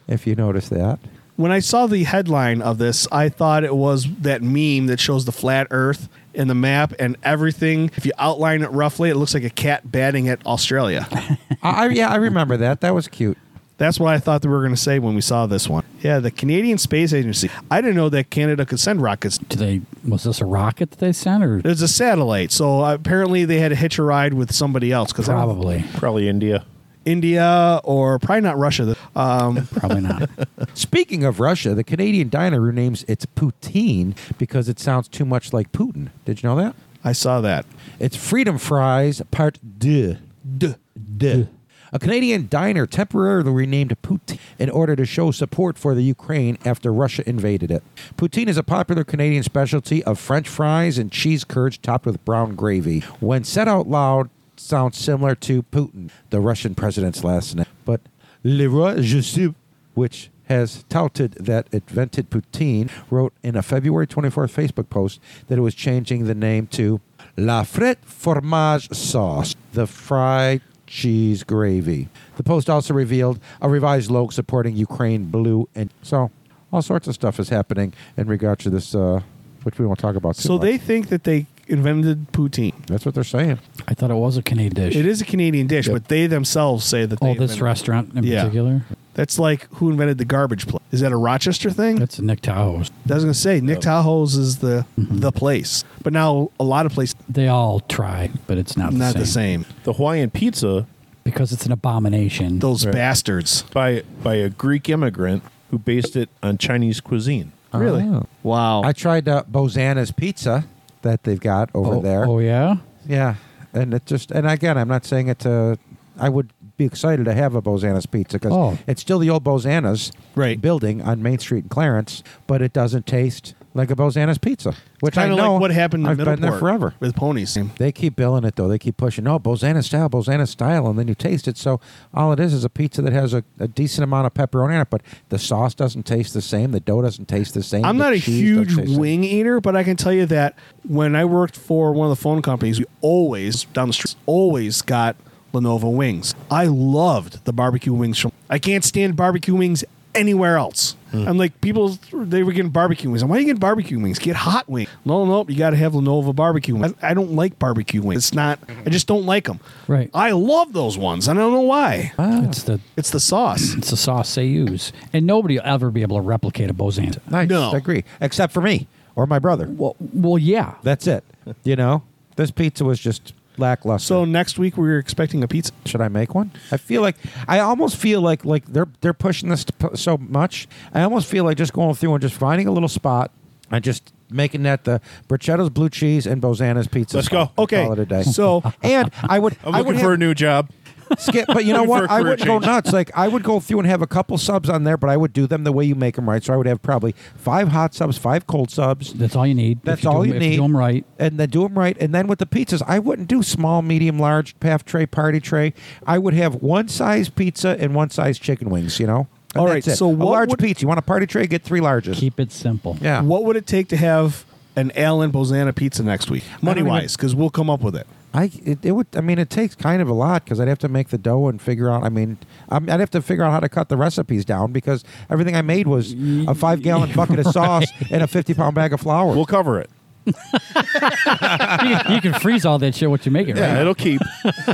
[SPEAKER 2] if you notice that.
[SPEAKER 1] When I saw the headline of this, I thought it was that meme that shows the flat Earth in the map and everything. If you outline it roughly, it looks like a cat batting at Australia.
[SPEAKER 2] I, I- yeah, I remember that. That was cute.
[SPEAKER 1] That's what I thought they were going to say when we saw this one. Yeah, the Canadian Space Agency. I didn't know that Canada could send rockets.
[SPEAKER 3] Do they? Was this a rocket that they sent, or
[SPEAKER 1] There's a satellite, so apparently they had to hitch a ride with somebody else because
[SPEAKER 3] probably,
[SPEAKER 4] Probably India.
[SPEAKER 1] India or probably not Russia. Um,
[SPEAKER 3] probably not?
[SPEAKER 2] Speaking of Russia, the Canadian diner renames its poutine because it sounds too much like Putin. Did you know that?
[SPEAKER 1] I saw that.
[SPEAKER 2] It's Freedom Fries Part Deux. Deux. Deux. A Canadian diner temporarily renamed Poutine in order to show support for the Ukraine after Russia invaded it. Poutine is a popular Canadian specialty of French fries and cheese curds topped with brown gravy. When said out loud, sounds similar to Putin, the Russian president's last name. But Le Roi Je suis, which has touted that it invented poutine, wrote in a February 24th Facebook post that it was changing the name to La Frite Fromage Sauce, the fried cheese gravy. The post also revealed a revised logo supporting Ukraine blue. And so all sorts of stuff is happening in regard to this, uh, which we won't talk about. Too
[SPEAKER 1] So
[SPEAKER 2] much.
[SPEAKER 1] they think that they invented poutine.
[SPEAKER 2] That's what they're saying.
[SPEAKER 3] I thought it was a Canadian dish.
[SPEAKER 1] It is a Canadian dish, but they themselves say that.
[SPEAKER 3] Oh,
[SPEAKER 1] they
[SPEAKER 3] this
[SPEAKER 1] invented-
[SPEAKER 3] restaurant in
[SPEAKER 1] Yeah.
[SPEAKER 3] particular.
[SPEAKER 1] That's like who invented the garbage plate? Is that a Rochester thing?
[SPEAKER 3] That's Nick Tahoe's.
[SPEAKER 1] I was going to say Nick Tahoe's is the the place, but now a lot of places
[SPEAKER 3] They all try, but it's not the
[SPEAKER 1] not
[SPEAKER 3] same.
[SPEAKER 1] the same.
[SPEAKER 4] The Hawaiian pizza
[SPEAKER 3] because it's an abomination.
[SPEAKER 1] Those
[SPEAKER 4] Right.
[SPEAKER 1] bastards.
[SPEAKER 4] by by a Greek immigrant who based it on Chinese cuisine.
[SPEAKER 1] Really?
[SPEAKER 2] Oh.
[SPEAKER 1] Wow.
[SPEAKER 2] I tried uh, Bozana's pizza that they've got over
[SPEAKER 3] oh,
[SPEAKER 2] there.
[SPEAKER 3] Oh yeah.
[SPEAKER 2] Yeah, and it just and again, I'm not saying it to. I would be excited to have a Bozana's pizza because
[SPEAKER 3] Oh.
[SPEAKER 2] it's still the old Bozana's
[SPEAKER 1] Right.
[SPEAKER 2] building on Main Street in Clarence, but it doesn't taste like a Bozana's pizza. Which I
[SPEAKER 1] kind of
[SPEAKER 2] know
[SPEAKER 1] like what happened in
[SPEAKER 2] I've
[SPEAKER 1] Middleport
[SPEAKER 2] been there forever.
[SPEAKER 1] with ponies.
[SPEAKER 2] They keep billing it though. They keep pushing. Oh, Bozana style, Bozana style, and then you taste it. So all it is is a pizza that has a, a decent amount of pepperoni in it, but the sauce doesn't taste the same. The dough doesn't taste the same.
[SPEAKER 1] I'm
[SPEAKER 2] the
[SPEAKER 1] not a
[SPEAKER 2] cheese doesn't
[SPEAKER 1] huge
[SPEAKER 2] taste the same.
[SPEAKER 1] wing eater, but I can tell you that when I worked for one of the phone companies, we always down the street always got Lenovo wings. I loved the barbecue wings from. I can't stand barbecue wings anywhere else.
[SPEAKER 2] Hmm.
[SPEAKER 1] I'm like people they were getting barbecue wings. I'm, Why are you getting barbecue wings? Get hot wings. No, no, you got to have Lenovo barbecue wings. I, I don't like barbecue wings. It's not. I just don't like them.
[SPEAKER 3] Right.
[SPEAKER 1] I love those ones. I don't know why.
[SPEAKER 2] Ah.
[SPEAKER 3] It's the
[SPEAKER 1] It's the sauce.
[SPEAKER 3] it's the sauce they use, and nobody will ever be able to replicate a Bozana.
[SPEAKER 2] I
[SPEAKER 1] No.
[SPEAKER 2] agree, except for me or my brother.
[SPEAKER 3] Well, well, yeah.
[SPEAKER 2] That's it. You know, this pizza was just lackluster.
[SPEAKER 1] So next week we're expecting a pizza.
[SPEAKER 2] should I make one? I feel like I almost feel like like they're they're pushing this to pu- so much. I almost feel like just going through and just finding a little spot and just making that the bruschettas, blue cheese, and Bozana's pizza.
[SPEAKER 4] Let's
[SPEAKER 2] spot.
[SPEAKER 4] go.
[SPEAKER 1] Okay.
[SPEAKER 2] call it a day.
[SPEAKER 1] So-
[SPEAKER 2] and I would
[SPEAKER 4] I'm
[SPEAKER 2] I
[SPEAKER 4] looking
[SPEAKER 2] would
[SPEAKER 4] for a
[SPEAKER 2] have,
[SPEAKER 4] new job.
[SPEAKER 2] skip, but you know
[SPEAKER 4] looking for
[SPEAKER 2] what?
[SPEAKER 4] a
[SPEAKER 2] I
[SPEAKER 4] career
[SPEAKER 2] would go
[SPEAKER 4] change.
[SPEAKER 2] nuts. Like I would go through and have a couple subs on there, but I would do them the way you make them right. So I would have probably five hot subs, five cold subs.
[SPEAKER 3] That's all you need.
[SPEAKER 2] That's
[SPEAKER 3] if you
[SPEAKER 2] all
[SPEAKER 3] do,
[SPEAKER 2] you
[SPEAKER 3] if
[SPEAKER 2] need.
[SPEAKER 3] You do them right.
[SPEAKER 2] And then do them right. And then with the pizzas, I wouldn't do small, medium, large, half tray, party tray. I would have one size pizza and one size chicken wings, you know? And
[SPEAKER 1] All
[SPEAKER 2] that's
[SPEAKER 1] right,
[SPEAKER 2] it.
[SPEAKER 1] so
[SPEAKER 2] a
[SPEAKER 1] what
[SPEAKER 2] large
[SPEAKER 1] would-
[SPEAKER 2] pizza. You want a party tray? Get three larges.
[SPEAKER 3] Keep it simple.
[SPEAKER 2] yeah.
[SPEAKER 1] What would it take to have an Alan Bozana pizza next week, money wise? Because we'll come up with it.
[SPEAKER 2] I it, it would. I mean, it takes kind of a lot because I'd have to make the dough and figure out. I mean, I'm, I'd have to figure out how to cut the recipes down because everything I made was a five gallon bucket of sauce and a fifty pound bag of flour.
[SPEAKER 4] We'll cover it.
[SPEAKER 3] you can freeze all that shit. What you make it
[SPEAKER 4] Yeah,
[SPEAKER 3] right.
[SPEAKER 4] it'll keep.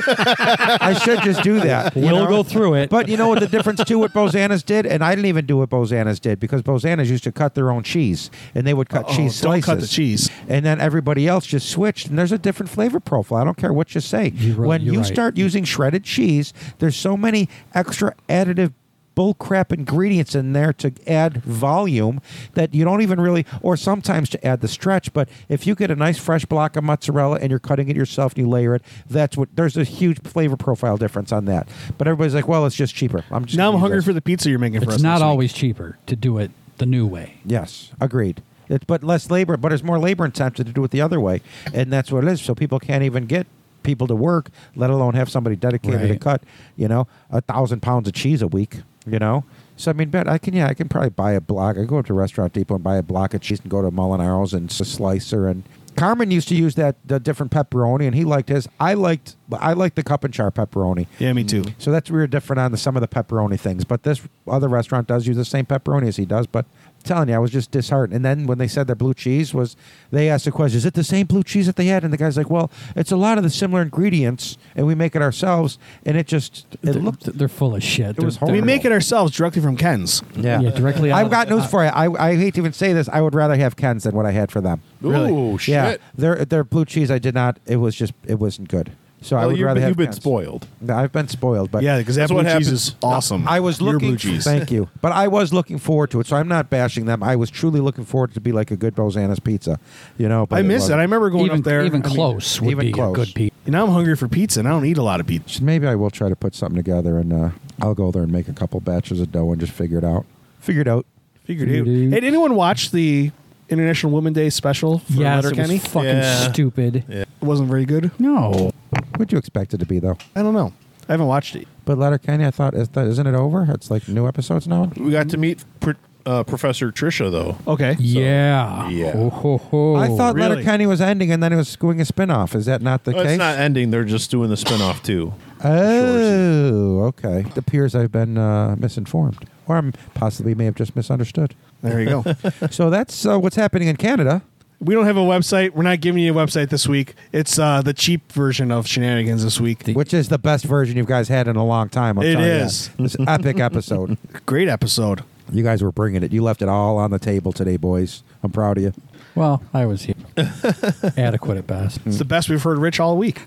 [SPEAKER 2] I should just do that.
[SPEAKER 3] You'll go through it.
[SPEAKER 2] But you know what the difference too what Bozana's did? And I didn't even do what Bozana's did because Bozana's used to cut their own cheese and they would cut cheese
[SPEAKER 1] don't
[SPEAKER 2] slices.
[SPEAKER 1] cut the cheese.
[SPEAKER 2] And then everybody else just switched and there's a different flavor profile. I don't care what you say.
[SPEAKER 3] You're right-
[SPEAKER 2] when
[SPEAKER 3] you're
[SPEAKER 2] you
[SPEAKER 3] right.
[SPEAKER 2] start using shredded cheese, there's so many extra additive bullcrap ingredients in there to add volume that you don't even really or sometimes to add the stretch but if you get a nice fresh block of mozzarella and you're cutting it yourself and you layer it that's what there's a huge flavor profile difference on that but everybody's like well it's just cheaper i'm just
[SPEAKER 1] Now I'm
[SPEAKER 2] gonna use
[SPEAKER 1] hungry
[SPEAKER 2] this.
[SPEAKER 1] for the pizza you're making for us.
[SPEAKER 3] it's not
[SPEAKER 1] this week.
[SPEAKER 3] always cheaper to do it the new way.
[SPEAKER 2] Yes, agreed. It, but less labor, but it's more labor intensive to do it the other way, and that's what it is. So people can't even get people to work, let alone have somebody dedicated to
[SPEAKER 3] Right.
[SPEAKER 2] cut. You know, a thousand pounds of cheese a week. You know, so I mean, but I can yeah, I can probably buy a block. I go up to Restaurant Depot and buy a block of cheese and go to Molinar's and s- slicer and. Carmen used to use that the different pepperoni, and he liked his. I liked I liked the cup and char pepperoni.
[SPEAKER 1] Yeah, me too.
[SPEAKER 2] So that's we were different on the, some of the pepperoni things. But this other restaurant does use the same pepperoni as he does. But I'm telling you, I was just disheartened. And then when they said their blue cheese was, they asked the question, "Is it the same blue cheese that they had?" And the guy's like, "Well, it's a lot of the similar ingredients, and we make it ourselves." And it just it
[SPEAKER 3] they're,
[SPEAKER 2] looked.
[SPEAKER 3] they're full of shit.
[SPEAKER 2] was
[SPEAKER 3] They're-
[SPEAKER 1] We
[SPEAKER 2] horrible.
[SPEAKER 1] make it ourselves directly from Ken's.
[SPEAKER 2] Yeah.
[SPEAKER 3] yeah, directly out
[SPEAKER 2] I've
[SPEAKER 3] of-
[SPEAKER 2] got news for you. I, I hate to even say this. I would rather have Ken's than what I had for them.
[SPEAKER 4] Ooh, Oh, shit.
[SPEAKER 2] Yeah, their their blue cheese. I did not. It was just. It wasn't good. So I
[SPEAKER 4] Well,
[SPEAKER 2] would
[SPEAKER 4] you've,
[SPEAKER 2] rather
[SPEAKER 4] been-
[SPEAKER 2] have.
[SPEAKER 4] you've been
[SPEAKER 2] Ken's.
[SPEAKER 4] spoiled.
[SPEAKER 2] I've been spoiled, but
[SPEAKER 1] Yeah, because that
[SPEAKER 4] That's
[SPEAKER 1] blue
[SPEAKER 4] what
[SPEAKER 1] cheese
[SPEAKER 4] happens.
[SPEAKER 1] is awesome.
[SPEAKER 2] I was
[SPEAKER 1] Your
[SPEAKER 2] looking.
[SPEAKER 1] blue cheese.
[SPEAKER 2] Thank you. But I was looking forward to it, so I'm not bashing them. I was truly looking forward to be like a good Bosanna's pizza, you know. But
[SPEAKER 1] I miss it. I
[SPEAKER 2] wasn't.
[SPEAKER 1] remember going
[SPEAKER 3] even
[SPEAKER 1] up there.
[SPEAKER 3] even
[SPEAKER 1] I mean,
[SPEAKER 3] close would
[SPEAKER 2] even
[SPEAKER 3] be
[SPEAKER 2] close.
[SPEAKER 3] a good piece.
[SPEAKER 1] now I'm hungry for pizza, and I don't eat a lot of pizza.
[SPEAKER 2] Maybe I will try to put something together, and uh, I'll go there and make a couple batches of dough and just figure it out. Figure it out.
[SPEAKER 1] Figured out. Hey, did anyone watch the International Women's Day special for
[SPEAKER 3] Yes, it
[SPEAKER 1] Letterkenny?
[SPEAKER 3] was fucking
[SPEAKER 4] Yeah.
[SPEAKER 3] stupid.
[SPEAKER 1] it wasn't very good.
[SPEAKER 3] No,
[SPEAKER 2] What'd you expect it to be, though?
[SPEAKER 1] I don't know. I haven't watched it.
[SPEAKER 2] But Letterkenny, I thought, is that, isn't it over? It's like new episodes now.
[SPEAKER 4] We got to meet pr- uh, Professor Trisha, though.
[SPEAKER 1] Okay.
[SPEAKER 3] yeah,
[SPEAKER 4] yeah.
[SPEAKER 3] Ho, ho, ho.
[SPEAKER 2] I thought
[SPEAKER 1] really?
[SPEAKER 2] Letterkenny was ending, and then it was doing a spin-off. Is that not the
[SPEAKER 4] Well,
[SPEAKER 2] case?
[SPEAKER 4] Oh, it's not ending. They're just doing the spinoff, too.
[SPEAKER 2] oh, okay. It appears I've been uh, misinformed, or I'm possibly may have just misunderstood.
[SPEAKER 1] There you go.
[SPEAKER 2] so that's uh, what's happening in Canada.
[SPEAKER 1] we don't have a website. We're not giving you a website this week. It's uh, the cheap version of shenanigans this week.
[SPEAKER 2] which is the best version you guys had in a long time. I'm
[SPEAKER 1] It
[SPEAKER 2] telling you that.
[SPEAKER 1] is.
[SPEAKER 2] this epic episode.
[SPEAKER 1] Great episode.
[SPEAKER 2] You guys were bringing it. You left it all on the table today, boys. I'm proud of you.
[SPEAKER 3] Well, I was here. Adequate at best.
[SPEAKER 1] It's the best we've heard Rich all week.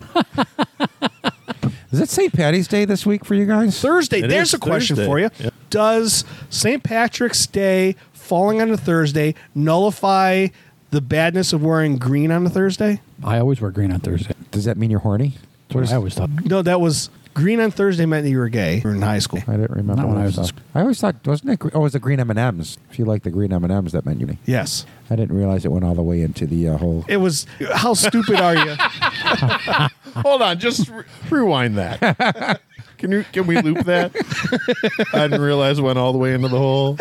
[SPEAKER 2] Is it St. Patty's Day this week for you guys?
[SPEAKER 1] Thursday.
[SPEAKER 4] It
[SPEAKER 1] there's
[SPEAKER 4] is
[SPEAKER 1] a question
[SPEAKER 4] Thursday.
[SPEAKER 1] for you.
[SPEAKER 4] Yep.
[SPEAKER 1] Does St. Patrick's Day falling on a Thursday nullify the badness of wearing green on a Thursday?
[SPEAKER 3] I always wear green on Thursday.
[SPEAKER 2] Does that mean you're horny?
[SPEAKER 3] That's what I always thought.
[SPEAKER 1] No, that was green on Thursday meant that you were gay in high school.
[SPEAKER 2] I didn't remember.
[SPEAKER 3] Not when
[SPEAKER 2] what
[SPEAKER 3] I was in
[SPEAKER 2] thought.
[SPEAKER 3] school.
[SPEAKER 2] I always thought wasn't it? gre- Oh, it was the green M and M's. If you like the green M and M's, that meant you.
[SPEAKER 1] Yes.
[SPEAKER 2] I didn't realize it went all the way into the uh, whole.
[SPEAKER 1] It was how stupid are you?
[SPEAKER 4] Hold on, just re- rewind that. Can you? Can we loop that? I didn't realize it went all the way into the hole.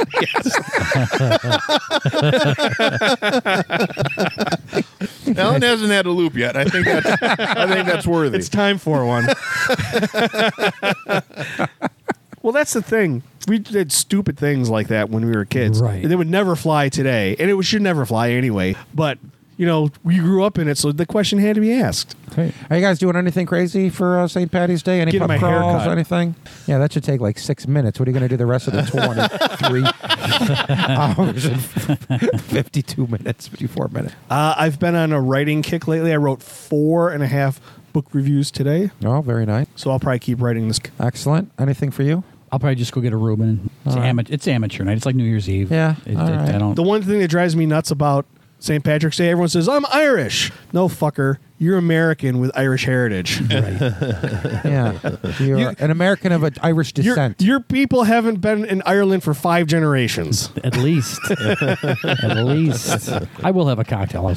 [SPEAKER 4] Yes. Alan hasn't had a loop yet. I think that's. I think that's worthy.
[SPEAKER 1] It's time for one. well, that's the thing. We did stupid things like that when we were kids.
[SPEAKER 3] Right.
[SPEAKER 1] They would never fly today, and it was- should never fly anyway. But you know, we grew up in it, so the question had to be asked.
[SPEAKER 2] Are you guys doing anything crazy for uh, St. Patty's Day? Any
[SPEAKER 1] Getting
[SPEAKER 2] pub
[SPEAKER 1] my hair
[SPEAKER 2] crawls,
[SPEAKER 1] cut.
[SPEAKER 2] anything? Yeah, that should take like six minutes. What are you going to do the rest of the 23 hours and 52 minutes, 54 minutes?
[SPEAKER 1] Uh, I've been on a writing kick lately. I wrote four and a half book reviews today,
[SPEAKER 2] Oh, very nice.
[SPEAKER 1] so I'll probably keep writing this.
[SPEAKER 2] Excellent. Anything for you?
[SPEAKER 3] I'll probably just go get a Reuben. It's,
[SPEAKER 2] All right.
[SPEAKER 3] amateur, it's amateur night. It's like New Year's Eve.
[SPEAKER 2] Yeah,
[SPEAKER 3] It- it-
[SPEAKER 2] all right.
[SPEAKER 3] I don't.
[SPEAKER 1] The one thing that drives me nuts about St. Patrick's Day, everyone says, I'm Irish. No, fucker. You're American with Irish heritage.
[SPEAKER 2] Yeah. You're an American of a Irish
[SPEAKER 1] Your,
[SPEAKER 2] descent.
[SPEAKER 1] your people haven't been in Ireland for five generations.
[SPEAKER 3] at least, at least, I will have a cocktail. I'll-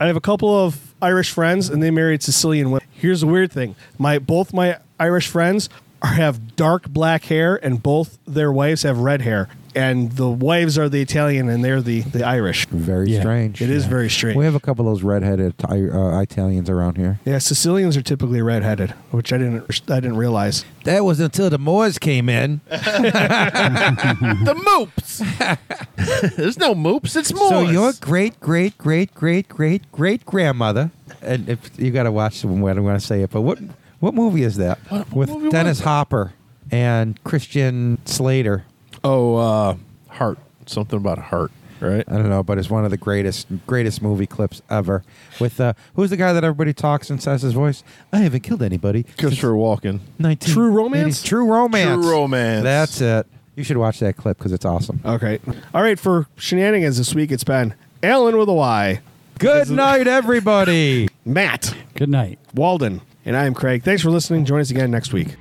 [SPEAKER 1] I have a couple of Irish friends, and they married Sicilian women. Here's the weird thing: my both my Irish friends are, have dark black hair, and both their wives have red hair. And the wives are the Italian, and they're the the Irish.
[SPEAKER 2] very
[SPEAKER 3] Yeah.
[SPEAKER 2] strange.
[SPEAKER 1] It is very strange.
[SPEAKER 2] We have a couple of those redheaded Ita- uh, Italians around here.
[SPEAKER 1] yeah, Sicilians are typically redheaded, which I didn't I didn't realize.
[SPEAKER 2] That was until the Moors came in.
[SPEAKER 4] the moops. There's no moops. It's moops.
[SPEAKER 2] So your great, great, great, great, great, great grandmother, and if you got to watch the one, I'm going to say it. But what what movie is that with
[SPEAKER 4] movie was
[SPEAKER 2] Dennis Hopper and Christian Slater?
[SPEAKER 4] oh, uh, heart. Something about a heart, right?
[SPEAKER 1] Uh,
[SPEAKER 2] I don't know, but it's one of the greatest greatest movie clips ever. With uh, who's the guy that everybody talks and says his voice? I haven't killed anybody.
[SPEAKER 4] Christopher Walken.
[SPEAKER 2] 19,
[SPEAKER 1] True Romance?
[SPEAKER 2] True romance.
[SPEAKER 4] True Romance. Uh,
[SPEAKER 2] That's it. You should watch that clip because it's awesome.
[SPEAKER 1] Okay, all right. For shenanigans this week, it's been Alan with a Y,
[SPEAKER 2] Good night, everybody.
[SPEAKER 1] Matt
[SPEAKER 3] Good night.
[SPEAKER 1] Walden, and I am Craig. Thanks for listening. Join us again next week.